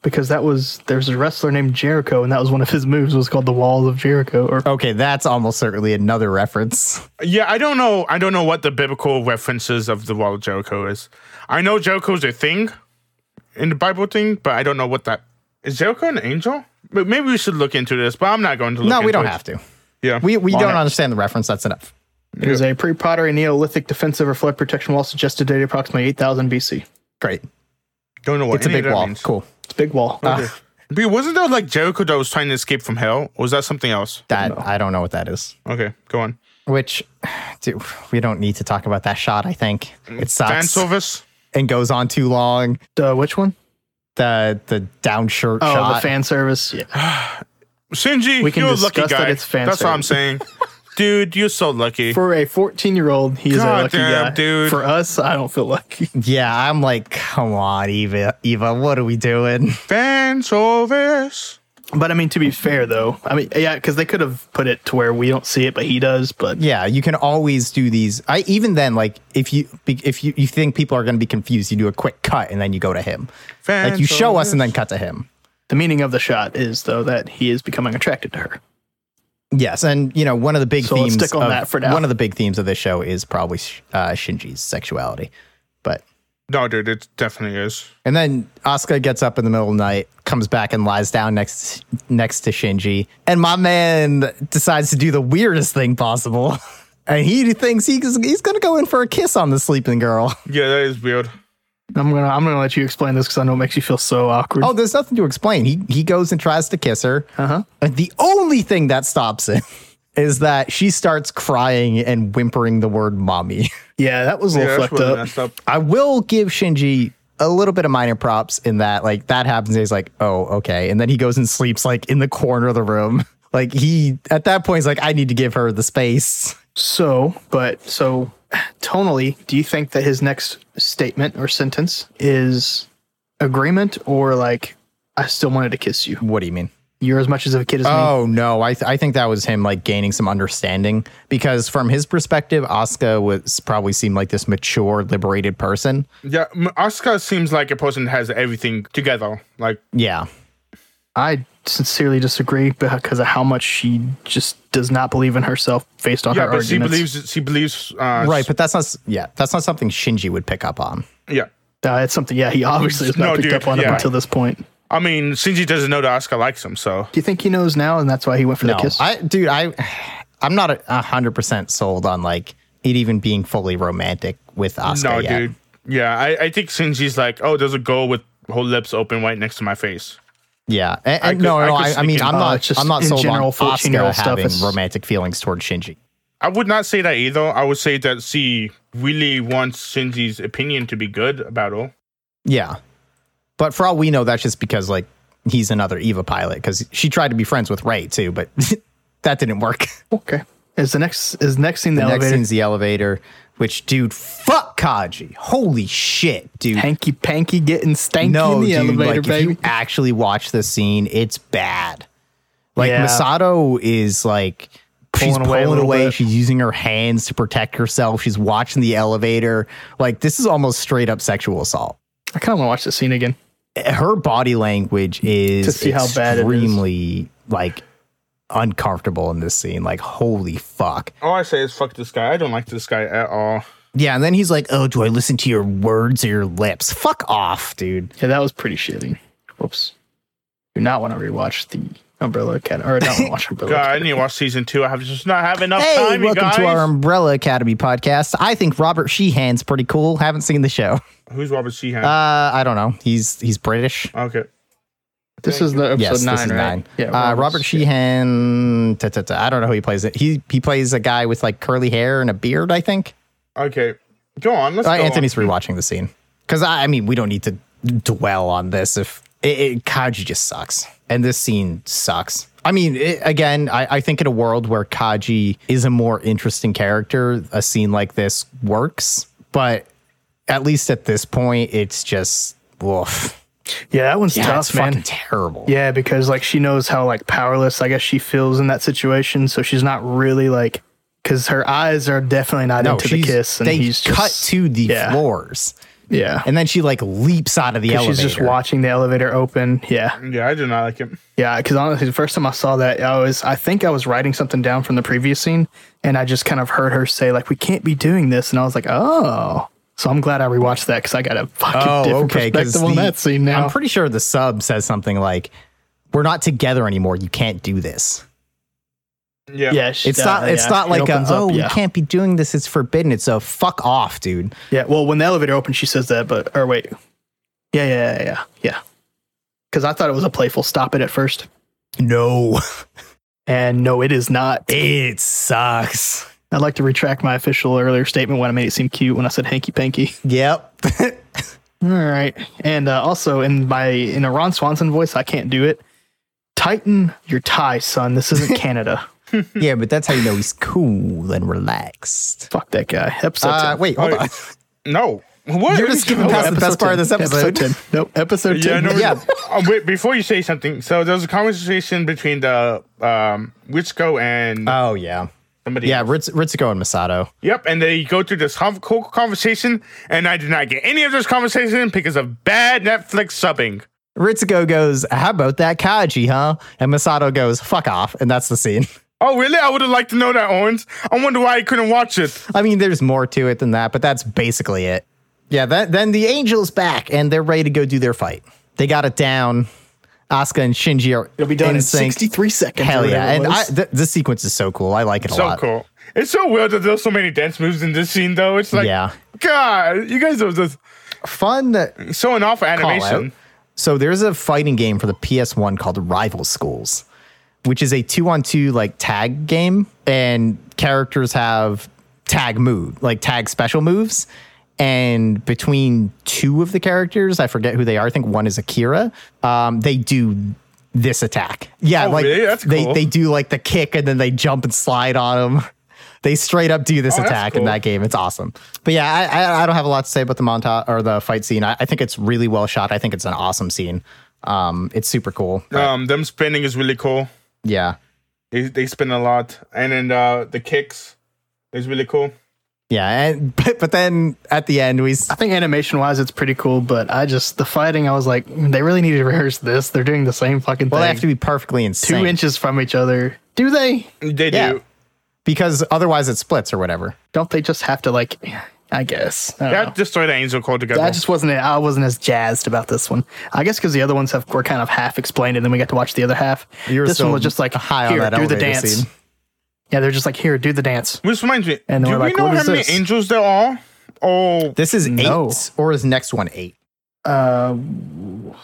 B: because that was there's a wrestler named Jericho, and that was one of his moves was called the Wall of Jericho. Or
C: Okay, that's almost certainly another reference.
A: Yeah, I don't know. I don't know what the biblical references of the wall of Jericho is. I know Jericho's a thing in the Bible thing, but I don't know what that is. Jericho an angel? But maybe we should look into this. But I'm not going to. look
C: No, we
A: into
C: don't
A: it.
C: have to.
A: Yeah,
C: We, we
A: Why
C: don't
A: not?
C: understand the reference. That's enough.
B: it was a pre-pottery Neolithic defensive or flood protection wall suggested to date approximately 8,000 BC.
C: Great.
A: Don't know what
C: It's a
A: any
C: big
A: of that
C: wall.
A: means.
C: Cool.
B: It's a big wall. Ah.
A: Okay. But wasn't there like Jericho that was trying to escape from hell? Or was that something else?
C: That I don't know what that is.
A: Okay, go on.
C: Which, <sighs> dude, we don't need to talk about that shot. I think it
A: Fan
C: sucks
A: service.
C: and goes on too long.
B: Uh, which one?
C: The the down shirt
B: Oh,
C: shot.
B: the fan service. Yeah.
A: Shinji,
B: We can
A: you're a lucky
B: discuss that
A: guy.
B: it's fan
A: That's what I'm saying. Dude, you're so lucky.
B: For a 14 year old, he is a
A: God
B: lucky
A: damn,
B: guy.
A: dude.
B: For us, I don't feel lucky. <laughs>
C: yeah, I'm like, come on, Eva, Eva, what are we doing? <laughs>
A: fan service.
B: But I mean, to be fair though, I mean, yeah, because they could have put it to where we don't see it, but he does. But
C: Yeah, you can always do these. I even then, like, if you be- if you, you think people are going to be confused, you do a quick cut and then you go to him.
A: Fan
C: like you show us
A: service.
C: and then cut to him.
B: The meaning of the shot is, though, that he is becoming attracted to her.
C: Yes, and you know one of the big
B: So let's
C: themes.
B: stick on
C: of,
B: that for now.
C: One of the big themes of this show is probably sh- uh, Shinji's sexuality, but
A: No, dude, it definitely is.
C: and then Asuka gets up in the middle of the night, comes back and lies down next next to Shinji, and my man decides to do the weirdest thing possible, <laughs> and he thinks he's he's gonna go in for a kiss on the sleeping girl. <laughs>
A: Yeah, that is weird.
B: I'm gonna I'm gonna let you explain this because I know it makes you feel so awkward.
C: Oh, there's nothing to explain. He he goes and tries to kiss her. Uh-huh. And the only thing that stops him <laughs> is that she starts crying and whimpering the word "mommy." <laughs>
B: yeah, that was a
A: Yeah,
B: little
A: that's
B: fucked
A: really
B: up.
A: messed up.
C: I will give Shinji a little bit of minor props in that, like, that happens. And he's like, oh, okay. And then he goes and sleeps, like, in the corner of the room. <laughs> Like, he, at that point, he's like, I need to give her the space.
B: So, but so tonally, do you think that his next statement or sentence is agreement or like I still wanted to kiss you?
C: What do you mean?
B: You're as much as of a kid as me.
C: Oh, no. I, th- I think that was him, like, gaining some understanding because from his perspective, Asuka was probably seemed like this mature, liberated person.
A: Yeah, M- Asuka seems like a person that has everything together. Like,
C: Yeah.
B: I sincerely disagree because of how much she just does not believe in herself based on
A: yeah,
B: her
A: but
B: arguments.
A: she believes she believes. Uh,
C: Right. But that's not, s- yeah, that's not something Shinji would pick up on.
A: Yeah,
B: Uh, it's something. Yeah, he obviously has not
A: No,
B: picked
A: dude,
B: up on
A: yeah.
B: up until this point. Do
A: I mean, Shinji doesn't know that Asuka likes him, so
B: you think he knows now, and that's why he went for
C: No,
B: the kiss?
C: I, dude, I, I'm not a hundred percent sold on like it even being fully romantic with Asuka.
A: no,
C: yet.
A: dude. Yeah, I, I think Shinji's like, oh, there's a girl with whole lips open right next to my face.
C: Yeah, and, and
A: could-
C: no,
A: I
C: no,
A: could
C: I, I mean,
A: sneak
C: I'm
A: in-
B: uh,
C: not,
B: just
C: I'm not
B: in
C: sold
B: general,
C: on
B: 14 year
C: Asuka
B: old stuff
C: having
B: is-
C: romantic feelings toward Shinji.
A: I would not say that either. I would say that she really wants Shinji's opinion to be good about her.
C: Yeah, but for all we know, that's just because like he's another Eva pilot because she tried to be friends with Ray too, but <laughs> that didn't work.
B: Okay. Is the next is the next scene the,
C: Next
B: elevator
C: scene's the elevator, which dude, fuck Kaji, holy shit, dude.
B: hanky panky getting stanky
C: no,
B: in the
C: dude,
B: elevator,
C: like
B: baby?
C: if you actually watch the scene, it's bad. Like
B: Yeah.
C: Masato is like she's
B: Pulling away a
C: pulling
B: little
C: away.
B: bit.
C: She's using her hands to protect herself. She's watching the elevator. Like this is almost straight up sexual assault.
B: I kind of want to watch this scene again.
C: her body language is
B: To see how bad it is.
C: extremely like uncomfortable in this scene. Like, holy fuck.
A: All I say is fuck this guy. I don't like this guy at all.
C: Yeah, and then he's like, "Oh, do I listen to your words or your lips?" Fuck off, dude.
B: Yeah, that was pretty shitty. Whoops. Do not want to rewatch the Umbrella Academy. Or not want to
A: <laughs>
B: watch Umbrella
A: God, I
B: Academy.
A: need to watch season two. I have just not have enough
C: hey,
A: time, you
C: welcome
A: guys.
C: to our um, Umbrella Academy podcast. I think Robert Sheehan's pretty cool. Haven't seen the show.
A: Who's Robert Sheehan?
C: Uh, I don't know. He's he's British.
A: okay.
B: This is the episode
C: yes,
B: nine,
C: this is
B: right?
C: nine.
B: Yeah,
C: uh,
B: Robert's-
C: Robert Sheehan. ta, ta, ta, I don't know who he plays. It. He he plays a guy with like curly hair and a beard. I think.
A: Okay. Go on. Let's
C: Uh,
A: go
C: Anthony's rewatching the scene because I, I mean we don't need to dwell on this. If it, it, Kaji just sucks, and this scene sucks. I mean, it, again, I, I think in a world where Kaji is a more interesting character, a scene like this works. But at least at this point, it's just woof.
B: Yeah, that one's
C: Yeah,
B: tough,
C: it's
B: man.
C: fucking terrible.
B: Yeah, because like she knows how like powerless I guess she feels in that situation, so she's not really like because her eyes are definitely not into the
C: she's-
B: kiss, and
C: they
B: he's
C: cut
B: just,
C: to the
B: yeah.
C: floors,
B: yeah.
C: and then she like leaps out of the elevator.
B: She's just watching the elevator open. Yeah,
A: on. Yeah, I do not like him.
B: yeah. Because honestly, the first time I saw that, I was I think I was writing something down from the previous scene, and I just kind of heard her say like, "We can't be doing this," and I was like, "Oh." So I'm glad I rewatched that because I got a fucking
C: Oh,
B: different
C: okay. 'cause
B: perspective on
C: the-
B: that scene now.
C: I'm pretty sure the sub says something like, "We're not together anymore. You can't do this."
A: Yeah.
B: yeah, she-
C: It's not.
B: uh,
C: It's
B: yeah,
C: not
B: it
C: like a,
B: opens up,
C: oh,
B: yeah.
C: we can't be doing this. It's forbidden. It's a fuck off, dude.
B: Yeah. Well, when the elevator opens, she says that, but or wait. Yeah, yeah, yeah, yeah, yeah. Because I thought it was a playful stop it at first,
C: No,
B: and no, it is not.
C: it sucks.
B: I'd like to retract my official earlier statement when I made it seem cute when I said hanky panky. <laughs>
C: Yep. <laughs>
B: All right, and uh, also in my in a Ron Swanson voice, I can't do it. Tighten your tie, son. This
C: <laughs>
B: isn't Canada.
C: yeah, but that's how you know he's cool and relaxed.
B: Fuck that guy. Episode
C: Uh,
B: ten.
C: wait, hold
A: Wait.
C: on.
A: No. What?
C: You're
A: Are
C: just
A: you-
C: skipping past
A: Hold
C: the best part of this episode.
B: ten. Nope. Episode
A: Yeah,
B: ten.
A: no,
C: Yeah.
A: uh, wait, before you say something, so there was a conversation between the um, Witchko and
C: <laughs> Oh yeah,
A: somebody.
C: yeah. Ritz, Ritsuko and Masato.
A: Yep. And they go through this hum- cool conversation, and I did not get any of this conversation because of bad Netflix subbing.
C: Ritsuko goes, "How about that Kaji, huh?" And Masato goes, "Fuck off," and that's the scene.
A: Oh, really? I would have liked to know that, Owens. I wonder why I couldn't watch it.
C: I mean, there's more to it than that, but that's basically it. Yeah, that, then the angel's back and they're ready to go do their fight. They got it down. Asuka and Shinji are
B: It'll be done in,
C: sync.
B: sixty-three seconds. or
C: Hell yeah!
B: whatever it
C: And I,
B: was.
C: th- this sequence is so cool. I like it a
A: So
C: lot.
A: cool. It's so weird that there's so many dance moves in this scene, though. It's like,
C: Yeah.
A: God, you guys are just
C: Fun
A: showing off
C: call out.
A: animation.
C: So there's a fighting game for the PS1 called Rival Schools, which is a two on two like tag game, and characters have tag move, like tag special moves. And between two of the characters, I forget who they are. I think one is Akira. Um, they do this attack. Yeah,
A: Oh,
C: like
A: really? That's
C: they
A: cool.
C: they do like the kick and then they jump and slide on them. <laughs> They straight up do this
A: Oh, that's
C: attack in
A: cool.
C: that game. It's awesome. But yeah, I, I, I don't have a lot to say about the montage or the fight scene. I, I think it's really well shot. I think it's an awesome scene. Um, it's super cool. But
A: Um, them spinning is really cool.
C: yeah,
A: They, they spin a lot. And then uh, the kicks is really cool.
C: yeah. And, <laughs> but, but then at the end, we s-
B: I think animation wise, it's pretty cool, but I just the fighting. I was like, they really need to rehearse this. They're doing the same fucking
C: well, they
B: thing,
C: have to be perfectly in
B: two
C: sync
B: inches from each other. Do they?
A: They
C: Yeah.
A: do.
C: because otherwise it splits or whatever.
B: Don't they just have to like? I guess. I, don't
A: That destroyed the angel called together.
B: know. I just wasn't. I wasn't as jazzed about this one. I guess because the other ones have were kind of half explained, and then we got to watch the other half.
C: You were
B: this one
C: so
B: was just like
C: high on
B: here,
C: that
B: do the
C: elevator
B: dance.
C: scene.
B: Yeah, they're just like here, do the dance.
A: Which reminds me,
B: And
A: do
B: they
A: we
B: were like,
A: know
B: "What
A: how
B: is
A: many
B: this?"
A: angels there are? Oh,
C: This is
B: No.
C: eight, or is next one eight?
B: Uh,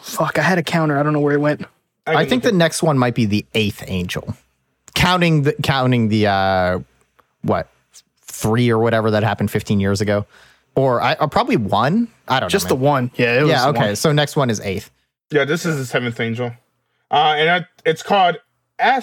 B: fuck, I had a counter. I don't know where it went.
C: I think the next one might be the eighth angel, counting the counting the uh, what three or whatever that happened 15 years ago, or I or probably one. I don't
B: Just the
C: know.
B: one.
C: man.
B: Yeah, it was
C: yeah.
B: the
C: Okay,
B: one.
C: so next one is eighth.
A: Yeah, this is the seventh angel. Uh, and I, it's called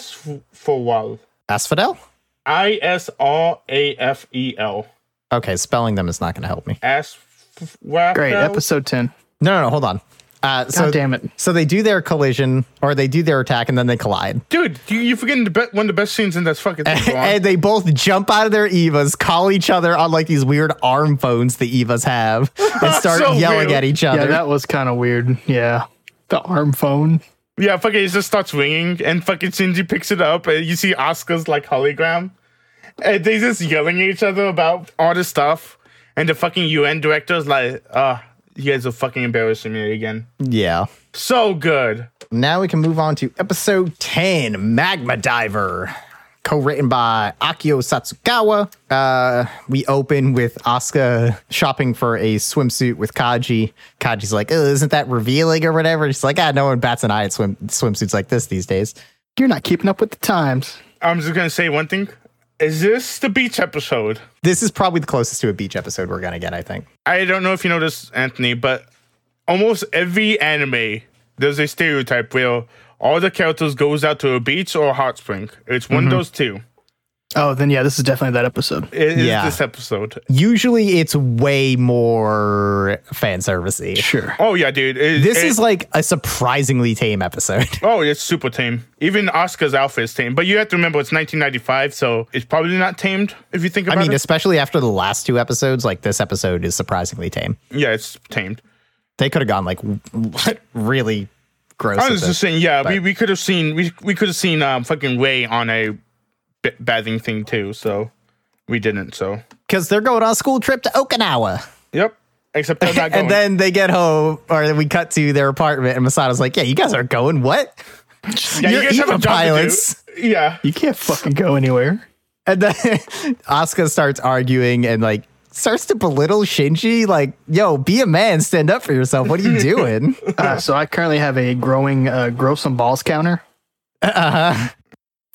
A: Asphawal.
C: Asphodel.
A: I S R A F E L.
C: Okay, spelling them is not going to help me.
A: Asphawal.
B: Great episode ten.
C: No, no, no. Hold on. Uh, so
B: God damn it.
C: So they do their collision or they do their attack and then they collide.
A: Dude, you, you're forgetting the be- one of the best scenes in this fucking thing. go on.
C: and they both jump out of their Evas, call each other on like these weird arm phones the Evas have, and start
A: So <laughs>
C: yelling
A: weird.
C: at each other.
B: Yeah, that was kind of weird. Yeah. the arm phone.
A: Yeah, fucking it just starts ringing, and fucking Shinji picks it up, and you see Oscar's like hologram, and they just yelling at each other about all this stuff, and the fucking UN director's like, "Uh, you guys are fucking embarrassing me again."
C: Yeah.
A: So good.
C: Now we can move on to episode 10 Magma Diver, co written by Akio Satsukawa. Uh, we open with Asuka shopping for a swimsuit with Kaji. Kaji's like, oh, isn't that revealing or whatever? She's like, ah, no one bats an eye at swim- swimsuits like this these days.
B: You're not keeping up with the times.
A: I'm just gonna say one thing. Is this the beach episode?
C: This is probably the closest to a beach episode we're going to get, I think.
A: I don't know if you noticed, Anthony, but almost every anime there's a stereotype where all the characters goes out to a beach or a hot spring. It's one
C: Mm-hmm.
A: of those two.
B: Oh, then yeah, this is definitely that episode.
A: It is
C: Yeah.
A: this episode.
C: Usually it's way more fan servicey.
B: Sure.
A: Oh yeah, dude. It-
C: This
A: it-
C: is like a surprisingly tame episode.
A: Oh, it's super tame. Even Oscar's outfit is tame. But you have to remember it's 1995, so it's probably not tamed if you think about
C: I mean,
A: it.
C: especially after the last two episodes, like this episode is surprisingly tame.
A: yeah, it's tamed.
C: They could have gone like <laughs> really gross.
A: I
C: with
A: was
C: it.
A: just saying, yeah, we, we could have seen we we could have seen um, fucking Ray on a b- bathing thing too. So we didn't. So
C: because they're going on a school trip to Okinawa.
A: yep. Except they're not going.
C: <laughs> And then they get home, or we cut to their apartment, and Masada's like, "Yeah, you guys are going what?
A: yeah,
C: you're evil
A: job to do.
C: pilots.
A: Yeah.
B: You can't fucking go <laughs> anywhere.
C: And then <laughs> Asuka starts arguing and like starts to belittle Shinji, like, "Yo, be a man, stand up for yourself. What
A: <laughs>
C: are you doing?"
B: Uh, so I currently have a growing uh, grow some balls counter,
C: uh-huh.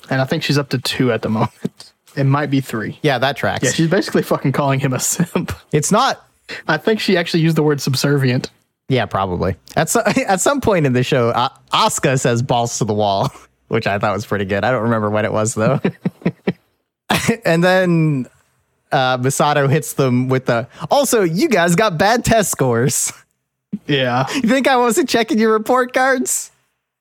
B: and I think she's up to two at the moment. It might be three.
C: Yeah, that tracks.
B: Yeah, she's basically fucking calling him a simp. <laughs>
C: it's not
B: I think she actually used the word subservient.
C: Yeah, probably. At some, <laughs> at some point in the show, uh, Asuka says balls to the wall, <laughs> which I thought was pretty good. I don't remember when it was, though. <laughs> and then uh, Masato hits them with the also, you guys got bad test scores. <laughs>
B: Yeah.
C: You think I wasn't checking your report cards?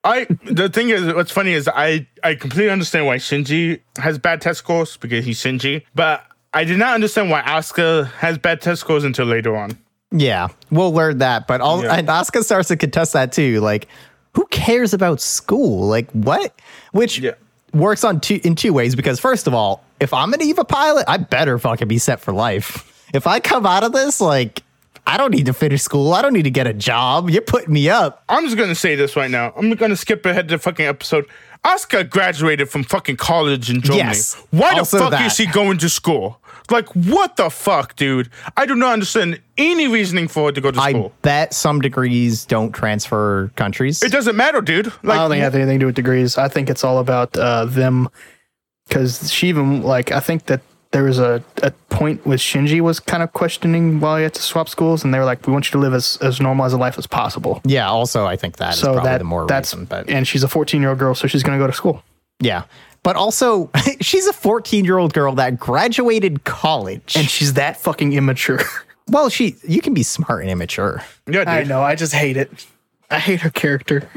A: I the thing is, what's funny is I I completely understand why Shinji has bad test scores because he's Shinji, but I did not understand why Asuka has bad test scores until later on.
C: Yeah, we'll learn that. But all,
A: Yeah.
C: and Asuka starts to contest that too. Like, who cares about school? Like, what? Which
A: Yeah.
C: works on two in two ways. Because first of all, if I'm an Eva pilot, I better fucking be set for life. If I come out of this, like, I don't need to finish school. I don't need to get a job. You're putting me up.
A: I'm just gonna say this right now. I'm gonna skip ahead to the fucking episode. Asuka graduated from fucking college in Germany.
C: Yes.
A: Why
C: Also
A: the fuck
C: that.
A: is she going to school? Like, what the fuck, dude? I do not understand any reasoning for her to go to
C: I
A: school.
C: bet some degrees don't transfer countries.
A: it doesn't matter, dude. Like,
B: I don't think it has anything to do with degrees. I think it's all about uh, them because she even like I think that there was a, a point with Shinji was kind of questioning why he had to swap schools, and they were like, "We want you to live as, as normal as a life as possible."
C: yeah. Also, I think that is
B: So
C: probably
B: that
C: the more
B: that's
C: reason. But
B: and she's a fourteen year old girl, so she's going to go to school.
C: yeah. But also, <laughs> she's a 14 year old girl that graduated college.
B: And she's that fucking immature.
C: Well, she you can be smart and immature.
A: yeah, dude.
B: I know. I just hate it. I hate her character.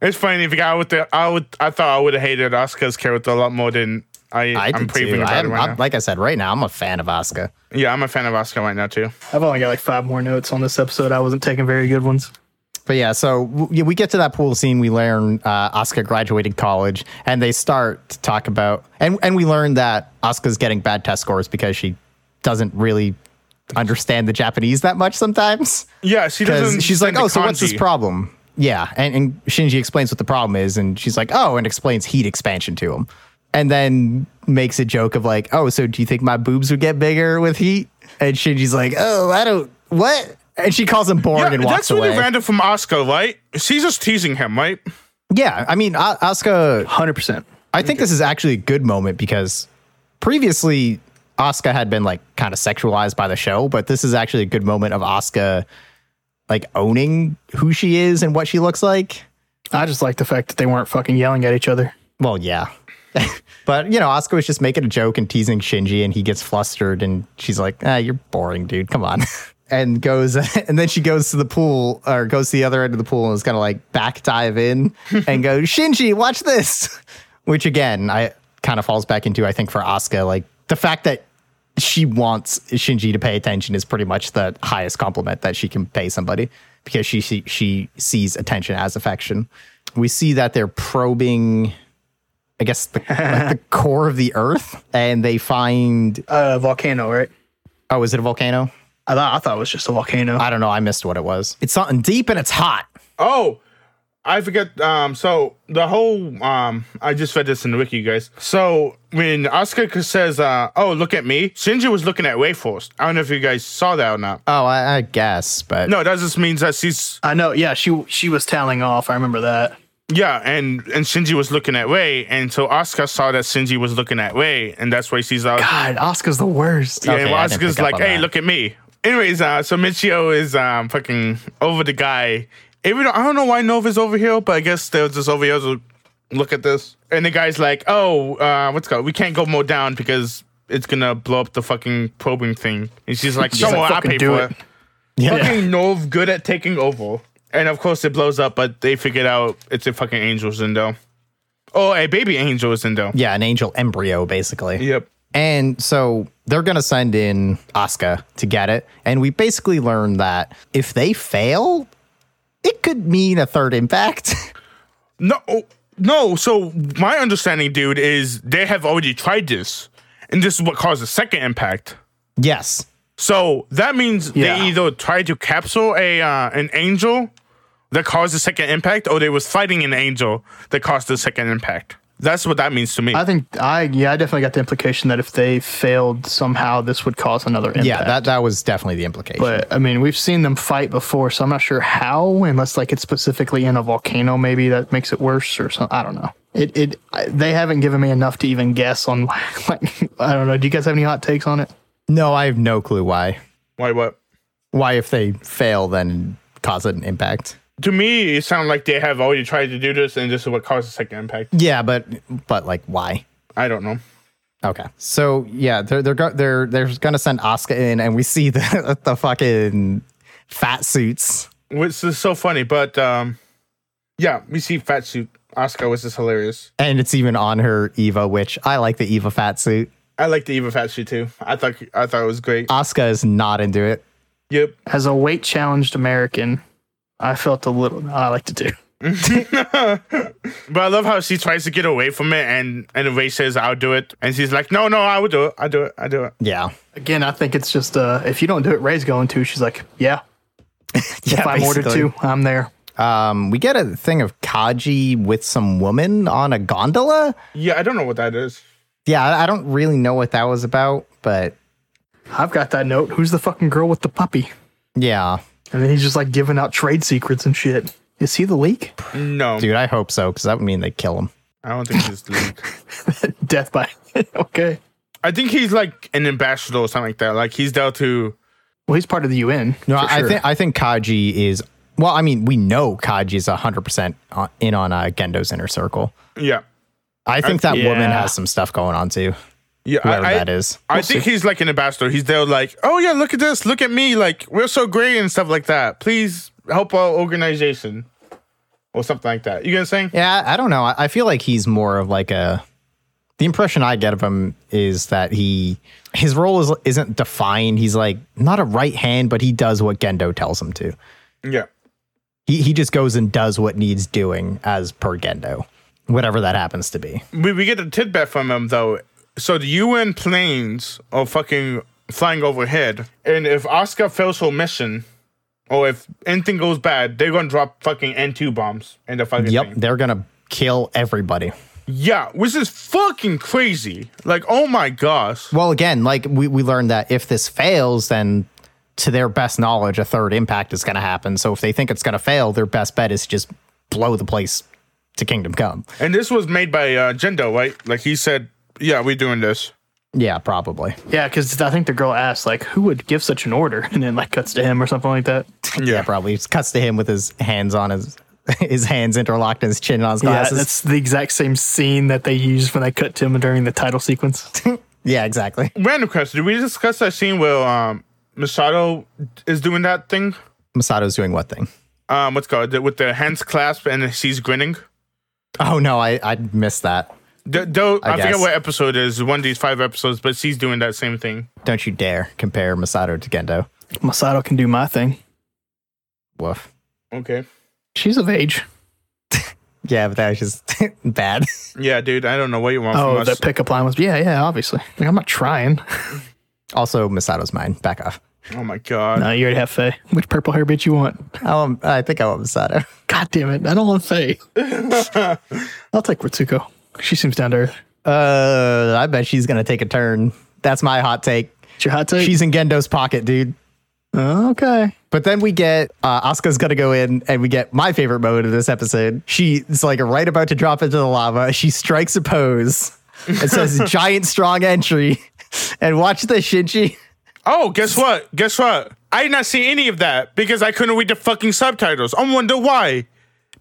A: It's funny if I would, th- I would, I thought I would have hated Asuka's character a lot more than I.
C: I
A: I am
C: did too.
A: craving about
C: I
A: it
C: am,
A: right
C: I'm-
A: now.
C: like I said, right now I'm a fan of Asuka.
A: yeah, I'm a fan of Asuka right now too.
B: I've only got like five more notes on this episode. I wasn't taking very good ones.
C: But yeah, so w- yeah, we get to that pool scene. We learn uh, Asuka graduated college, and they start to talk about and and we learn that Asuka's getting bad test scores because she doesn't really understand the Japanese that much sometimes.
A: Yeah, she doesn't.
C: Because she's like,
A: understand
C: oh,
A: the
C: so what's this
A: kanji."
C: problem? Yeah, and, and Shinji explains what the problem is, and she's like, oh, and explains heat expansion to him, and then makes a joke of like, oh, so do you think my boobs would get bigger with heat? And Shinji's like, oh, I don't what? And she calls him boring
A: Yeah,
C: and walks
A: that's
C: away.
A: really random from Asuka, right? She's just teasing him, right?
C: Yeah, I mean, A- Asuka.
B: Hundred percent.
C: I think this is actually a good moment because previously Asuka had been like kind of sexualized by the show, but this is actually a good moment of Asuka like owning who she is and what she looks like.
B: I just like the fact that they weren't fucking yelling at each other.
C: Well, yeah. <laughs> but, you know, Asuka was just making a joke and teasing Shinji, and he gets flustered, and she's like, ah, you're boring, dude. Come on. <laughs> and goes, <laughs> and then she goes to the pool or goes to the other end of the pool and is going to like back dive in and go, Shinji, watch this. <laughs> Which, again, I kind of falls back into, I think, for Asuka, like the fact that she wants Shinji to pay attention is pretty much the highest compliment that she can pay somebody. because she she, she sees attention as affection. We see that they're probing, I
A: <laughs>
C: guess, the, like the core of the Earth, and they find.
B: Uh, volcano, right?
C: Oh, is it a volcano?
B: I thought I thought it was just a volcano.
C: I don't know. I missed what it was. It's something deep and it's hot.
A: Oh, I forget. Um, so the whole um, I just read this in the wiki, you guys. So when Oscar says, uh, "Oh, look at me," Shinji was looking at Wayforce. I don't know if you guys saw that or not. Uh,
C: Oh, I, I guess, but
A: No, that just means that she's
B: I know. Yeah, she she was toweling off. I remember that.
A: yeah, and and Shinji was looking at Way, and so Oscar saw that Shinji was looking at Way, and that's why she's out.
B: God, Oscar's the worst.
A: Yeah,
C: Okay,
A: and
C: I didn't
A: Oscar's
C: pick up
A: like,
C: on
A: "Hey,
C: that.
A: look at me." Anyways, uh, so Michio is um fucking over the guy. Even though, I don't know why Nova's over here, but I guess they're just over here to look at this. And the guy's like, "Oh, uh, what's it called? We can't go more down because it's gonna blow up the fucking probing thing." And she's like, "So
B: like,
A: what? I
B: "Fucking
A: pay
B: do
A: for
B: it."
A: it." Fucking Nova good at taking over. And of course it blows up, but they figured out it's a fucking angel's in though. Oh, a baby angel is in though.
C: <laughs> yeah, an angel embryo basically.
A: Yep.
C: And so they're going to send in Asuka to get it. And we basically learn that if they fail, it could mean a third impact. <laughs>
A: No, oh, no. So my understanding, dude, is they have already tried this, and this is what caused the second impact.
C: yes.
A: So that means
B: Yeah.
A: they either tried to capsule a uh, an angel that caused the second impact, or they was fighting an angel that caused the second impact. That's what that means to me.
B: I think I yeah I definitely got the implication that if they failed somehow this would cause another impact.
C: Yeah, that, that was definitely the implication.
B: but I mean we've seen them fight before, so I'm not sure how unless like it's specifically in a volcano maybe that makes it worse or something. I don't know. It it I, they haven't given me enough to even guess on <laughs> like I don't know. Do you guys have any hot takes on it?
C: no, I have no clue why.
A: Why? What?
C: Why, if they fail, then cause an impact?
A: To me, it sounds like they have already tried to do this, and this is what caused the second impact.
C: Yeah, but but like why?
A: I don't know.
C: Okay. So yeah, they're they're go- they're they're gonna send Asuka in, and we see the <laughs> the fucking fat suits.
A: Which is so funny, but um, yeah, we see fat suit Oscar, which is hilarious.
C: and it's even on her Eva, which I like the Eva fat suit.
A: I like the Eva Fat Shoe too. I thought I thought it was great.
C: Asuka is not into it.
A: Yep.
B: As a weight challenged American, I felt a little I like to do.
A: But I love how she tries to get away from it and and Ray says I'll do it. And she's like, No, no, I will do it. I do it. I do it.
C: Yeah.
B: Again, I think it's just uh, if you don't do it, Ray's going to. She's like, yeah,
C: <laughs> yeah
B: if I'm ordered
C: basically.
B: to, I'm there.
C: Um, we get a thing of Kaji with some woman on a gondola.
A: Yeah, I don't know what that is.
C: Yeah, I I don't really know what that was about, but
B: I've got that note. Who's the fucking girl with the puppy?
C: yeah.
B: And then he's just like giving out trade secrets and shit. Is he the leak?
A: No.
C: Dude, I hope so, because that would mean they kill him.
A: I don't think he's
C: <laughs>
A: leaked.
B: Death by. <laughs> okay.
A: I think he's like an ambassador or something like that. Like he's there to
B: Well, he's part of the UN.
C: No,
B: for
C: I, I
B: sure.
C: think I think Kaji is well, I mean, we know Kaji is hundred percent in on uh, Gendo's inner circle.
A: Yeah.
C: I think that woman
B: yeah.
C: has some stuff going on too,
A: Yeah.
C: whoever
A: I, I,
C: that is.
A: I think he's like an ambassador. He's there like, Oh yeah, look at this, look at me, like we're so great and stuff like that. Please help our organization. Or something like that. You get what I'm saying?
C: Yeah, I don't know. I, I feel like he's more of like a. The impression I get of him is that he his role is isn't defined. He's like not a right hand, but he does what Gendo tells him to.
A: Yeah.
C: He he just goes and does what needs doing as per Gendo, whatever that happens to be.
A: we, we get a tidbit from him though. So the UN planes are fucking flying overhead, and if Oscar fails her mission, or if anything goes bad, they're gonna drop fucking N two bombs in the fucking
C: Yep,
A: thing.
C: they're gonna kill everybody.
A: Yeah, which is fucking crazy. Like, oh my gosh.
C: Well, again, like we we learned that if this fails, then to their best knowledge, a third impact is gonna happen. So if they think it's gonna fail, their best bet is to just blow the place to kingdom come.
A: And this was made by uh, Gendo, right? Like he said, yeah, we're doing this.
C: Yeah, probably.
B: Yeah, because I think the girl asked, like, who would give such an order? And then, like, cuts to him or something like that.
A: Yeah,
C: probably just cuts to him with his hands on his <laughs> his hands interlocked and his chin on his
B: Yeah,
C: glasses. Yeah,
B: Uh, that's the exact same scene that they used when they cut to him during the title sequence. <laughs>
C: exactly.
A: Random question: Did we discuss that scene where um, Masato is doing that thing?
C: Masato's doing what thing?
A: Um, what's it called with the hands clasped and she's grinning.
C: Oh no, I I missed that.
A: D- though I, forget
C: guess.
A: what episode it is one of these five episodes, but she's doing that same thing.
C: Don't you dare compare Masato to Gendo.
B: Masato can do my thing.
C: Woof.
A: Okay.
B: She's of age.
C: Yeah, but that was just <laughs> bad.
A: Yeah, dude. I don't know what you want
B: Oh,
A: from
B: the
A: us.
B: pickup line was yeah, yeah, obviously. Like, I'm not
C: <laughs>
B: trying.
C: Also, Masato's mine. Back off.
A: oh my god.
B: No, you already have Faye. Which purple hair bitch you want?
C: I, want, I think I want Masato.
B: God damn it. I don't want <laughs> Faye. I'll take Ritsuko. She seems down to earth.
C: Uh, I bet she's gonna take a turn. That's my hot take.
B: It's your hot take?
C: She's in Gendo's pocket, dude.
B: Oh, okay.
C: But then we get uh, Asuka's gonna go in, and we get my favorite moment of this episode. She's like right about to drop into the lava. She strikes a pose.
B: <laughs>
C: It says "giant strong entry," and watch the Shinji.
A: Oh, guess what? Guess what? I did not see any of that because I couldn't read the fucking subtitles. I wonder why.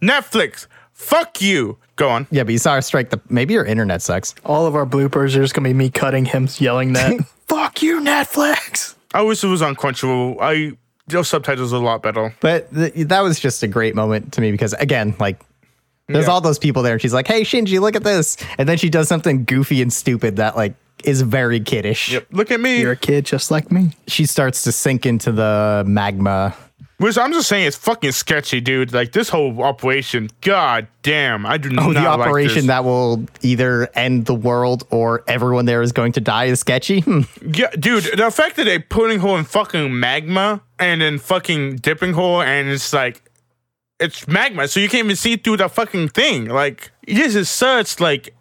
A: Netflix, fuck you. Go on.
C: Yeah, but you saw her strike the. Maybe your internet sucks.
B: All of our bloopers are just going to be me cutting him yelling <laughs> that. Fuck you, Netflix.
A: I wish it was on Crunchyroll. I those subtitles are a lot better.
C: But th- that was just a great moment to me because again, like. There's
A: Yeah.
C: all those people there, and she's like, "Hey, Shinji, look at this!" And then she does something goofy and stupid that, like, is very kiddish.
A: Yep. Look at me.
B: You're a kid just like me.
C: she starts to sink into the magma.
A: Which I'm just saying, it's fucking sketchy, dude. Like this whole operation. God damn, I do
C: Oh,
A: not
C: the operation
A: like
C: that will either end the world or everyone there is going to die is sketchy. Hmm.
A: this. Yeah, dude, the fact that they putting her in fucking magma and then fucking dipping her, and it's like, it's magma, so you can't even see through the fucking thing. Like this is such like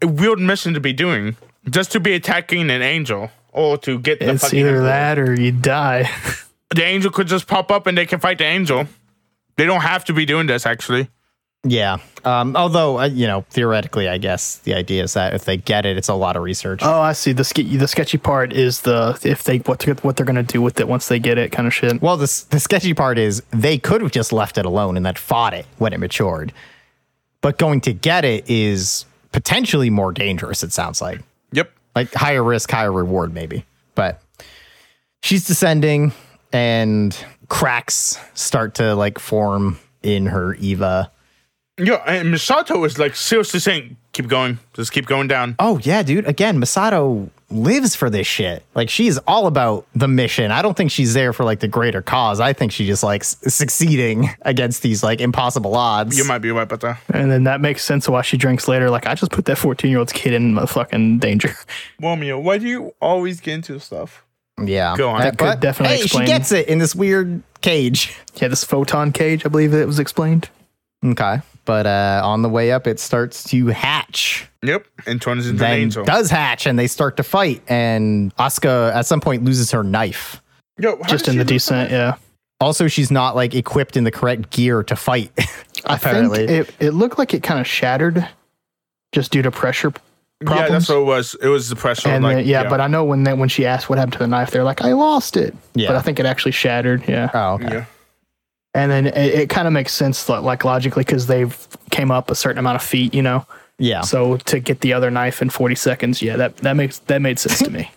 A: a weird mission to be doing, just to be attacking an angel or to get the
B: It's
A: fucking
B: either
A: emperor.
B: that or you die. <laughs>
A: the angel could just pop up and they can fight the angel. They don't have to be doing this actually.
C: yeah. Um, although, uh, you know, theoretically, I guess the idea is that if they get it, it's a lot of research.
B: oh, I see. The, ske- the sketchy part is the if they what they're, what they're going to do with it once they get it kind of shit.
C: well, the, s- the sketchy part is they could have just left it alone and then fought it when it matured. But going to get it is potentially more dangerous, it sounds like.
A: Yep.
C: like higher risk, higher reward, maybe. But she's descending, and cracks start to like form in her Eva.
A: Yeah, and Misato is like seriously saying, "Keep going, just keep going down."
C: Oh yeah, dude. Again, Masato lives for this shit. Like she's all about the mission. I don't think she's there for like the greater cause. I think she just likes succeeding against these like impossible odds.
A: You might be right uh, about that.
B: And then that makes sense why she drinks later. Like, I just put that 14 year old's kid in my fucking danger. <laughs>
A: Romeo, why do you always get into stuff?
C: yeah.
A: Go on. That
B: could definitely
C: hey,
B: explain-
C: she gets it in this weird cage. <laughs>
B: Yeah, this photon cage, I believe it was explained.
C: Okay. But uh on the way up it starts to hatch.
A: Yep, and turns into an
C: then
A: angel.
C: does hatch and they start to fight and Asuka at some point loses her knife.
A: Yo, how
B: Just
A: did
B: in
A: she
B: the
A: lose
B: descent,
A: that?
B: yeah.
C: Also, she's not like equipped in the correct gear to fight. <laughs> apparently,
B: I think it, it looked like it kind of shattered just due to pressure p-
A: Yeah, that's
B: problems.
A: what it was. It was the pressure.
B: and
A: like,
B: then- yeah, but uh, I know when that when she asked what happened to the knife, they're like, I lost it.
C: Yeah.
B: But I think it actually shattered. Yeah.
C: oh, okay.
A: yeah,
B: And then it, it kind of makes sense, like, like logically, because they've came up a certain amount of feet, you know?
C: yeah,
B: So to get the other knife in 40 seconds, yeah, that, that makes that made sense
A: <laughs>
B: to me.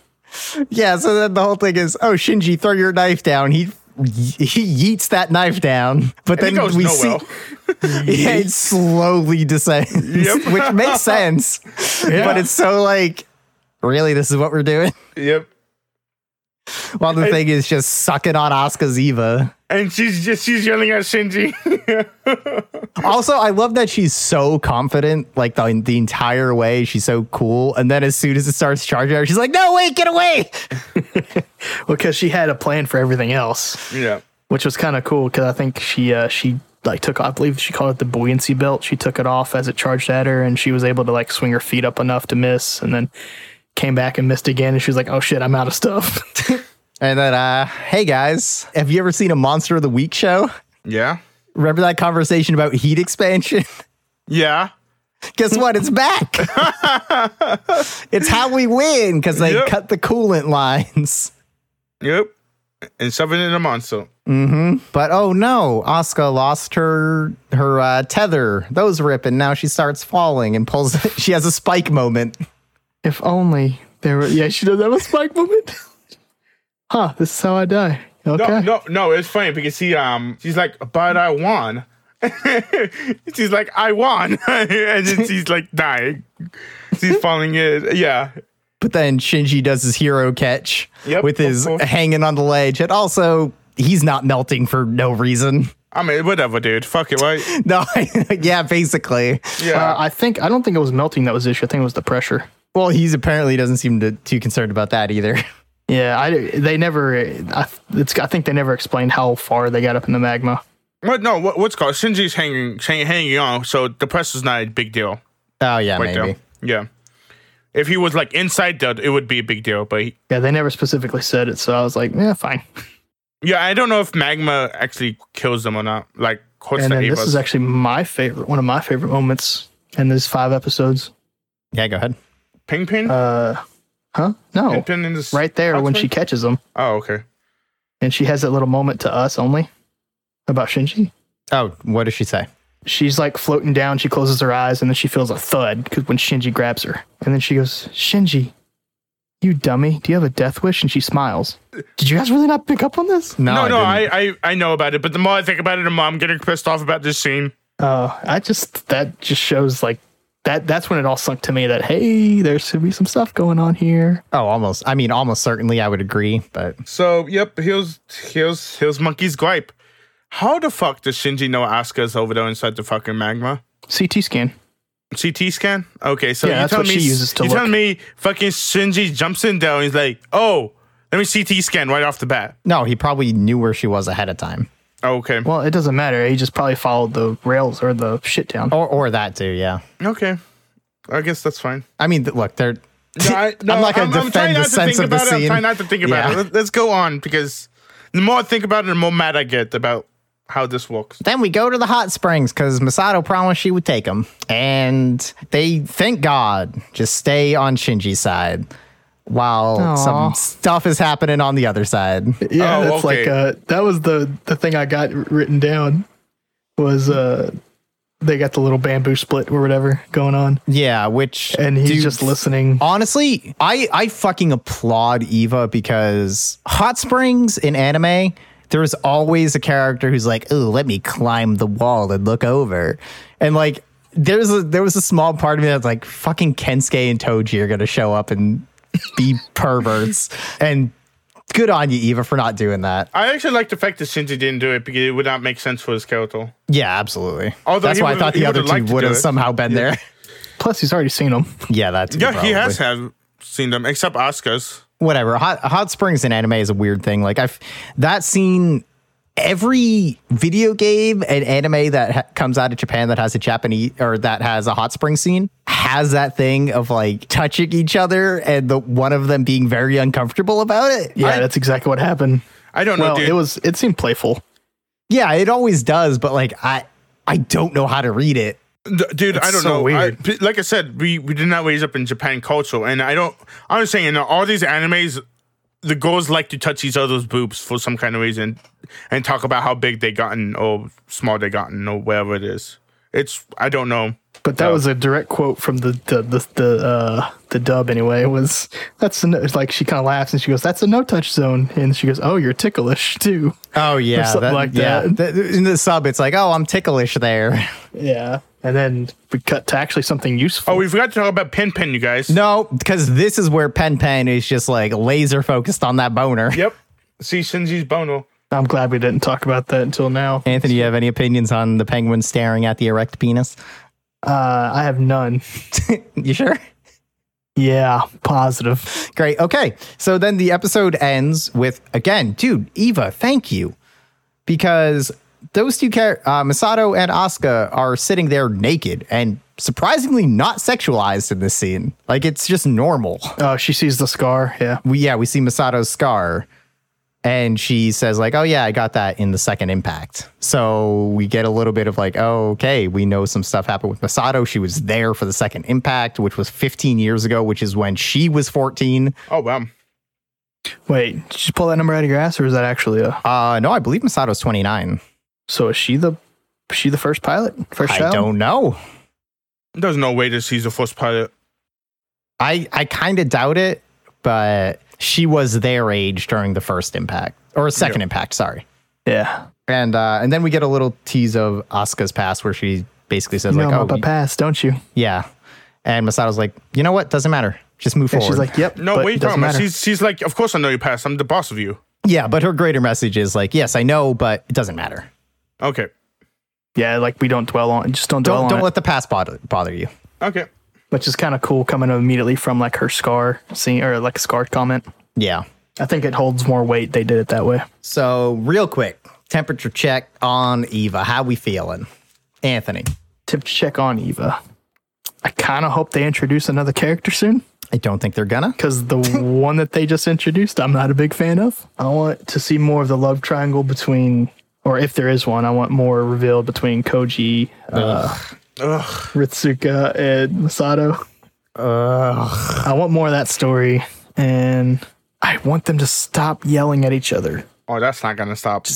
C: yeah. So then the whole thing is, oh, Shinji, throw your knife down. He he yeets that knife down, but
A: it
C: then
A: goes
C: we
A: nowhere.
C: see yeah, it slowly descends, <laughs>
A: Yep.
C: which makes sense. But it's so like, really, this is what we're doing. <laughs>
A: yep,
C: While the thing is just sucking on Asuka's Eva.
A: and she's just she's yelling at Shinji. <laughs>
C: Also, I love that she's so confident, like the, the entire way. She's so cool. And then as soon as it starts charging her, she's like, no, wait, get away.
B: because she had a plan for everything else,
A: yeah,
B: which was kind of cool. Because I think she uh, she like took I believe she called it the buoyancy belt. She took it off as it charged at her, and she was able to like swing her feet up enough to miss, and then came back and missed again. And she was like, "Oh shit, I'm out of stuff." <laughs>
C: And then, uh, hey guys, have you ever seen a Monster of the Week show?
A: yeah,
C: Remember that conversation about heat expansion? <laughs>
A: yeah.
C: Guess what? It's back.
A: <laughs>
C: it's how we win because they
A: Yep.
C: cut the coolant lines.
A: Yep. And shoving in a monster.
C: But oh no, Asuka lost her her uh, tether. Those rip, and now she starts falling and pulls. <laughs> she has a spike moment.
B: if only there were. Yeah, she does have a spike moment. <laughs> huh? This is how I die. Okay.
A: No, no, no, it's funny because he um she's like, but I won. <laughs> she's like, I won. <laughs> and then she's like dying.
B: <laughs>
A: She's falling in. Yeah.
C: But then Shinji does his hero catch
A: Yep,
C: with
A: of
C: his
A: course.
C: hanging on the ledge. And also, he's not melting for no reason. <laughs>
A: I mean, whatever, dude. Fuck it, right?
C: No, <laughs> yeah, basically.
A: Yeah.
B: Uh, I think I don't think it was melting that was the issue. I think it was the pressure.
C: Well, he's apparently doesn't seem to, too concerned about that either. <laughs>
B: Yeah, I they never. I, it's, I think they never explained how far they got up in the magma.
A: What? No. What, what's it called? Shinji's hanging, hang- hanging on. So the press is not a big deal.
C: Oh yeah,
A: Right
C: maybe.
A: there. Yeah. If he was like inside, that it would be a big deal. But he,
B: Yeah, they never specifically said it, so I was like, yeah, fine.
A: yeah, I don't know if magma actually kills them or not. Like, what's
B: and
A: the
B: then this
A: Ava's?
B: is actually my favorite, one of my favorite moments in these five episodes.
C: Yeah, go ahead.
A: Ping pin.
B: Uh, huh? No,
A: Ping pin in this.
B: right there when
A: Oxford?
B: she catches him,
A: Oh, okay.
B: and she has that little moment to us only about Shinji.
C: Oh, what does she say?
B: She's like floating down. She closes her eyes, and then she feels a thud because when Shinji grabs her, and then she goes, "Shinji, you dummy! Do you have a death wish?" And she smiles. Did you guys really not pick up on this?
A: No, no,
C: didn't.
A: I, I, I know about it. But the more I think about it, the more I'm getting pissed off about this scene.
B: Uh, I just that just shows like that. That's when it all sunk to me that hey, there should be some stuff going on here.
C: Oh, almost. I mean, almost certainly I would agree, but
A: So, yep. Here's here's here's Monkey's gripe. How the fuck does Shinji know Asuka's over there inside the fucking magma?
B: CT scan.
A: CT scan? Okay, so
B: Yeah,
A: you
B: that's
A: telling
B: what
A: me
B: she uses to
A: you
B: look.
A: telling me fucking Shinji jumps in there and he's like, oh, let me CT scan right off the bat.
C: no, he probably knew where she was ahead of time.
A: Okay,
B: Well, it doesn't matter. He just probably followed the rails or the shit down.
A: Oh,
C: Or or that too, yeah.
A: okay, I guess that's fine.
C: I mean, th- look, they're
A: No, I, no,
C: <laughs> I'm not gonna
A: I'm trying
C: defend the
A: not to think
C: sense of the
A: about it. I'm
C: scene.
A: trying not to think about
C: Yeah.
A: it. Let- Let's go on because the more I think about it, the more mad I get about how this works.
C: Then we go to the hot springs because Masato promised she would take him. And they, thank God, just stay on Shinji's side while
B: Aw.
C: some stuff is happening on the other side.
B: Yeah,
A: Oh,
B: that's
A: okay.
B: like uh, that was the the thing I got wr- written down was uh they got the little bamboo split or whatever going on,
C: Yeah, which.
B: and he's
C: dude,
B: just listening.
C: Honestly, I, I fucking applaud Eva because hot springs in anime, there's always a character who's like, "Ooh, let me climb the wall and look over," and like there's a, there was a small part of me that's like, "Fucking Kensuke and Toji are gonna show up and
A: <laughs>
C: be perverts," and good on you, Eva, for not doing that.
A: I actually like the fact that Shinji didn't do it because it would not make sense for his character.
C: Yeah, absolutely.
A: Although
C: that's
A: he
C: why I
A: would've-
C: thought
A: he
C: the other
A: would've liked
C: two
A: to
C: would
A: do
C: have
A: it.
C: somehow been there. <laughs>
B: Plus, he's already seen him.
C: yeah, that's
A: Yeah, he has have seen them except Asuka's.
C: whatever hot, hot springs in anime is a weird thing like i've that scene every video game and anime that ha- comes out of japan that has a japanese or that has a hot spring scene has that thing of like touching each other and the one of them being very uncomfortable about it
B: Yeah,
A: I-
B: that's exactly what happened.
A: I don't know,
B: Well,
A: dude.
B: it was it seemed playful.
C: yeah it always does but like i i don't know how to read it
A: D- dude, I don't
B: so
A: know. I,
B: weird.
A: p- like I said, we, we did not raise up in Japan culture, and I don't. I'm just saying, in all these animes, the girls like to touch each other's boobs for some kind of reason, and talk about how big they gotten or small they gotten or whatever it is. It's I don't know.
B: But
A: Oh.
B: that was a direct quote from the the the the, uh, the dub anyway. It was that's a no, it's like she kind of laughs and she goes, "That's a no touch zone," and she goes, "Oh, you're ticklish too."
C: oh yeah
B: something like
C: yeah.
B: that.
C: Th- in the sub it's like oh i'm ticklish there <laughs>
B: Yeah, and then we cut to actually something useful.
A: Oh, we forgot to talk about Pin Pin, you guys.
C: no because this is where pen pen is just like laser focused on that boner
A: Yep. See Shinji's bono.
B: I'm glad we didn't talk about that until now.
C: Anthony, you have any opinions on the penguin staring at the erect penis?
B: Uh, I have none.
C: You sure? <laughs>
B: Yeah, positive.
C: Great. Okay. So then the episode ends with again, dude, Eva, thank you. Because those two char- uh, Masato and Asuka are sitting there naked and surprisingly not sexualized in this scene. Like it's just normal. <laughs>
B: Oh, she sees the scar. Yeah,
C: We yeah, we see Masato's scar and she says like, "Oh yeah, I got that in the second impact." So we get a little bit of like, "Oh, okay, we know some stuff happened with Masato. She was there for the second impact, which was 15 years ago, which is when she was 14."
A: Oh wow.
B: wait, did you pull that number out of your ass, or is that actually a?
C: Uh no, I believe Masato's 29.
B: So is she the? is She the first pilot, first
C: I
B: child.
C: don't know.
A: There's no way that she's a first pilot.
C: I I kind of doubt it, but she was their age during the first impact or second impact, sorry.
B: Yeah,
C: And uh and then we get a little tease of Asuka's past where she basically says
B: you
C: like,
B: know
C: "Oh,
B: about
C: you-
B: past, don't you?
C: Yeah. And Masato's like, you know what? Doesn't matter. Just move
B: And
C: forward.
B: she's like, "Yep."
A: No,
B: but
A: what are you
B: it doesn't
A: talking about?
B: matter.
A: She's she's like, of course I know your past. I'm the boss of you.
C: yeah, but her greater message is like, yes, I know, but it doesn't matter.
A: Okay.
B: Yeah, like we don't dwell on, just don't dwell
C: Don't
B: on
C: don't
B: it,
C: let the past bother, bother you.
A: Okay.
B: which is kind of cool coming immediately from like her scar scene or like scar comment.
C: Yeah.
B: I think it holds more weight. They did it that way.
C: So real quick, temperature check on Eva. How we feeling, Anthony?
B: Tip check on Eva. I kind of hope they introduce another character soon
C: I don't think they're gonna.
B: because <laughs> the one that they just introduced, I'm not a big fan of. I want to see more of the love triangle between, or if there is one, I want more revealed between Koji, uh,
A: Ugh.
B: Ritsuka, and Masato.
C: Ugh.
B: I want more of that story, and I want them to stop yelling at each other.
A: Oh, that's not gonna stop.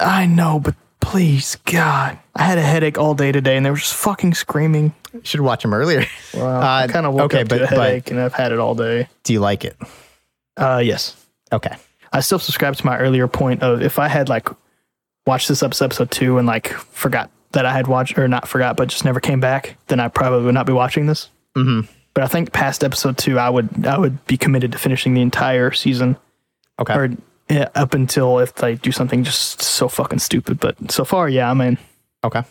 B: I know, but please, God, I had a headache all day today, and they were just fucking screaming.
C: Should watch him earlier.
B: Well, I
C: Uh,
B: kind of woke
C: okay,
B: up to
C: but-
B: a
C: but-
B: headache, and I've had it all day.
C: Do you like it?
B: Uh, yes,
C: Okay.
B: I still subscribe to my earlier point of if I had like watched this episode, episode two, and like forgot that I had watched or not forgot, but just never came back, then I probably would not be watching this. Mm-hmm. But I think past episode two, I would I would be committed to finishing the entire season.
C: Okay.
B: or yeah, up until if they do something just so fucking stupid. But so far, yeah, I mean,
C: okay.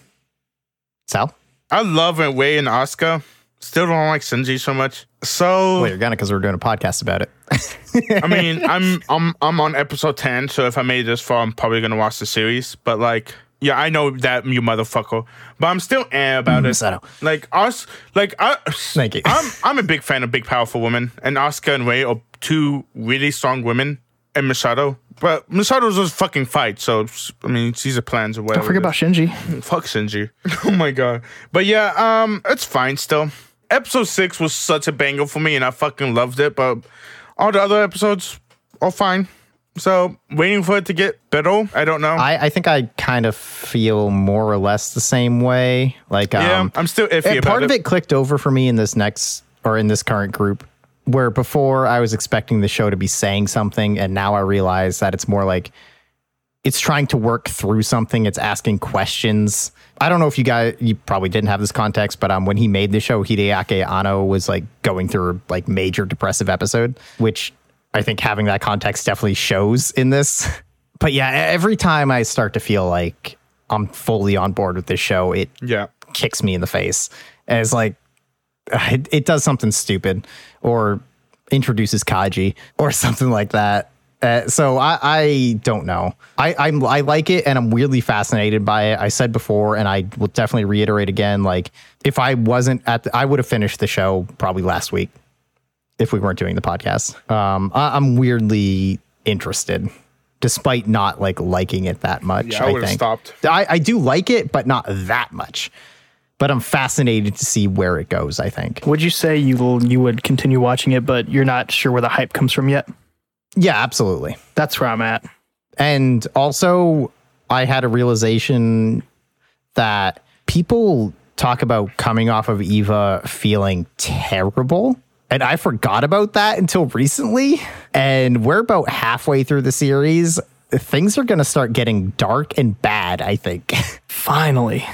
C: Sal.
A: I love and Wei and Asuka. Still don't like Senji so much. So
C: Well, you're gonna because we're doing a podcast about it. <laughs>
A: I mean, I'm I'm I'm on episode ten, so if I made it this far, I'm probably gonna watch the series. But like, yeah, I know that you motherfucker, but I'm still eh about it.
C: Masato.
A: Like us, like I,
C: Mm-hmm. Thank you.
A: I'm I'm a big fan of big powerful women, and Asuka and Rei are two really strong women, and Masato. But Masato's a fucking fight, so I mean, she's a plans or whatever.
B: don't forget
A: it
B: about
A: is.
B: Shinji.
A: Fuck Senju. <laughs> Oh my god. But yeah, um, it's fine still. Episode six was such a banger for me, and I fucking loved it. But all the other episodes are fine. So waiting for it to get better. I don't know.
C: I, I think I kind of feel more or less the same way. Like,
A: yeah,
C: um,
A: I'm still iffy
C: and
A: about
C: part of it clicked over for me in this next or in this current group, where before I was expecting the show to be saying something, and now I realize that it's more like it's trying to work through something. It's asking questions. I don't know if you guys, you probably didn't have this context, but um, when he made the show, Hideaki Anno was like going through like major depressive episode, which I think having that context definitely shows in this. <laughs> But yeah, e- every time I start to feel like I'm fully on board with this show, it
A: Yeah.
C: kicks me in the face as like uh, it, it does something stupid or introduces Kaji or <laughs> something like that. Uh, so I, I don't know. I I'm, I like it and I'm weirdly fascinated by it. I said before, and I will definitely reiterate again. Like if I wasn't at, the, I would have finished the show probably last week if we weren't doing the podcast. Um, I, I'm weirdly interested, despite not like liking it that much.
A: Yeah, I would've
C: think.
A: stopped.
C: I, I do like it, but not that much. But I'm fascinated to see where it goes. I think.
B: Would you say you will, you would continue watching it, but you're not sure where the hype comes from yet?
C: Yeah, absolutely.
B: That's where I'm at.
C: And also, I had a realization that people talk about coming off of Eva feeling terrible. And I forgot about that until recently. And we're about halfway through the series. Things are going to start getting dark and bad, I think. <laughs>
B: Finally,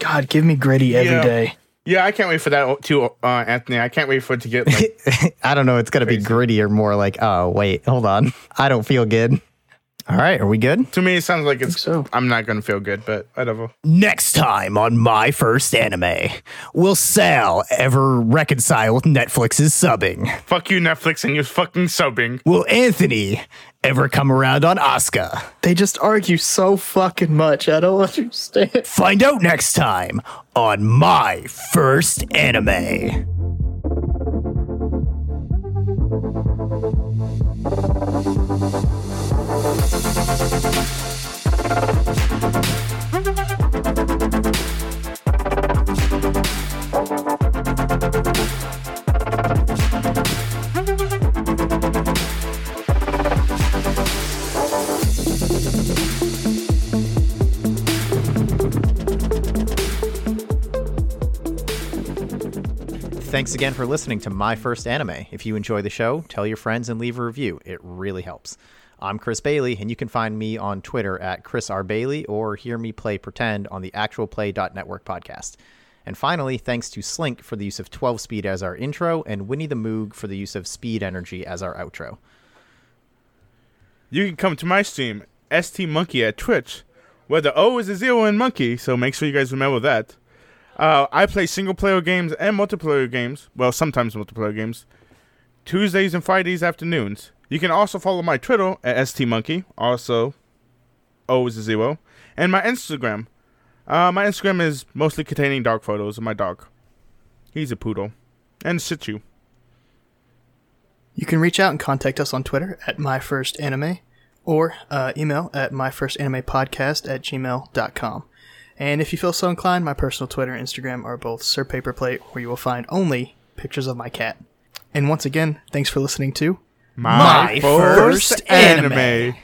B: God, give me gritty every
A: Yeah.
B: day.
A: Yeah, I can't wait for that too, uh, Anthony. I can't wait for it to get like,
C: <laughs> I don't know. It's going to be gritty or more like, oh, wait, hold on. I don't feel good. All right. Are we good?
A: to me. It sounds like it's.
B: so.
A: I'm not gonna feel good, but whatever.
C: Next time on My First Anime, will Sal ever reconcile with Netflix's subbing?
A: Fuck you, Netflix, and you're fucking subbing.
C: Will Anthony ever come around on Asuka?
B: They just argue so fucking much. I don't <laughs> understand.
C: Find out next time on My First Anime. Thanks again for listening to My First Anime. If you enjoy the show, tell your friends and leave a review. It really helps. I'm Chris Bailey, and you can find me on Twitter at Chris R. Bailey or hear me play pretend on the actualplay.network podcast. And finally, thanks to Slink for the use of 12 speed as our intro and Winnie the Moog for the use of speed energy as our outro.
A: You can come to my stream, St Monkey at Twitch, where the O is a zero in Monkey, so make sure you guys remember that. Uh, I play single player games and multiplayer games. Well, sometimes multiplayer games. Tuesdays and Fridays afternoons. You can also follow my Twitter at STMonkey, also O is a zero, and my Instagram. Uh, my Instagram is mostly containing dog photos of my dog. He's a poodle. And situ.
B: You can reach out and contact us on Twitter at myfirstanime or uh, email at myfirstanimepodcast at gmail.com. And if you feel so inclined, my personal Twitter and Instagram are both Sir Paperplate, where you will find only pictures of my cat. And once again, thanks for listening to
C: My first anime.